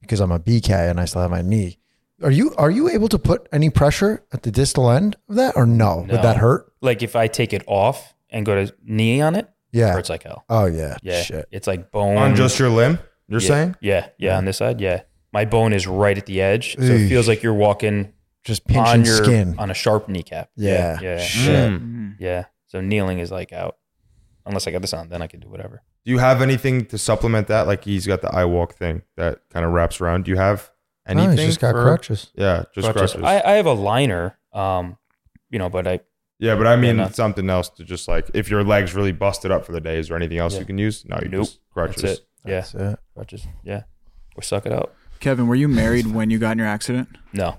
[SPEAKER 2] because I'm a BK and I still have my knee. Are you are you able to put any pressure at the distal end of that or no?
[SPEAKER 3] No.
[SPEAKER 2] Would that hurt?
[SPEAKER 3] like if I take it off and go to knee on it, it
[SPEAKER 2] Yeah.
[SPEAKER 3] hurts like hell.
[SPEAKER 2] Oh yeah.
[SPEAKER 3] Yeah,
[SPEAKER 2] Shit.
[SPEAKER 3] it's like bone.
[SPEAKER 1] on just your limb you're
[SPEAKER 3] yeah,
[SPEAKER 1] saying
[SPEAKER 3] Yeah, yeah, on this side, yeah. My bone is right at the edge, so
[SPEAKER 2] Eesh.
[SPEAKER 3] it feels like you're walking
[SPEAKER 2] Just pinching
[SPEAKER 3] on your
[SPEAKER 2] skin.
[SPEAKER 3] on a sharp kneecap.
[SPEAKER 2] yeah.
[SPEAKER 3] yeah, yeah,
[SPEAKER 2] Shit.
[SPEAKER 1] Mm.
[SPEAKER 6] Mhm.
[SPEAKER 3] yeah. So kneeling is like out. Unless I got this on, then I can do whatever.
[SPEAKER 1] Do you have anything to supplement that? Like he's got the eye walk thing that kind of wraps around. Do you have
[SPEAKER 2] No, he's
[SPEAKER 1] anything?
[SPEAKER 2] Oh, just got
[SPEAKER 1] for-
[SPEAKER 2] crutches.
[SPEAKER 1] Yeah, just crutches.
[SPEAKER 3] Crutches. I, I have a liner, um, you know, but I
[SPEAKER 1] yeah, but I mean
[SPEAKER 3] Yeah, no.
[SPEAKER 1] something else to just like if your legs really busted up for the day, is there anything else
[SPEAKER 3] Yeah.
[SPEAKER 1] you can use? No, you
[SPEAKER 3] Nope.
[SPEAKER 1] just crutches.
[SPEAKER 3] that's it. Yeah,
[SPEAKER 2] That's it.
[SPEAKER 3] crutches. Yeah, or suck it up.
[SPEAKER 6] Kevin, were you married when you got in your accident?
[SPEAKER 3] No,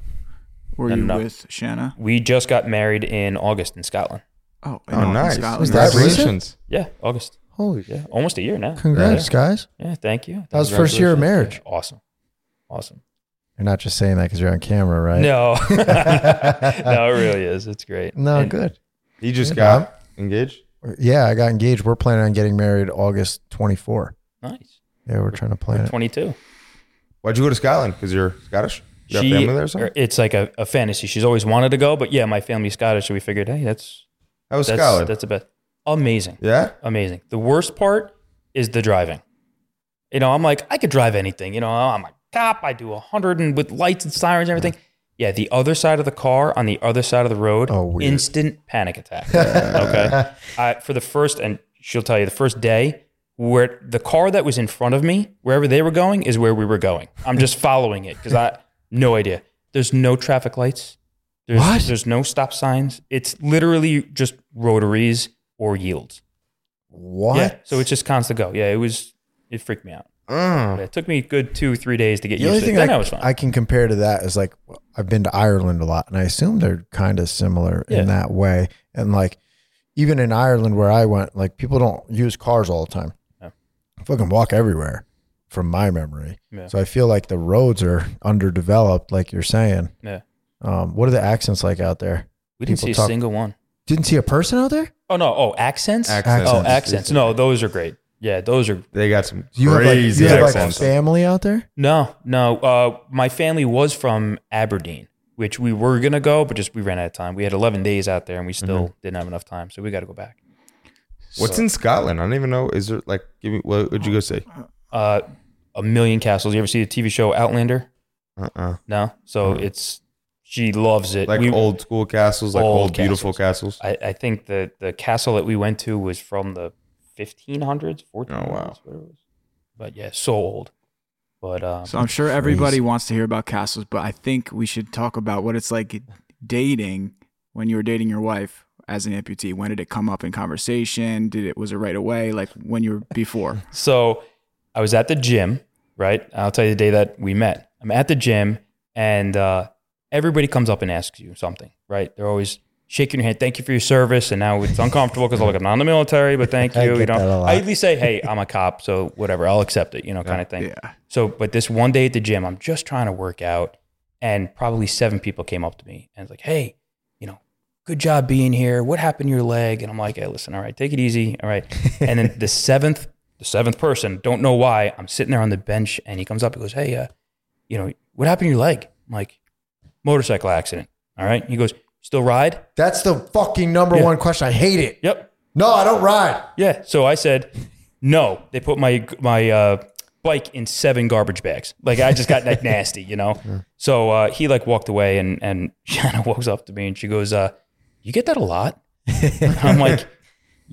[SPEAKER 6] Were
[SPEAKER 3] No,
[SPEAKER 6] you
[SPEAKER 3] no.
[SPEAKER 6] with Shanna?
[SPEAKER 3] we just got married in August in Scotland.
[SPEAKER 6] Oh,
[SPEAKER 1] Oh, nice.
[SPEAKER 2] Was that recent?
[SPEAKER 1] Congratulations.
[SPEAKER 3] Yeah, August.
[SPEAKER 2] Holy
[SPEAKER 3] Yeah, almost a year now.
[SPEAKER 2] Congrats, guys.
[SPEAKER 3] Yeah, thank you.
[SPEAKER 2] That was first year of marriage.
[SPEAKER 3] Congratulations. Yeah, awesome. Awesome.
[SPEAKER 2] You're not just saying that because you're on camera, right?
[SPEAKER 3] No, no, it really is. It's great.
[SPEAKER 2] No,
[SPEAKER 3] And
[SPEAKER 2] good.
[SPEAKER 1] He just
[SPEAKER 2] Yeah,
[SPEAKER 1] got engaged.
[SPEAKER 2] Yeah, I got engaged. We're planning on getting married August 24.
[SPEAKER 3] Nice.
[SPEAKER 2] Yeah, we're trying to plan
[SPEAKER 3] We're
[SPEAKER 2] it.
[SPEAKER 3] 22.
[SPEAKER 1] Why'd you go to Scotland? Because you're Scottish. You got family
[SPEAKER 3] er,
[SPEAKER 1] there or something?
[SPEAKER 3] It's like a, a fantasy. She's always wanted to go, but yeah, my family's Scottish, so we figured, hey, that's
[SPEAKER 1] How was
[SPEAKER 3] that's
[SPEAKER 1] Scotland?
[SPEAKER 3] that's the best. Amazing,
[SPEAKER 1] yeah.
[SPEAKER 3] amazing. The worst part is the driving. You know, I'm like, I could drive anything. You know, I'm a cop. I do a hundred and with lights and sirens, and everything. Yeah, the other side of the car on the other side of the road,
[SPEAKER 2] Oh, weird.
[SPEAKER 3] instant panic attack. okay, I, for the first, and she'll tell you the first day where the car that was in front of me, wherever they were going, is where we were going. I'm just following it because I no idea. There's no traffic lights. There's,
[SPEAKER 2] What?
[SPEAKER 3] There's no stop signs. It's literally just rotaries or yields.
[SPEAKER 2] What?
[SPEAKER 3] Yeah. So it's just constant go. Yeah, it was. It freaked me out.
[SPEAKER 1] Mm.
[SPEAKER 3] But it took me a good two, three days to get
[SPEAKER 2] the
[SPEAKER 3] used
[SPEAKER 2] only
[SPEAKER 3] to it.
[SPEAKER 2] thing
[SPEAKER 3] Then I,
[SPEAKER 2] I,
[SPEAKER 3] was fine.
[SPEAKER 2] I can compare to that is like I've been to Ireland a lot, and I assume they're kind of similar
[SPEAKER 3] Yeah.
[SPEAKER 2] in that way. And like even in Ireland where I went, like people don't use cars all the time.
[SPEAKER 3] Yeah.
[SPEAKER 2] Fucking walk everywhere, from my memory.
[SPEAKER 3] Yeah.
[SPEAKER 2] So I feel like the roads are underdeveloped, like you're saying.
[SPEAKER 3] Yeah.
[SPEAKER 2] Um, what are the accents like out there?
[SPEAKER 3] we didn't
[SPEAKER 2] people
[SPEAKER 3] see a
[SPEAKER 2] talk-
[SPEAKER 3] single one.
[SPEAKER 2] Didn't see a person out there.
[SPEAKER 3] Oh no. Oh, accents.
[SPEAKER 1] Accents.
[SPEAKER 3] Oh,
[SPEAKER 2] Accents.
[SPEAKER 3] accents. No, those are great. Yeah, those are.
[SPEAKER 1] They got some
[SPEAKER 2] Do you
[SPEAKER 1] crazy
[SPEAKER 2] have like, you have like
[SPEAKER 1] accents.
[SPEAKER 2] family out there?
[SPEAKER 3] No, no. Uh, my family was from Aberdeen, which we were gonna go, but just we ran out of time. We had 11 days out there, and
[SPEAKER 2] Mm-hmm.
[SPEAKER 3] we still didn't have enough time, so we got to go back.
[SPEAKER 1] What's in Scotland? I don't even know. Is there like give me what would you go say?
[SPEAKER 3] Uh, a million castles. You ever see the TV show Outlander?
[SPEAKER 1] Uh uh
[SPEAKER 3] No. So
[SPEAKER 2] Mm.
[SPEAKER 3] it's she loves it.
[SPEAKER 1] Like
[SPEAKER 3] We-
[SPEAKER 1] old school castles, like
[SPEAKER 3] Old
[SPEAKER 1] old, beautiful castles.
[SPEAKER 3] I, I think the the castle that we went to was from the 1500s, 1400s,
[SPEAKER 1] Oh, wow.
[SPEAKER 3] whatever it was. But yeah, so old. But um,
[SPEAKER 6] So I'm sure everybody wants to hear about castles, but I think we should talk about what it's like dating when you were dating your wife as an amputee. When did it come up in conversation? Did it was it right away? Like when you were before?
[SPEAKER 3] So I was at the gym, right? I'll tell you the day that we met. I'm at the gym and uh, everybody comes up and asks you something, right? They're always shaking your hand, thank you for your service. And now it's uncomfortable because like, I'm not in the military, but thank you.
[SPEAKER 2] I
[SPEAKER 3] you
[SPEAKER 2] get
[SPEAKER 3] know,
[SPEAKER 2] that a lot.
[SPEAKER 3] I at least say, hey, I'm a cop, so whatever, I'll accept it, you know, kind of thing.
[SPEAKER 6] yeah.
[SPEAKER 3] So, but this one day at the gym, I'm just trying to work out, and probably seven people came up to me and was like, hey, you know, good job being here. What happened to your leg? And I'm like, hey, listen, all right, take it easy. All right. And then the seventh, the seventh person, don't know why, I'm sitting there on the bench and he comes up and goes, hey, uh, you know, what happened to your leg? I'm like, motorcycle accident. All right. He goes, still ride?
[SPEAKER 2] That's the fucking number
[SPEAKER 3] Yeah.
[SPEAKER 2] one question. I hate it.
[SPEAKER 3] Yep.
[SPEAKER 2] No, I don't ride.
[SPEAKER 3] Yeah. So I said, no. They put my my uh, bike in seven garbage bags. Like I just got like nasty, you know. So uh, he like walked away, and and Shanna walks up to me and she goes, uh, "You get that a lot." I'm like.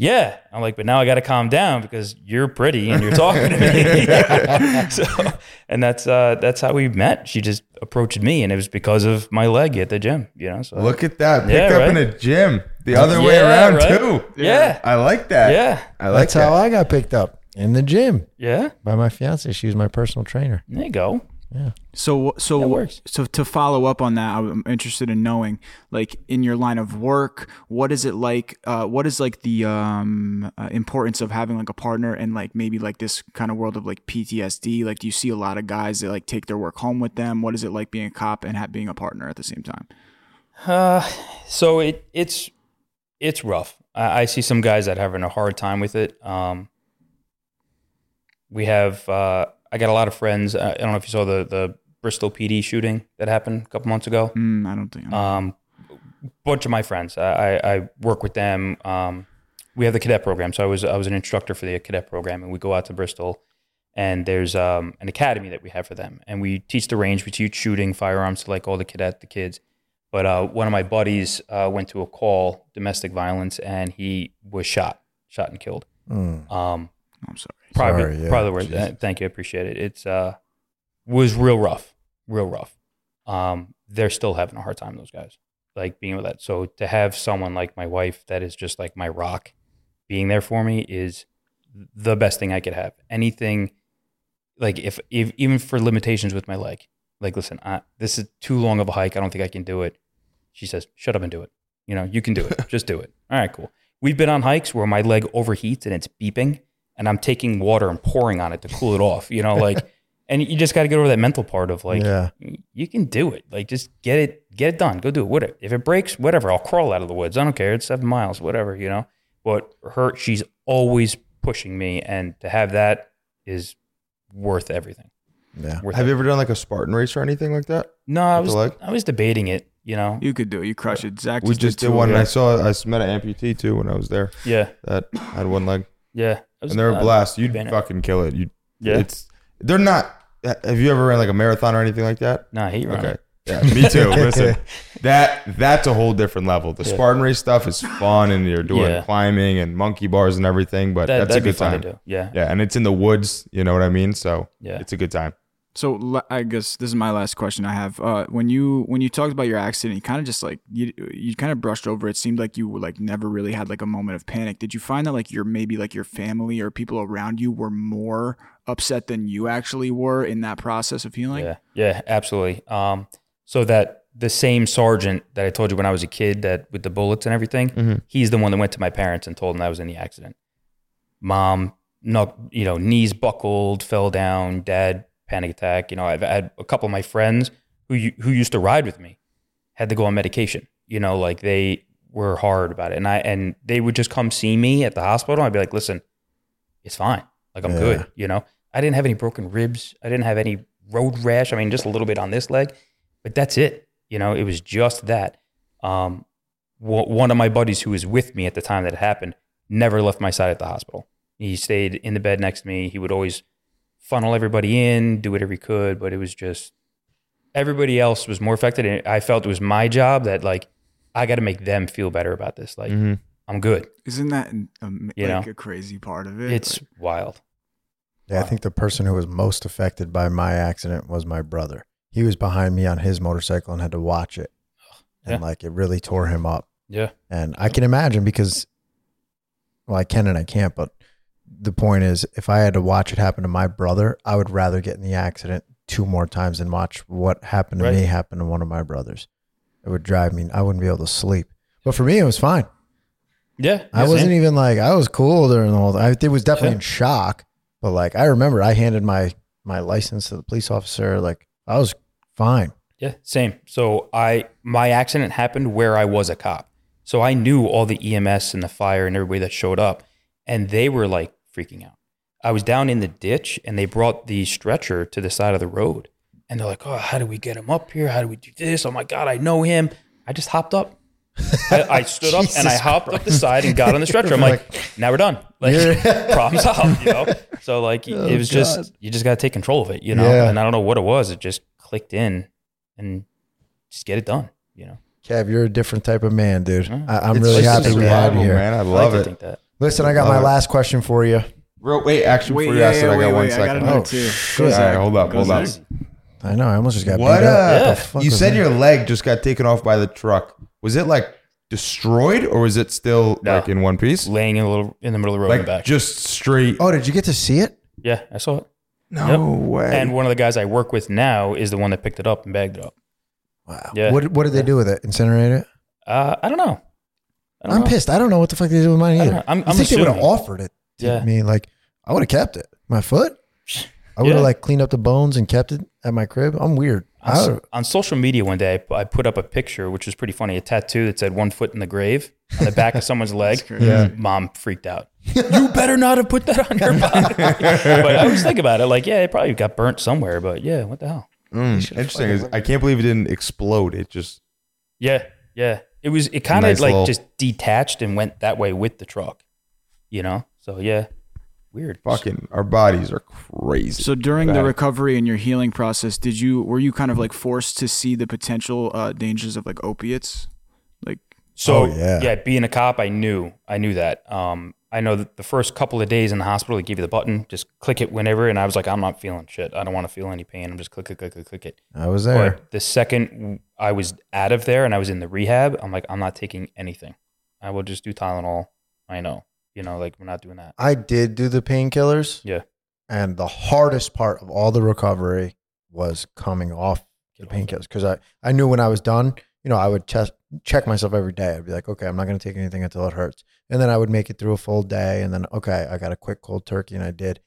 [SPEAKER 3] Yeah, I'm like, but now I got to calm down because you're pretty and you're talking to me. so, and that's uh, that's how we met. She just approached me, and it was because of my leg at the gym, you know. So
[SPEAKER 1] Look at that. Picked
[SPEAKER 3] Yeah,
[SPEAKER 1] up
[SPEAKER 3] right?
[SPEAKER 1] in a gym. The other way
[SPEAKER 3] Yeah,
[SPEAKER 1] around
[SPEAKER 3] right?
[SPEAKER 1] too.
[SPEAKER 3] Yeah.
[SPEAKER 1] I like that.
[SPEAKER 3] Yeah.
[SPEAKER 1] I like
[SPEAKER 2] That's
[SPEAKER 1] that.
[SPEAKER 2] how I got picked up in the gym
[SPEAKER 3] yeah,
[SPEAKER 2] by my fiance. She was my personal trainer.
[SPEAKER 3] there you go.
[SPEAKER 6] So so
[SPEAKER 3] That works.
[SPEAKER 6] so to follow up on that, I'm interested in knowing, like in your line of work, what is it like? Uh, what is like the um, uh, importance of having like a partner and like maybe like this kind of world of like PTSD? Like, do you see a lot of guys that like take their work home with them? What is it like being a cop and ha- being a partner at the same time?
[SPEAKER 3] Uh, so it it's it's rough. I, I see some guys that are having a hard time with it. Um, we have uh, I got a lot of friends. I I don't know if you saw the the Bristol PD shooting that happened a couple months ago.
[SPEAKER 6] Mm, I don't think.
[SPEAKER 1] Uh,
[SPEAKER 3] Um, bunch of my friends. I, I, I work with them. Um, we have the cadet program, so I was I was an instructor for the cadet program, and we go out to Bristol, and there's um, an academy that we have for them, and we teach the range, we teach shooting, firearms to like all the cadet the kids. But uh, one of my buddies uh, went to a call domestic violence, and he was shot, shot and killed.
[SPEAKER 2] Mm.
[SPEAKER 3] Um,
[SPEAKER 6] I'm sorry.
[SPEAKER 3] probably
[SPEAKER 2] Sorry, yeah,
[SPEAKER 3] probably the worst.
[SPEAKER 2] Jesus.
[SPEAKER 3] Uh, Thank you, I appreciate it. It's uh, was real rough, real rough. Um, they're still having a hard time. Those guys, like being with that. So to have someone like my wife that is just like my rock, being there for me is the best thing I could have. Anything, like if if even for limitations with my leg, like listen, I, this is too long of a hike. I don't think I can do it. She says, "Shut up and do it." You know, you can do it. Just do it. All right, cool. We've been on hikes where my leg overheats and it's beeping, and I'm taking water and pouring on it to cool it off. You know, like, And you just got to get over that mental part of like,
[SPEAKER 2] Yeah.
[SPEAKER 3] you can do it. Like, just get it, get it done. Go do it. Whatever. If it breaks, whatever. I'll crawl out of the woods. I don't care. It's seven miles, whatever. You know. But her, she's always pushing me, and to have that is worth everything.
[SPEAKER 2] Yeah.
[SPEAKER 3] Worth
[SPEAKER 1] Have
[SPEAKER 3] it.
[SPEAKER 1] you ever done like a Spartan race or anything like that?
[SPEAKER 3] No, I
[SPEAKER 1] What
[SPEAKER 3] was,
[SPEAKER 1] the like?
[SPEAKER 3] I was debating it. You know.
[SPEAKER 6] You could do it. You crush it. Zach just
[SPEAKER 1] We just did
[SPEAKER 6] two.
[SPEAKER 1] one, and
[SPEAKER 6] Yeah.
[SPEAKER 1] I saw I met an amputee too when I was there
[SPEAKER 3] Yeah.
[SPEAKER 1] that had one leg,
[SPEAKER 3] Yeah. I was-
[SPEAKER 1] and they're a
[SPEAKER 3] uh,
[SPEAKER 1] blast. You'd
[SPEAKER 3] been-
[SPEAKER 1] fucking kill it. You,
[SPEAKER 3] Yeah.
[SPEAKER 1] it's they're not. Have you ever ran like a marathon or anything like that?
[SPEAKER 3] Nah, he ran.
[SPEAKER 1] Okay. Yeah, me too. Listen, that that's a whole different level. The
[SPEAKER 3] Yeah.
[SPEAKER 1] Spartan race stuff is fun, and you're doing
[SPEAKER 3] Yeah.
[SPEAKER 1] climbing and monkey bars and everything. But
[SPEAKER 3] That,
[SPEAKER 1] that's
[SPEAKER 3] that'd
[SPEAKER 1] a
[SPEAKER 3] be
[SPEAKER 1] good
[SPEAKER 3] fun
[SPEAKER 1] time.
[SPEAKER 3] to do. Yeah.
[SPEAKER 1] Yeah, and it's in the woods. You know what I mean? So
[SPEAKER 3] Yeah.
[SPEAKER 1] it's a good time.
[SPEAKER 6] So la- I guess this is my last question I have. Uh, when you when you talked about your accident, you kind of just like you you kind of brushed over. It seemed like you were like never really had like a moment of panic. Did you find that like your maybe like your family or people around you were more upset than you actually were in that process of healing?
[SPEAKER 3] yeah, yeah, absolutely. Um, so that the same sergeant that I told you when I was a kid that with the bullets and everything,
[SPEAKER 1] Mhm.
[SPEAKER 3] he's the one that went to my parents and told them I was in the accident. Mom, no, you know, knees buckled, fell down. Dad, panic attack. You know, I've had a couple of my friends who u- who used to ride with me had to go on medication. You know, like they were hard about it, and I and they would just come see me at the hospital. I'd be like, listen, it's fine. Like I'm
[SPEAKER 2] Yeah.
[SPEAKER 3] good. You know, I didn't have any broken ribs. I didn't have any road rash. I mean, just a little bit on this leg, but that's it. You know, it was just that. Um, w- one of my buddies who was with me at the time that it happened never left my side at the hospital. He stayed in the bed next to me. He would always funnel everybody in, do whatever he could, but it was just everybody else was more affected. And I felt it was my job that like I got to make them feel better about this. Like
[SPEAKER 1] Mhm.
[SPEAKER 3] I'm good.
[SPEAKER 6] Isn't that um,
[SPEAKER 3] You
[SPEAKER 6] like
[SPEAKER 3] know,
[SPEAKER 6] a crazy part of it?
[SPEAKER 3] It's
[SPEAKER 6] Like,
[SPEAKER 3] wild. uh,
[SPEAKER 2] Yeah, I think the person who was most affected by my accident was my brother. He was behind me on his motorcycle and had to watch it. And
[SPEAKER 3] Yeah.
[SPEAKER 2] like it really tore him up.
[SPEAKER 3] Yeah.
[SPEAKER 2] And I can imagine because, well, I can and I can't, but the point is, if I had to watch it happen to my brother, I would rather get in the accident two more times than watch what happened to
[SPEAKER 3] Right.
[SPEAKER 2] me happen to one of my brothers. It would drive me, I wouldn't be able to sleep. But for me, it was fine.
[SPEAKER 3] Yeah.
[SPEAKER 2] I wasn't even like, I was cool during the whole I it was definitely in shock, but like, I remember I handed my, my license to the police officer. Like, I was fine.
[SPEAKER 3] Yeah, same. So I my accident happened where I was a cop. So I knew all the EMS and the fire and everybody that showed up and they were like freaking out. I was down in the ditch and they brought the stretcher to the side of the road. And they're like, "Oh, how do we get him up here? How do we do this? Oh my god, I know him." I just hopped up. I, I stood up and I
[SPEAKER 2] Jesus
[SPEAKER 3] hopped up the side and got on the stretcher. I'm like, "Now we're done. Like, problem solved." You know. So like, it was just you just got to take control of it. You know.
[SPEAKER 2] Yeah.
[SPEAKER 3] And I don't know what it was. It just clicked in, and just get it done. You know,
[SPEAKER 2] Kev, you're a different type of man, dude.
[SPEAKER 3] Mm.
[SPEAKER 2] I, I'm
[SPEAKER 1] It's
[SPEAKER 2] really
[SPEAKER 1] just
[SPEAKER 2] happy we have you
[SPEAKER 1] survival,
[SPEAKER 2] here.
[SPEAKER 1] man. I
[SPEAKER 3] I like
[SPEAKER 1] love
[SPEAKER 3] to
[SPEAKER 1] it.
[SPEAKER 3] think that.
[SPEAKER 2] Listen, I got
[SPEAKER 1] Love
[SPEAKER 2] my
[SPEAKER 1] it.
[SPEAKER 2] last question for you.
[SPEAKER 1] Real, wait, actually,
[SPEAKER 6] Wait,
[SPEAKER 1] before you
[SPEAKER 6] yeah,
[SPEAKER 1] ask it,
[SPEAKER 6] yeah,
[SPEAKER 1] I
[SPEAKER 6] wait,
[SPEAKER 1] got one
[SPEAKER 6] wait, I got
[SPEAKER 1] second.
[SPEAKER 6] another
[SPEAKER 2] Oh,
[SPEAKER 6] too.
[SPEAKER 2] shit.
[SPEAKER 6] Go,
[SPEAKER 1] All
[SPEAKER 6] Zach.
[SPEAKER 1] right, hold up,
[SPEAKER 6] Go,
[SPEAKER 1] hold up.
[SPEAKER 6] Zach.
[SPEAKER 2] I know. I almost just got
[SPEAKER 1] What
[SPEAKER 2] beat up.
[SPEAKER 1] up?
[SPEAKER 2] the fuck
[SPEAKER 1] You
[SPEAKER 2] was
[SPEAKER 1] said
[SPEAKER 2] that?
[SPEAKER 1] your leg just got taken off by the truck. Was it like destroyed, or was it still
[SPEAKER 3] No.
[SPEAKER 1] like in one piece?
[SPEAKER 3] Laying in the little in the middle of the road and
[SPEAKER 1] Like
[SPEAKER 3] back.
[SPEAKER 1] just straight?
[SPEAKER 2] Oh, did you get to see it?
[SPEAKER 3] yeah, I saw it.
[SPEAKER 1] no way!
[SPEAKER 3] And one of the guys I work with now is the one that picked it up and bagged it up.
[SPEAKER 2] Wow.
[SPEAKER 3] Yeah.
[SPEAKER 2] What What did they do with it? Incinerate it?
[SPEAKER 3] Uh, I don't know. I don't
[SPEAKER 2] I'm
[SPEAKER 3] know.
[SPEAKER 2] pissed. I don't know what the fuck they did with mine
[SPEAKER 3] I don't
[SPEAKER 2] either.
[SPEAKER 3] know. I'm-
[SPEAKER 2] you
[SPEAKER 3] I'm
[SPEAKER 2] think they would have
[SPEAKER 3] assuming.
[SPEAKER 2] offered it to
[SPEAKER 3] Yeah.
[SPEAKER 2] me? Like, I would have kept it. My foot. I would have
[SPEAKER 3] Yeah.
[SPEAKER 2] like cleaned up the bones and kept it at my crib. I'm weird.
[SPEAKER 3] on,
[SPEAKER 2] I
[SPEAKER 1] Oh.
[SPEAKER 2] would've-
[SPEAKER 3] on social media one day, I pu- I put up a picture, which was pretty funny, a tattoo that said one foot in the grave on the back of someone's leg.
[SPEAKER 6] crazy.
[SPEAKER 1] Yeah.
[SPEAKER 3] Mom freaked out. you better not have put that on your body. but I was thinking about it. Like, yeah, it probably got burnt somewhere, but yeah, what the hell?
[SPEAKER 1] Mm, interesting. Is- I can't believe it didn't explode. It just
[SPEAKER 3] Yeah, yeah. It was, it kind of
[SPEAKER 1] Nice
[SPEAKER 3] like
[SPEAKER 1] little-
[SPEAKER 3] just detached and went that way with the truck, you know? So yeah, weird.
[SPEAKER 1] fucking. Our bodies are crazy.
[SPEAKER 6] So during the
[SPEAKER 1] Bad.
[SPEAKER 6] recovery and your healing process, did you were you kind of like forced to see the potential uh, dangers of like opiates? Like
[SPEAKER 3] So
[SPEAKER 2] Oh, yeah.
[SPEAKER 3] yeah. being a cop, I knew, I knew that. Um, I know that the first couple of days in the hospital, they give you the button, just click it whenever, and I was like, I'm not feeling shit. I don't want to feel any pain. I'm just click, click, click, click, click it.
[SPEAKER 2] I was there.
[SPEAKER 3] But the second I was out of there and I was in the rehab, I'm like, I'm not taking anything. I will just do Tylenol. I know, you know, like we're not doing that.
[SPEAKER 2] I did do the painkillers.
[SPEAKER 3] Yeah.
[SPEAKER 2] And the hardest part of all the recovery was coming off the painkillers because I, I knew when I was done, you know, I would test, check myself every day. I'd be like, okay, I'm not going to take anything until it hurts. And then I would make it through a full day. And then, okay, I got a quick cold turkey and I did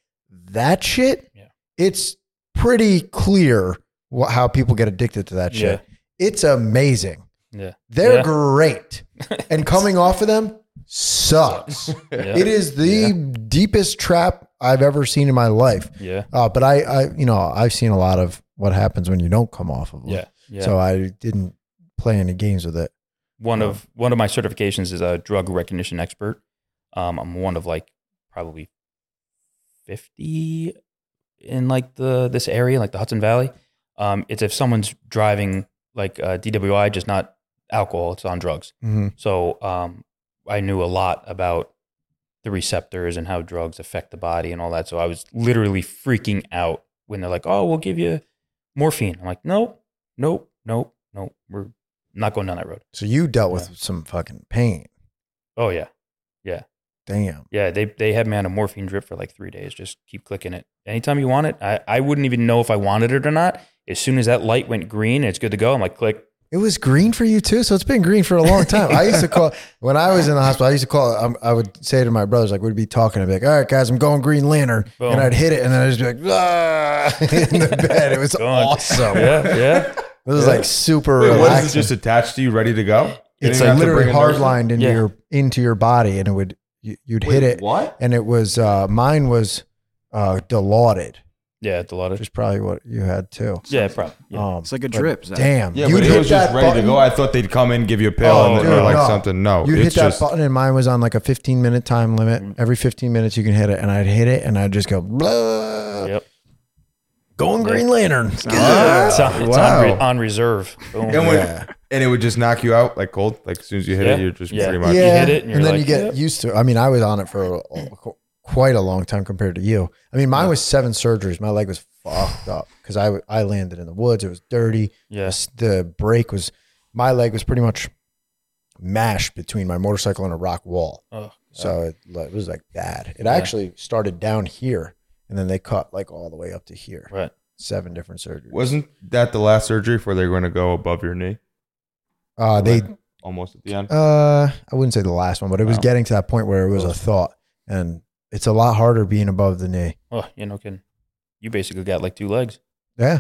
[SPEAKER 2] that shit.
[SPEAKER 3] Yeah.
[SPEAKER 2] It's pretty clear wha how people get addicted to that shit. It's amazing.
[SPEAKER 3] Yeah.
[SPEAKER 2] They're
[SPEAKER 3] Yeah.
[SPEAKER 2] great. And coming off of them sucks.
[SPEAKER 3] Yeah.
[SPEAKER 2] It is the deepest trap I've ever seen in my life.
[SPEAKER 3] Yeah.
[SPEAKER 2] Uh, but I, I, you know, I've seen a lot of what happens when you don't come off of them.
[SPEAKER 3] Yeah. Yeah.
[SPEAKER 2] So I didn't play any games with it.
[SPEAKER 3] one of one of my certifications is a drug recognition expert. Um, I'm one of like probably fifty in like the this area, like the Hudson Valley. Um, it's if someone's driving like uh, DWI, just not alcohol, it's on drugs.
[SPEAKER 1] Mm-hmm.
[SPEAKER 3] So um, I knew a lot about the receptors and how drugs affect the body and all that. So I was literally freaking out when they're like, "Oh, we'll give you morphine." I'm like, "Nope, nope, nope, nope. We're not going down that road."
[SPEAKER 2] So you dealt with some fucking pain.
[SPEAKER 3] Oh yeah,
[SPEAKER 2] Damn.
[SPEAKER 3] yeah. They they had me on a morphine drip for like three days. Just keep clicking it. Anytime you want it, I I wouldn't even know if I wanted it or not. As soon as that light went green, it's good to go. I'm like, click.
[SPEAKER 2] It was green for you too. So it's been green for a long time. I used to call when I was in the hospital. I used to call. I'm, I would say to my brothers, like we'd be talking, I'd be like, "All right, guys, I'm going Green Lantern,"
[SPEAKER 3] Boom.
[SPEAKER 2] and I'd hit it, and then I'd just be like, ah, in the bed. It was
[SPEAKER 3] Gone.
[SPEAKER 2] awesome.
[SPEAKER 3] Yeah, yeah,
[SPEAKER 2] It was like super
[SPEAKER 1] Wait,
[SPEAKER 2] relaxing.
[SPEAKER 1] what is it just attached to you, ready to go? You
[SPEAKER 2] it's
[SPEAKER 1] didn't have
[SPEAKER 2] like
[SPEAKER 1] to bring
[SPEAKER 2] literally
[SPEAKER 1] in
[SPEAKER 2] hard
[SPEAKER 1] those?
[SPEAKER 2] lined into
[SPEAKER 3] Yeah.
[SPEAKER 2] your into your body, and it would you, you'd hit it,
[SPEAKER 1] What?
[SPEAKER 2] and it was uh, mine was uh, dilaudid,
[SPEAKER 3] yeah. It's a lot
[SPEAKER 2] which
[SPEAKER 3] of
[SPEAKER 2] is probably what you had too.
[SPEAKER 3] yeah, probably. Yeah.
[SPEAKER 2] Um,
[SPEAKER 6] It's like a
[SPEAKER 2] but
[SPEAKER 6] drip, Zach.
[SPEAKER 2] Damn,
[SPEAKER 1] Yeah,
[SPEAKER 2] you'd
[SPEAKER 1] but
[SPEAKER 2] hit
[SPEAKER 1] it was just
[SPEAKER 2] that
[SPEAKER 1] ready to
[SPEAKER 2] button-
[SPEAKER 1] go. I thought they'd come in, give you a pill,
[SPEAKER 3] Oh,
[SPEAKER 1] and then,
[SPEAKER 3] dude,
[SPEAKER 1] or like
[SPEAKER 2] no.
[SPEAKER 1] something. No,
[SPEAKER 2] You'd hit
[SPEAKER 1] it's
[SPEAKER 2] that
[SPEAKER 1] just
[SPEAKER 2] button, and mine was on like a 15 minute time limit. Every 15 minutes, you can hit it, and I'd hit it, and I'd just go, blah,
[SPEAKER 3] Yep.
[SPEAKER 2] going Green Lantern.
[SPEAKER 3] It's, on, it's on, re-
[SPEAKER 1] Wow.
[SPEAKER 3] on reserve. Boom.
[SPEAKER 1] and, when, and it would just knock you out like cold. Like as soon as you hit
[SPEAKER 3] Yeah.
[SPEAKER 1] it, you're just
[SPEAKER 3] Yeah.
[SPEAKER 1] pretty much.
[SPEAKER 3] You hit it, and
[SPEAKER 2] and,
[SPEAKER 3] you're
[SPEAKER 2] then
[SPEAKER 3] like,
[SPEAKER 2] you get
[SPEAKER 3] yep.
[SPEAKER 2] used to. it. I mean, I was on it for a- a- quite a long time compared to you. I mean, mine was seven surgeries. My leg was fucked up because I w- I landed in the woods. It was dirty.
[SPEAKER 3] Yeah.
[SPEAKER 2] the brake was. My leg was pretty much mashed between my motorcycle and a rock wall.
[SPEAKER 3] Oh,
[SPEAKER 2] So it, like, it was like bad. It actually started down here, and then they cut like all the way up to here.
[SPEAKER 3] right.
[SPEAKER 2] Seven different surgeries.
[SPEAKER 1] Wasn't that the last surgery where they're going to go above your knee?
[SPEAKER 2] Uh, they,
[SPEAKER 1] almost at the end.
[SPEAKER 2] uh, I wouldn't say the last one, but it was
[SPEAKER 1] Wow.
[SPEAKER 2] getting to that point where it was a thought, and it's a lot harder being above the knee.
[SPEAKER 3] Oh, you know, can you basically got like two legs?
[SPEAKER 2] Yeah,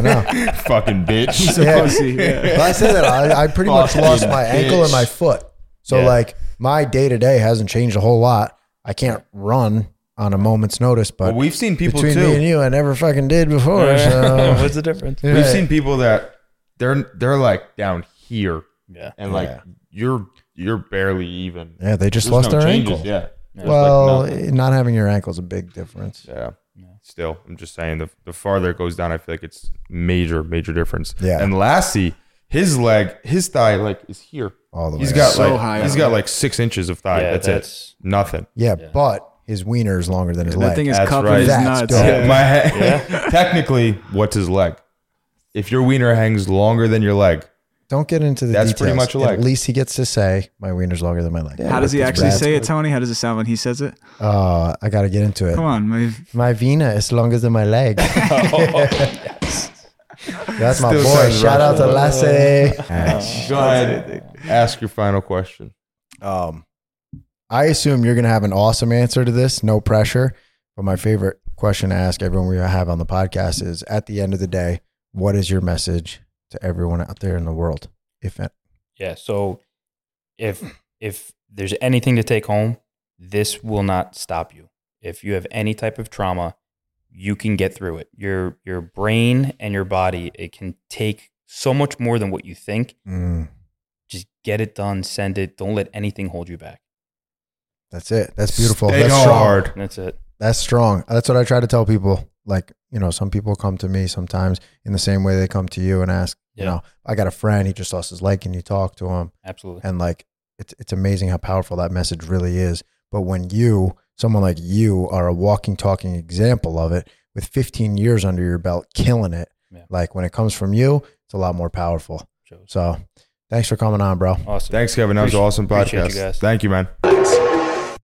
[SPEAKER 2] know.
[SPEAKER 1] Fucking bitch.
[SPEAKER 6] He's a
[SPEAKER 2] Yeah.
[SPEAKER 6] pussy. Yeah.
[SPEAKER 2] But I say that I, I pretty much
[SPEAKER 1] Fucking
[SPEAKER 2] lost my ankle and my
[SPEAKER 1] bitch.
[SPEAKER 2] foot. So
[SPEAKER 3] Yeah.
[SPEAKER 2] like my day to day hasn't changed a whole lot. I can't run on a moment's notice, but
[SPEAKER 1] Well, we've seen people
[SPEAKER 2] between me and
[SPEAKER 1] too.
[SPEAKER 2] you, I never fucking did before. So
[SPEAKER 3] What's the difference?
[SPEAKER 1] We've seen people that they're they're like down here
[SPEAKER 3] Yeah.
[SPEAKER 1] and like
[SPEAKER 2] Yeah.
[SPEAKER 1] you're you're barely even.
[SPEAKER 2] Yeah, they just
[SPEAKER 1] There's
[SPEAKER 2] lost
[SPEAKER 1] no
[SPEAKER 2] their
[SPEAKER 1] changes,
[SPEAKER 2] ankle.
[SPEAKER 1] Yeah. There's, like,
[SPEAKER 2] Well,
[SPEAKER 1] nothing.
[SPEAKER 2] not having your ankle's a big difference.
[SPEAKER 1] yeah. Still, I'm just saying the the farther it goes down, I feel like it's major major difference.
[SPEAKER 2] Yeah.
[SPEAKER 1] And Lassie, his leg, his thigh, like is here.
[SPEAKER 2] All the way.
[SPEAKER 1] He's got
[SPEAKER 6] So
[SPEAKER 1] like
[SPEAKER 6] high
[SPEAKER 1] he's
[SPEAKER 6] up.
[SPEAKER 1] got like six inches of thigh.
[SPEAKER 3] Yeah,
[SPEAKER 1] that's,
[SPEAKER 3] that's-
[SPEAKER 1] it. Nothing.
[SPEAKER 2] yeah, but his wiener is longer than his
[SPEAKER 6] That
[SPEAKER 2] leg.
[SPEAKER 6] thing is
[SPEAKER 1] That's
[SPEAKER 6] cupping
[SPEAKER 1] right.
[SPEAKER 6] his
[SPEAKER 2] That's
[SPEAKER 6] nuts.
[SPEAKER 2] dope.
[SPEAKER 6] Yeah.
[SPEAKER 1] My head. technically, what's his leg? If your wiener hangs longer than your leg,
[SPEAKER 2] Don't get into the
[SPEAKER 1] That's
[SPEAKER 2] details.
[SPEAKER 1] pretty much a leg.
[SPEAKER 2] At least he gets to say my wiener's longer than my leg.
[SPEAKER 6] How does he
[SPEAKER 2] That's
[SPEAKER 6] actually
[SPEAKER 2] bad.
[SPEAKER 6] say it, Tony? How does it sound when he says it?
[SPEAKER 2] Uh, I got to get into
[SPEAKER 6] Come
[SPEAKER 2] it.
[SPEAKER 6] on, my,
[SPEAKER 2] My vena is longer than my leg.
[SPEAKER 3] Oh,
[SPEAKER 2] That's my
[SPEAKER 1] Still
[SPEAKER 2] boy.
[SPEAKER 1] sounds
[SPEAKER 2] Shout out to
[SPEAKER 1] Russian.
[SPEAKER 2] Lasse.
[SPEAKER 1] go ahead. Ask your final question.
[SPEAKER 2] um, I assume you're gonna have an awesome answer to this. No pressure. But my favorite question to ask everyone we have on the podcast is: At the end of the day, what is your message to everyone out there in the world? If it,
[SPEAKER 3] Yeah. So if if there's anything to take home, this will not stop you. If you have any type of trauma, you can get through it. Your your brain and your body, it can take so much more than what you think.
[SPEAKER 2] Mm,
[SPEAKER 3] Just get it done, send it. Don't let anything hold you back.
[SPEAKER 2] that's it. That's beautiful.
[SPEAKER 1] Stay
[SPEAKER 2] that's strong.
[SPEAKER 1] hard.
[SPEAKER 3] And that's it.
[SPEAKER 2] That's strong. That's what I try to tell people. Like you know, some people come to me sometimes in the same way they come to you and ask. You
[SPEAKER 3] Yeah.
[SPEAKER 2] know, I got a friend. He just lost his leg. Can you talk to him?
[SPEAKER 3] Absolutely.
[SPEAKER 2] and like it's it's amazing how powerful that message really is but when you someone like you are a walking talking example of it with 15 years under your belt killing it
[SPEAKER 3] Yeah.
[SPEAKER 2] like when it comes from you it's a lot more powerful
[SPEAKER 3] Shows.
[SPEAKER 2] so thanks for coming on bro
[SPEAKER 3] Awesome.
[SPEAKER 1] Thanks, Kevin. That was an
[SPEAKER 3] Appreciate-
[SPEAKER 1] awesome
[SPEAKER 3] appreciate you
[SPEAKER 1] podcast.
[SPEAKER 3] guys.
[SPEAKER 1] Thank you, man.
[SPEAKER 4] Lights.